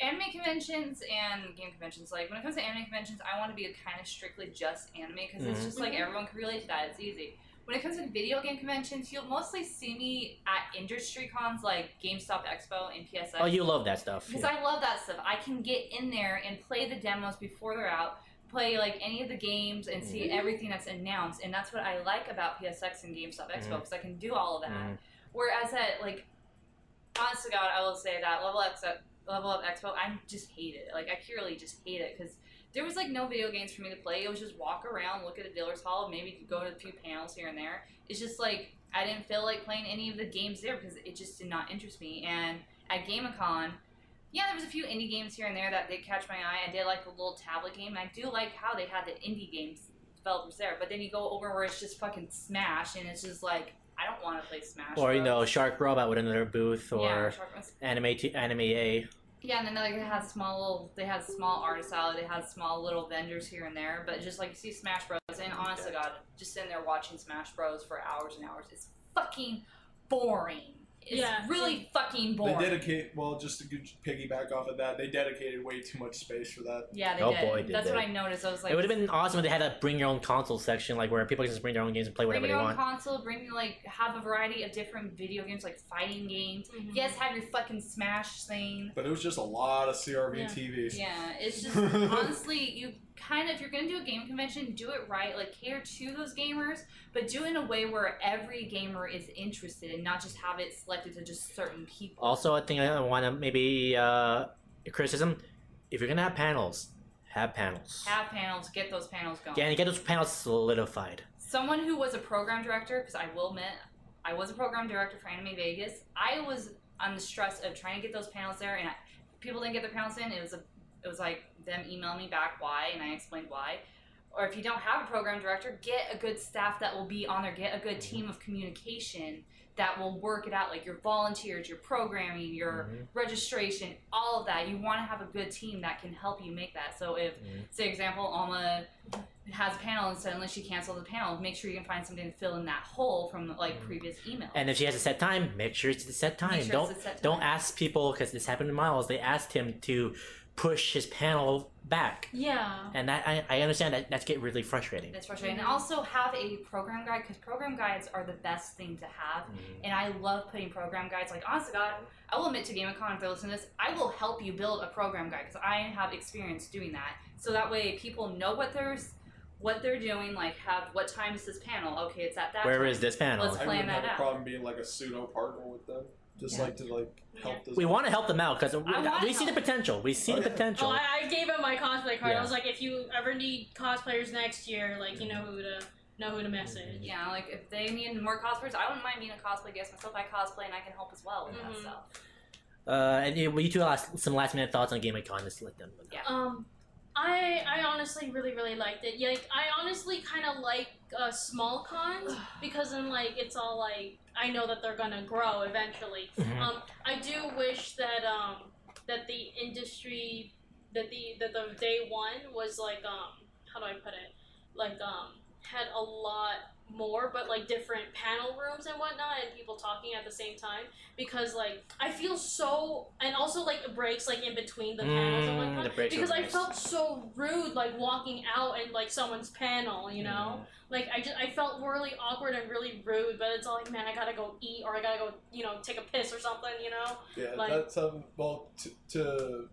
anime conventions and game conventions. Like, when it comes to anime conventions, I want to be kind of strictly just anime because it's Mhm. just like Mhm. everyone can relate to that. It's easy. When it comes to video game conventions, you'll mostly see me at industry cons like GameStop Expo and PSX. Oh, you love that stuff. Because yeah. I love that stuff. I can get in there and play the demos before they're out, play like any of the games and see everything that's announced. And that's what I like about PSX and GameStop Expo because I can do all of that. Mhm. Whereas at like, honest to God, I will say that Level X Level Up Expo, I just hate it. Like I purely just hate it because there was like no video games for me to play. It was just walk around, look at a dealer's hall, maybe go to a few panels here and there. It's just like I didn't feel like playing any of the games there because it just did not interest me. And at GameCon, yeah, there was a few indie games here and there that did catch my eye. I did like the little tablet game. And I do like how they had the indie games developers there. But then you go over where it's just fucking Smash, and it's just like I don't want to play Smash. Or you Bros. know, Shark Robot with another booth, yeah, or Shark Bros. anime t- anime A. Yeah, and then like they had small little, they had small artist alley, they had small little vendors here and there, but just like you see Smash Bros. And honest to God, just sitting there watching Smash Bros. for hours and hours, it's fucking boring. It's Yeah. really fucking boring. They dedicate well, just to g- piggyback off of that, they dedicated way too much space for that. yeah, they Oh, did. boy, did That's they. what I noticed. I was like, it would have been awesome if they had a bring your own console section, like where people can just bring their own games and play bring whatever your they own want. console, bring like have a variety of different video games, like fighting games. Mhm. Yes, have your fucking Smash thing. But it was just a lot of CRV Yeah. TVs. Yeah, it's just honestly, you kind of if you're gonna do a game convention, do it right. Like cater to those gamers, but do it in a way where every gamer is interested and not just have it selected to just certain people. Also, I think I want to maybe uh, criticism. If you're gonna have panels, have panels. Have panels, get those panels going. Yeah, and get those panels solidified. someone who was a program director because i will admit i was a program director for anime vegas i was on the stress of trying to get those panels there and I, people didn't get their panels in it was a it was like them emailing me back why and i explained why or if you don't have a program director get a good staff that will be on there get a good team of communication that will work it out like your volunteers your programming your Mhm. registration, all of that. You want to have a good team that can help you make that. So if, Mhm. say, example, Alma has a panel and suddenly she canceled the panel, make sure you can find something to fill in that hole from like Mhm. previous email. And if she has a set time, make sure it's the set Make time. sure don't it's a set don't time. ask people because this happened to Miles. They asked him to push his panel back, Yeah. and that I, I understand that that's get really frustrating. That's frustrating. And also have a program guide because program guides are the best thing to have. Mhm. And I love putting program guides. Like, honest to God, I will admit to GameCon if they listen to this, I will help you build a program guide because I have experience doing that. So that way, people know what they're what they're doing. Like, have what time is this panel? Okay, it's at that. Where time. is this panel? Let's I plan wouldn't that have a out. problem being like a pseudo partner with them, just Yeah. like to like help this. we want to help them out because wanna we, we see the help. potential. We see Oh, the yeah. potential. Oh, I, I gave him my cosplay card. Yeah. I was like, if you ever need cosplayers next year, like you know who to know who to message. Yeah, like if they need more cosplayers, I wouldn't mind being a cosplay guest myself. I cosplay and I can help as well with that Mhm. stuff. uh, and you, you two last, some last minute thoughts on Game of Con. Just let them. know. Yeah. Um, I I honestly really really liked it. Yeah, Like I honestly kind of like uh, small cons because then like it's all like I know that they're gonna grow eventually. Mhm. Um, I do wish that um that the industry that the that the day one was like um how do I put it like um had a lot more but like different panel rooms and whatnot and people talking at the same time because like I feel so and also like breaks like in between the panels and Mm, whatnot the breaks because are I nice. felt so rude like walking out and like someone's panel you know like I just I felt really awkward and really rude, but it's all like, man, I gotta go eat or I gotta go, you know, take a piss or something, you know. Yeah, Like- that's um. Well, to, to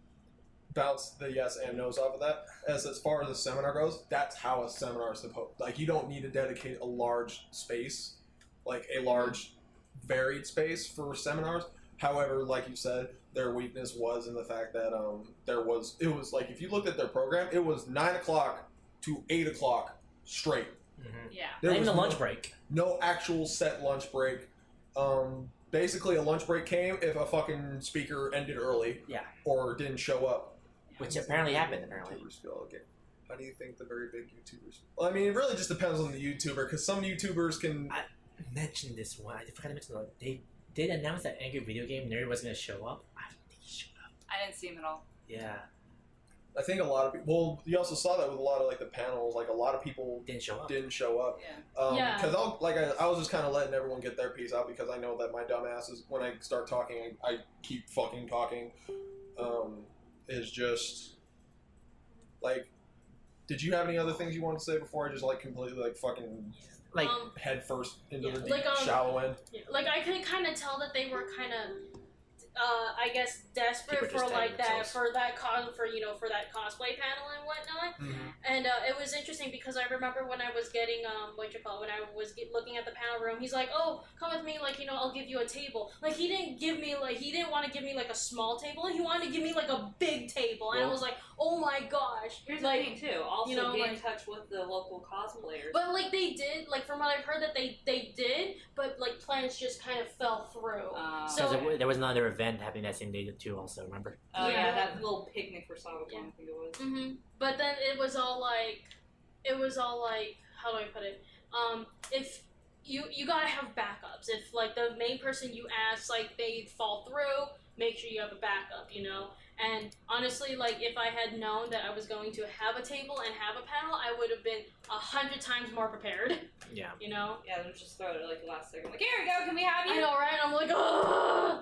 bounce the yes and no's off of that, as as far as the seminar goes, that's how a seminar is supposed. Like, you don't need to dedicate a large space, like a large, varied space for seminars. However, like you said, their weakness was in the fact that um there was it was like if you looked at their program, it was nine o'clock to eight o'clock straight. Mhm. Yeah. Not There even was the no- lunch break. no actual set lunch break. Um, basically, a lunch break came if a fucking speaker ended early. Yeah. Or didn't show up. Which apparently happened, apparently. YouTubers feel okay. How do you think the very big YouTubers? Well, I mean, it really just depends on the YouTuber because some YouTubers can. I- Mention this one. I forgot to mention that they did announce that Angry Video Game Nerd was gonna show up. I don't think he showed up. I didn't see him at all. Yeah, I think a lot of people. Well, you also saw that with a lot of like the panels. Like a lot of people didn't show up. didn't show up. Yeah. Um, Yeah. Because I'll like I, I was just kind of letting everyone get their piece out because I know that my dumb ass is when I start talking I, I keep fucking talking. Um, is just like, did you have any other things you wanted to say before I just like completely like fucking Like um, head first into the Yeah. deep Like, um, shallow end? yeah, like I could kind of tell that they were kind of, uh, I guess, People desperate just for like tagging that themselves. for that con for you know for that cosplay panel and whatnot. And uh, it was interesting because I remember when I was getting um, what you call it, when I was get, looking at the panel room, he's like, "Oh, come with me, like you know, I'll give you a table." Like he didn't give me like he didn't want to give me like a small table. He wanted to give me like a big table, and I Well- was like, "Oh my gosh!" Here's like, the thing too. Also, you know, be in like- touch with the local cosplayers. But like they did, like from what I've heard that they they did, but like plans just kind of fell through. Uh, So- because there, there was another event happening that same day too. Also, remember? oh, yeah. Yeah. that little picnic for Saga Yeah. I think it was. hmm But then it was all like, it was all like, how do I put it? Um, if you you gotta have backups. If like the main person you ask like they fall through, make sure you have a backup. You know. And honestly, like if I had known that I was going to have a table and have a panel, I would have been a hundred times more prepared. Yeah. You know. Yeah, they just throw it at, like the last second. Like, here we go. Can we have I you? know, right? I'm like, oh,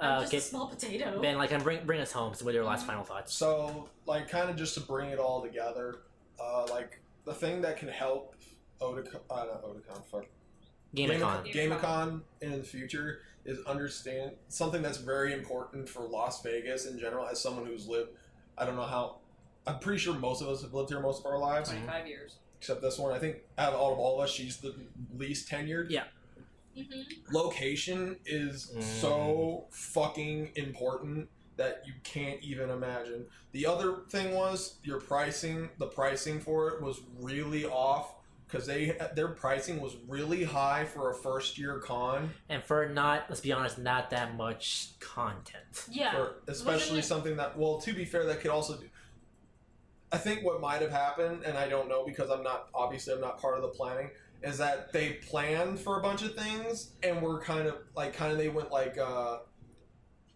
I'm Uh, just okay, a small potato. Ben, like, um, bring bring us home. So, what are your last final thoughts? So, like, kind of just to bring it all together, uh, like the thing that can help Otakon, uh, not Otakon, fuck, Game of Con. Gamicon in the future is understand something that's very important for Las Vegas in general. As someone who's lived, I don't know how I'm pretty sure most of us have lived here most of our lives, 25 years. except this one. I think out of all of, all of us, she's the least tenured. Yeah. hmm Location is so fucking important that you can't even imagine. The other thing was your pricing. The pricing for it was really off because they their pricing was really high for a first year con. and for not let's be honest, not that much content. Yeah. or especially it- something that well to be fair that could also do i think what might have happened and i don't know because i'm not obviously i'm not part of the planning is that they planned for a bunch of things and were kind of like kind of they went like uh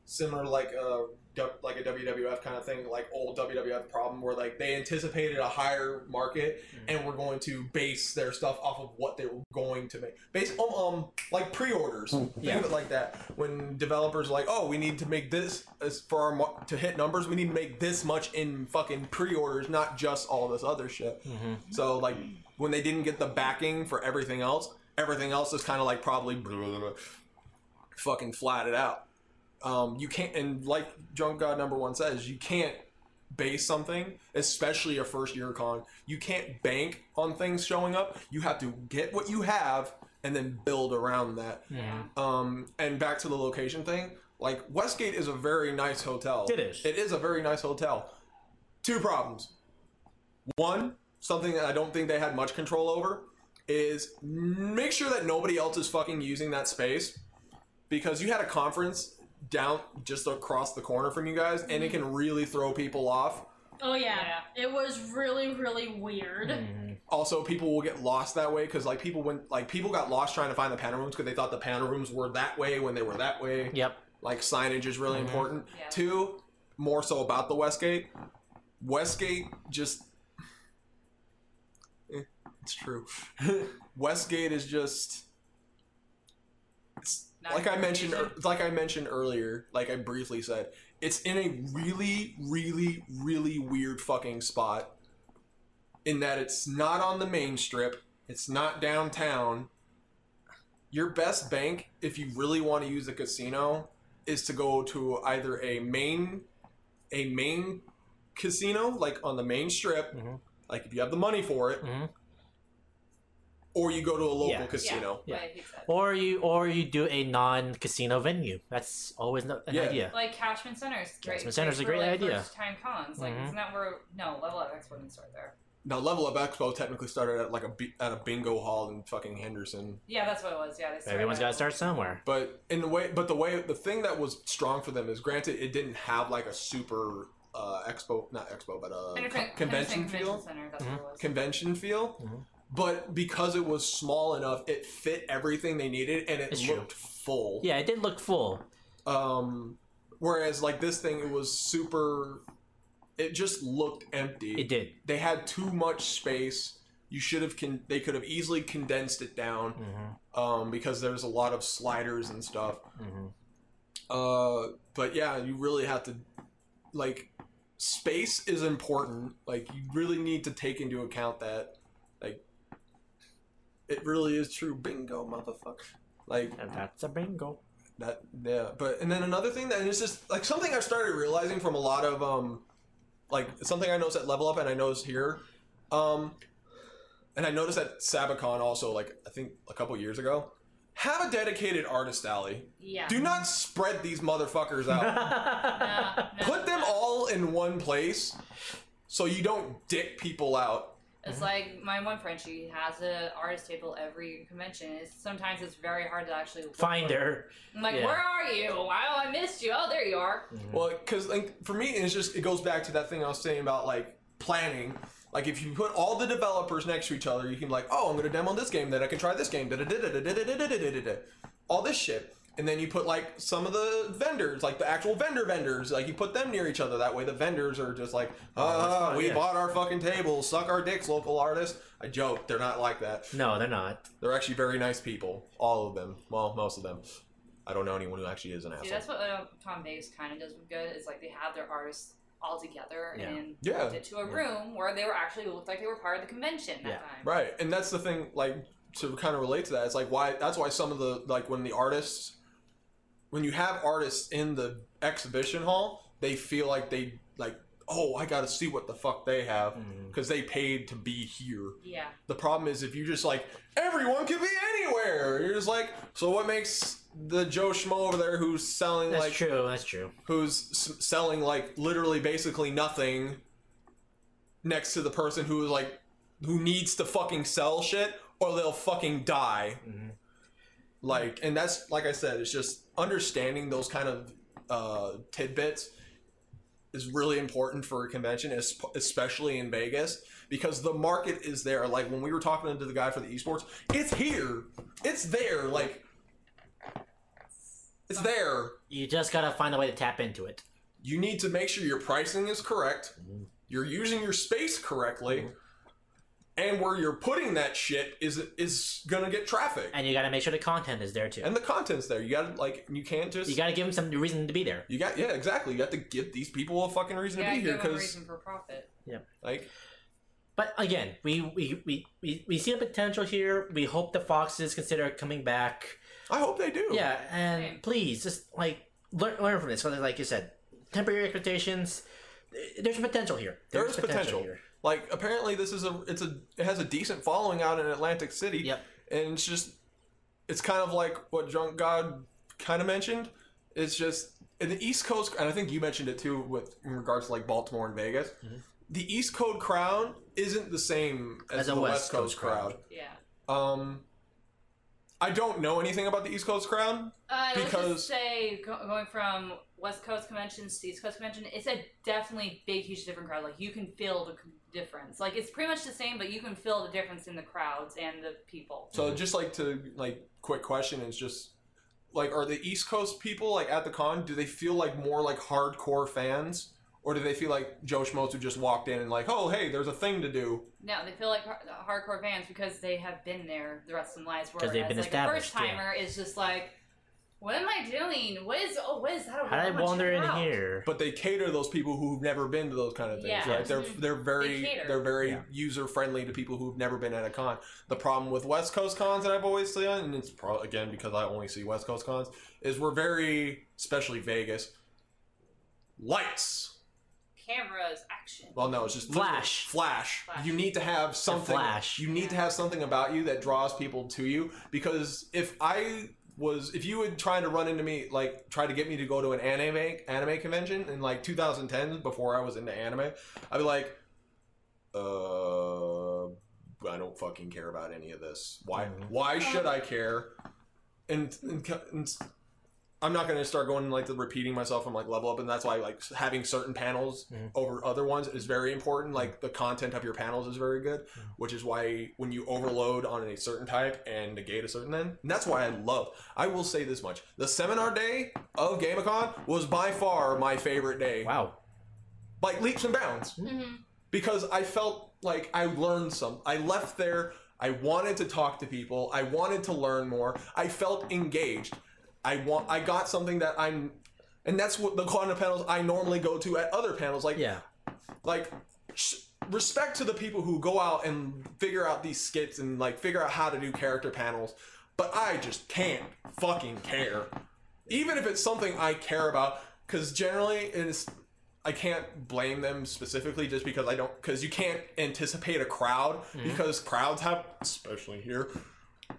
similar like uh du- like a WWF kind of thing, like old WWF problem, where like they anticipated a higher market Mhm. and were going to base their stuff off of what they were going to make. Base um, um like pre-orders, think Yeah. of it like that. When developers are like, oh, we need to make this as for our mar- to hit numbers, we need to make this much in fucking pre-orders, not just all this other shit. Mm-hmm. So like when they didn't get the backing for everything else, everything else is kind of like probably blah, blah, blah, fucking flatted out. Um, you can't and like Drunk God number one says, you can't base something, especially a first year con. You can't bank on things showing up. You have to get what you have and then build around that. Yeah. Mm-hmm. Um, and back to the location thing, like Westgate is a very nice hotel. It is. It is a very nice hotel. Two problems. One, something that I don't think they had much control over is make sure that nobody else is fucking using that space because you had a conference down just across the corner from you guys and it can really throw people off. Oh yeah. It was really really weird. Mm-hmm. Also, people will get lost that way because like people went like people got lost trying to find the panel rooms because they thought the panel rooms were that way when they were that way. Yep. like signage is really Mhm. important. Yeah. Two, more so about the Westgate. Westgate just Eh, it's true. Westgate is just it's- Not like I mentioned confusing. ear- like I mentioned earlier, like I briefly said, it's in a really really really weird fucking spot in that it's not on the main strip, it's not downtown. Your best bank if you really want to use a casino is to go to either a main a main casino like on the main strip Mhm. like if you have the money for it Mhm. or you go to a local Yeah. casino Yeah. Right, he said. Or you or you do a non-casino venue. That's always no- an Yeah. idea. Like Cashman Center is great. Cashman Center's a great idea. First time cons, like Mhm. isn't that where? No, Level Up Expo didn't start there. now level up expo technically started at like a bi- at a bingo hall in fucking henderson Yeah, that's what it was. Yeah, they started. Everyone's at- got to start somewhere. but in the way but the way the thing that was strong for them is granted it didn't have like a super uh expo not expo but uh, a Henderson- Henderson convention Mm-hmm. feel Center. That's what it was. convention feel, Mhm. but because it was small enough, it fit everything they needed and it It's true. looked full. Yeah, it did look full. Um, whereas like this thing, it was super. It just looked empty. It did. They had too much space. You should have con- they could have easily condensed it down Mm-hmm. um, because there's a lot of sliders and stuff. Mm-hmm. Uh, but yeah, you really have to like space is important. Like you really need to take into account that like it really is true. Bingo, motherfucker. Like And that's a bingo. that yeah. But and then another thing that is just like something I started realizing from a lot of um like something I noticed at Level Up and I noticed here. Um and I noticed at Sabacon also, like I think a couple years ago. Have a dedicated artist alley. Yeah. Do not spread these motherfuckers out. Nah, nah. Put them all in one place so you don't dick people out. It's like my one friend. She has an artist table every convention. It's, sometimes it's very hard to actually look Find for- her. I'm like, Yeah. where are you? Wow, I missed you. Oh, there you are. Well, because like for me, it's just it goes back to that thing I was saying about like planning. Like if you put all the developers next to each other, you can be like, oh, I'm gonna demo this game, then I can try this game, da da da da da da da da da da, all this shit. And then you put like some of the vendors, like the actual vendor vendors, like you put them near each other. That way, the vendors are just like, ah, fun, we yeah. bought our fucking table, suck our dicks, local artists. I joke, they're not like that. Mm-hmm. No, they're not. They're actually very nice people, all of them. Well, most of them. I don't know anyone who actually is an See, asshole. that's what uh, Tom Davis kind of does with good. Is like they have their artists all together Yeah. and Yeah. moved it to a room where they were actually looked like they were part of the convention that Yeah. time. Right, and that's the thing. Like to kind of relate to that, it's like why that's why some of the like when the artists, when you have artists in the exhibition hall, they feel like they like oh, I got to see what the fuck they have Mm. Mhm. because they paid to be here. Yeah. The problem is if you just like everyone can be anywhere. You're just like, so what makes the Joe Schmo over there who's selling That's like true. That's true. who's s- selling like literally basically nothing next to the person who is like who needs to fucking sell shit or they'll fucking die Mhm. like and that's like i said it's just understanding those kind of uh, tidbits is really important for a convention es- especially in vegas because the market is there like when we were talking to the guy for the esports it's here it's there like it's there You just gotta find a way to tap into it. you need to make sure your pricing is correct, you're using your space correctly, and where you're putting that shit is is gonna get traffic. And you gotta make sure the content is there too. And the content's there. You gotta like you can't just you gotta give them some reason to be there. you got yeah exactly. You have to give these people a fucking reason Yeah, to be here give them a because reason for profit. like But again, we we, we, we, we see the potential here. We hope the Foxes consider coming back. I hope they do. Yeah, and Same. please just like learn, learn from this. 'Cause Like you said, temporary expectations. eh, There's potential here. There is potential. Like apparently this is a it's a it has a decent following out in Atlantic City. Yep. And it's just it's kind of like what Drunk God kind of mentioned. It's just in the East Coast, and I think you mentioned it too with in regards to like Baltimore and Vegas. The East Coast crowd isn't the same as, the West, Coast, crowd. Yeah. Um, I don't know anything about the East Coast crowd. Uh, let's Because- just say go- going from West Coast conventions to East Coast convention, it's a definitely big, huge different crowd. Like you can feel the c- difference. Like it's pretty much the same, but you can feel the difference in the crowds and the people. So just like to like quick question is just like are the East Coast people like at the con do they feel like more like hardcore fans or do they feel like Joe Schmoes who just walked in and like oh hey there's a thing to do No, they feel like har- hardcore fans because they have been there the rest of their lives. 'Cause they've whereas, been like, a first established, yeah. timer is just like, what am I doing? What is? Oh, what is that? How did I much wander in crowd?" here? but they cater to those people who've never been to those kind of things Yeah. right they're Mhm. they're very They cater. they are very Yeah. user friendly to people who've never been at a con the problem with west coast cons that i've always seen and it's probably again because i only see west coast cons is we're very especially vegas lights Cameras, action. well no it's just Flash. flash Flash. you need to have something flash. you need to have something about you that draws people to you because if i was if you would try to run into me like try to get me to go to an anime anime convention in like 2010 before i was into anime i'd be like uh i don't fucking care about any of this why Mhm. why should i care and, and, co- and I'm not going to start going like the repeating myself from like level up, and that's why like having certain panels Mhm. over other ones is very important. Like the content of your panels is very good, which is why when you overload on a certain type and negate a certain end, and that's why I love. I will say this much: the seminar day of GameCon was by far my favorite day, Wow. like leaps and bounds Mm-hmm. because I felt like I learned some. I left there. I wanted to talk to people. I wanted to learn more. I felt engaged. I want. I got something that I'm, and that's what the kind of panels I normally go to at other panels. Like Yeah. like sh- respect to the people who go out and figure out these skits and like figure out how to do character panels but i just can't fucking care even if it's something i care about because generally it's i can't blame them specifically just because i don't because you can't anticipate a crowd because crowds have especially here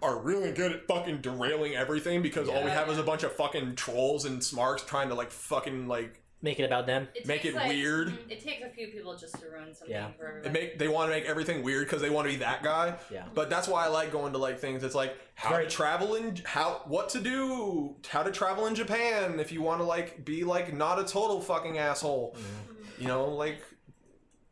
are really good at fucking derailing everything because all we Yeah. have is a bunch of fucking trolls and smarks trying to like fucking like Make it about them. make takes, it like- mm, weird It takes a few people just to ruin something Yeah. for everybody. They make they want to make everything weird because they want to be that guy. Yeah. But that's why I like going to like things. It's like how Right. to travel in how what to do, how to travel in Japan if you want to like be like not a total fucking asshole. You know, like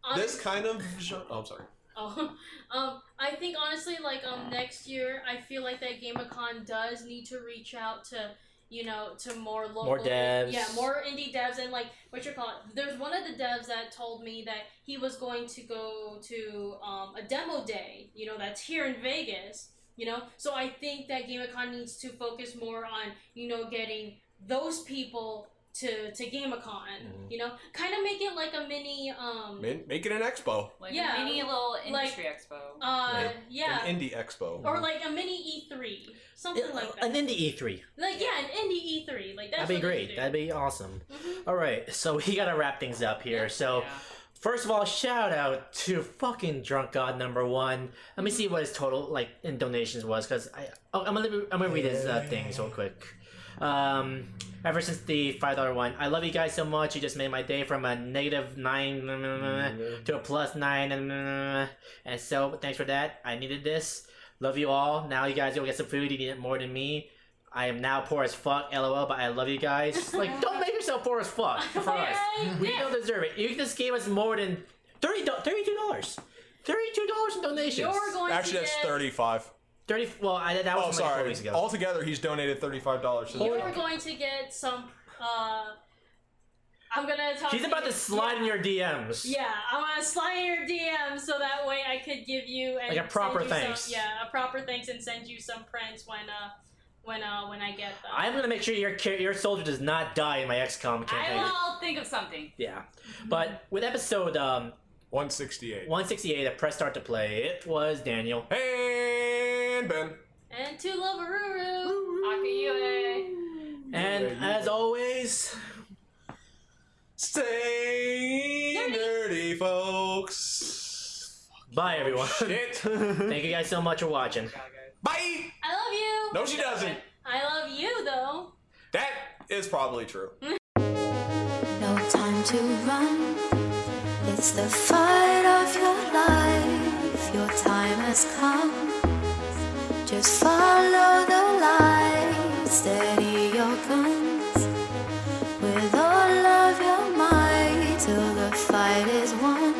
Um, Mm-hmm. this kind of. gen- Oh, I'm sorry. Oh, um, I think honestly, like um, next year, I feel like that GamerCon does need to reach out to you know to more local, More devs. yeah, more indie devs, and like what you call it. There's one of the devs that told me that he was going to go to um, a demo day, you know, that's here in Vegas, you know. So I think that GamerCon needs to focus more on you know getting those people to to GameCon. Mhm. You know, kind of make it like a mini. um Ma- Make it an expo, Like Yeah, a mini little like- industry expo. Uh, yeah. an indie expo. Mm-hmm. or like a mini E3, something like that. E An indie E3. like yeah, an indie E3. Like uh, E That'd be that's what they great. do. That'd be awesome. Mhm. All right, so we gotta wrap things up here. So Yeah. first of all, shout out to fucking drunk god number one. Let me see what his total like in donations was because I oh, I'm gonna I'm gonna read his uh, things real quick. Um, ever since the five dollar one, I love you guys so much. You just made my day from a negative nine to a plus nine, and so thanks for that. I needed this. Love you all. Now you guys go get some food. You need it more than me. I am now poor as fuck, lol, but I love you guys. Like, don't make yourself poor as fuck for us. Right? We Yeah. don't deserve it. You just gave us more than thirty thirty-two dollars. Thirty-two dollars in donations. You're going Actually, to that's get, thirty-five. Thirty. Well, I, that was Oh, from, like four sorry. weeks ago. Altogether, he's donated thirty-five dollars. to the You're show. going to get some. Uh, I'm gonna talk. He's about to slide in your DMs. Yeah, I'm gonna slide in your DM so that way I could give you and Like a proper send you some- thanks. yeah, a proper thanks and send you some prints when uh when uh when I get them. I'm gonna make sure your ca- your soldier does not die in my XCOM I campaign. will I'll think of something. Yeah, but with episode um One sixty-eight. 168 of Press Start to Play, it was Daniel. And Ben. and to Loveruru. Akiyue. And as always, Stay nerdy, folks. bye everyone. Shit. Thank you guys so much for watching. Bye. I love you. No, she doesn't. I love you though. That is probably true. No time to run. It's the fight of your life. Your time has come. Just follow the light. Steady your guns with all of your might till the fight is won.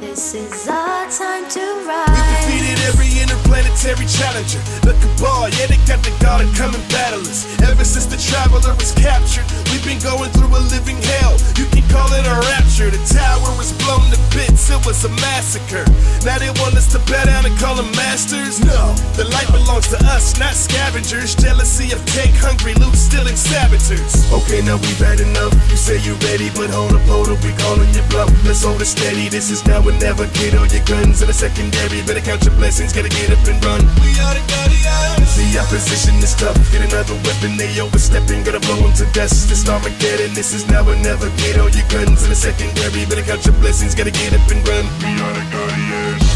This is our time to We rise. defeated every interplanetary challenger. Look ball, yeah, they got the guard to come and battle us. Ever since the traveler was captured, we've been going through a living hell. You can call it a rapture. The tower was blown to bits, it was a massacre. Now they want us to bow down and call them masters? No, the light belongs to us, not scavengers. Jealousy of cake hungry, loot stealing saboteurs. Okay, now we've had enough. You say you ready, but hold up, hold up, we calling your bluff. Let's hold it steady. This is now or never. Get all your guns in the secondary. Better count your blessings, gotta get up and run. We are the guardians. The opposition is tough. Get another weapon, they overstepping. Gotta blow them to dust. This Armageddon, this is now or never. Get all your guns in the secondary. Better count your blessings, gotta get up and run. We are the guardians.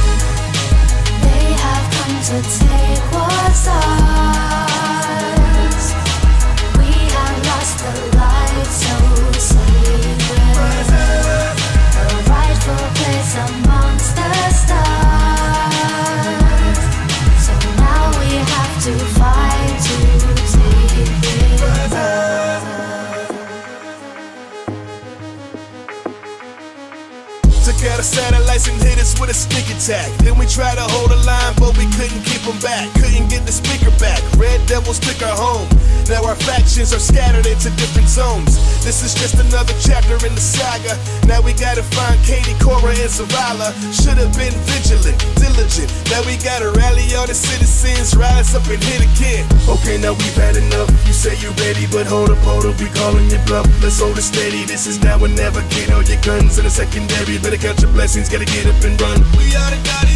They have come to take what's ours. We have lost the light, so save us. A rightful place amongst the stars. So now we have to fight to take it Took out our satellites and hit us with a sneak attack. Then we tried to hold a line, but we couldn't keep them back. Couldn't get the speaker back. Red Devils took our home. Now our factions are scattered into different zones. This is just another chapter in the saga. Now we gotta find Katie, Cora, and Zavala. Should've been vigilant, diligent. Now we gotta rally all the citizens, rise up and hit again. Okay, now we've had enough. You say you ready, but hold up, hold up. We calling your bluff. Let's hold it steady. This is now or never. Get all your guns in the secondary. Better count your blessings. Gotta get up and run. We are the guardians.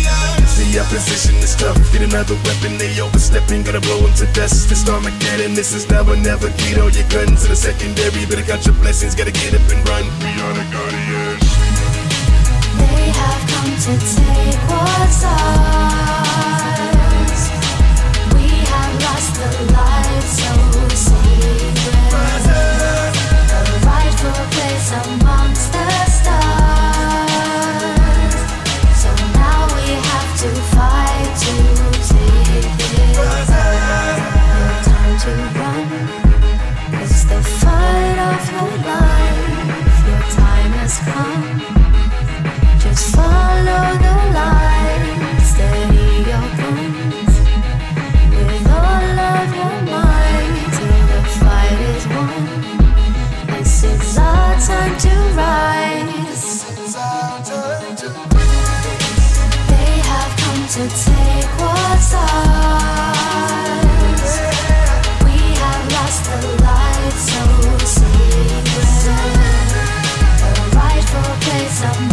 The opposition is tough. Get another weapon. They overstepping. Gotta blow them to dust. This Armageddon. This is now or never. Get all your guns in the secondary. Better count your blessings. Gotta get up and run. We are the guardians. They have come to take what's ours. We have lost the light, so save us. A rightful place amongst the stars. So now we have to fight to take it. No time to run. It's the fight of your life. Your time has come. Just follow the light, steady your guns with all of your might till the fight is won. This is our time to rise. They have come to take what's ours. We have lost the light, so save master, a rightful place of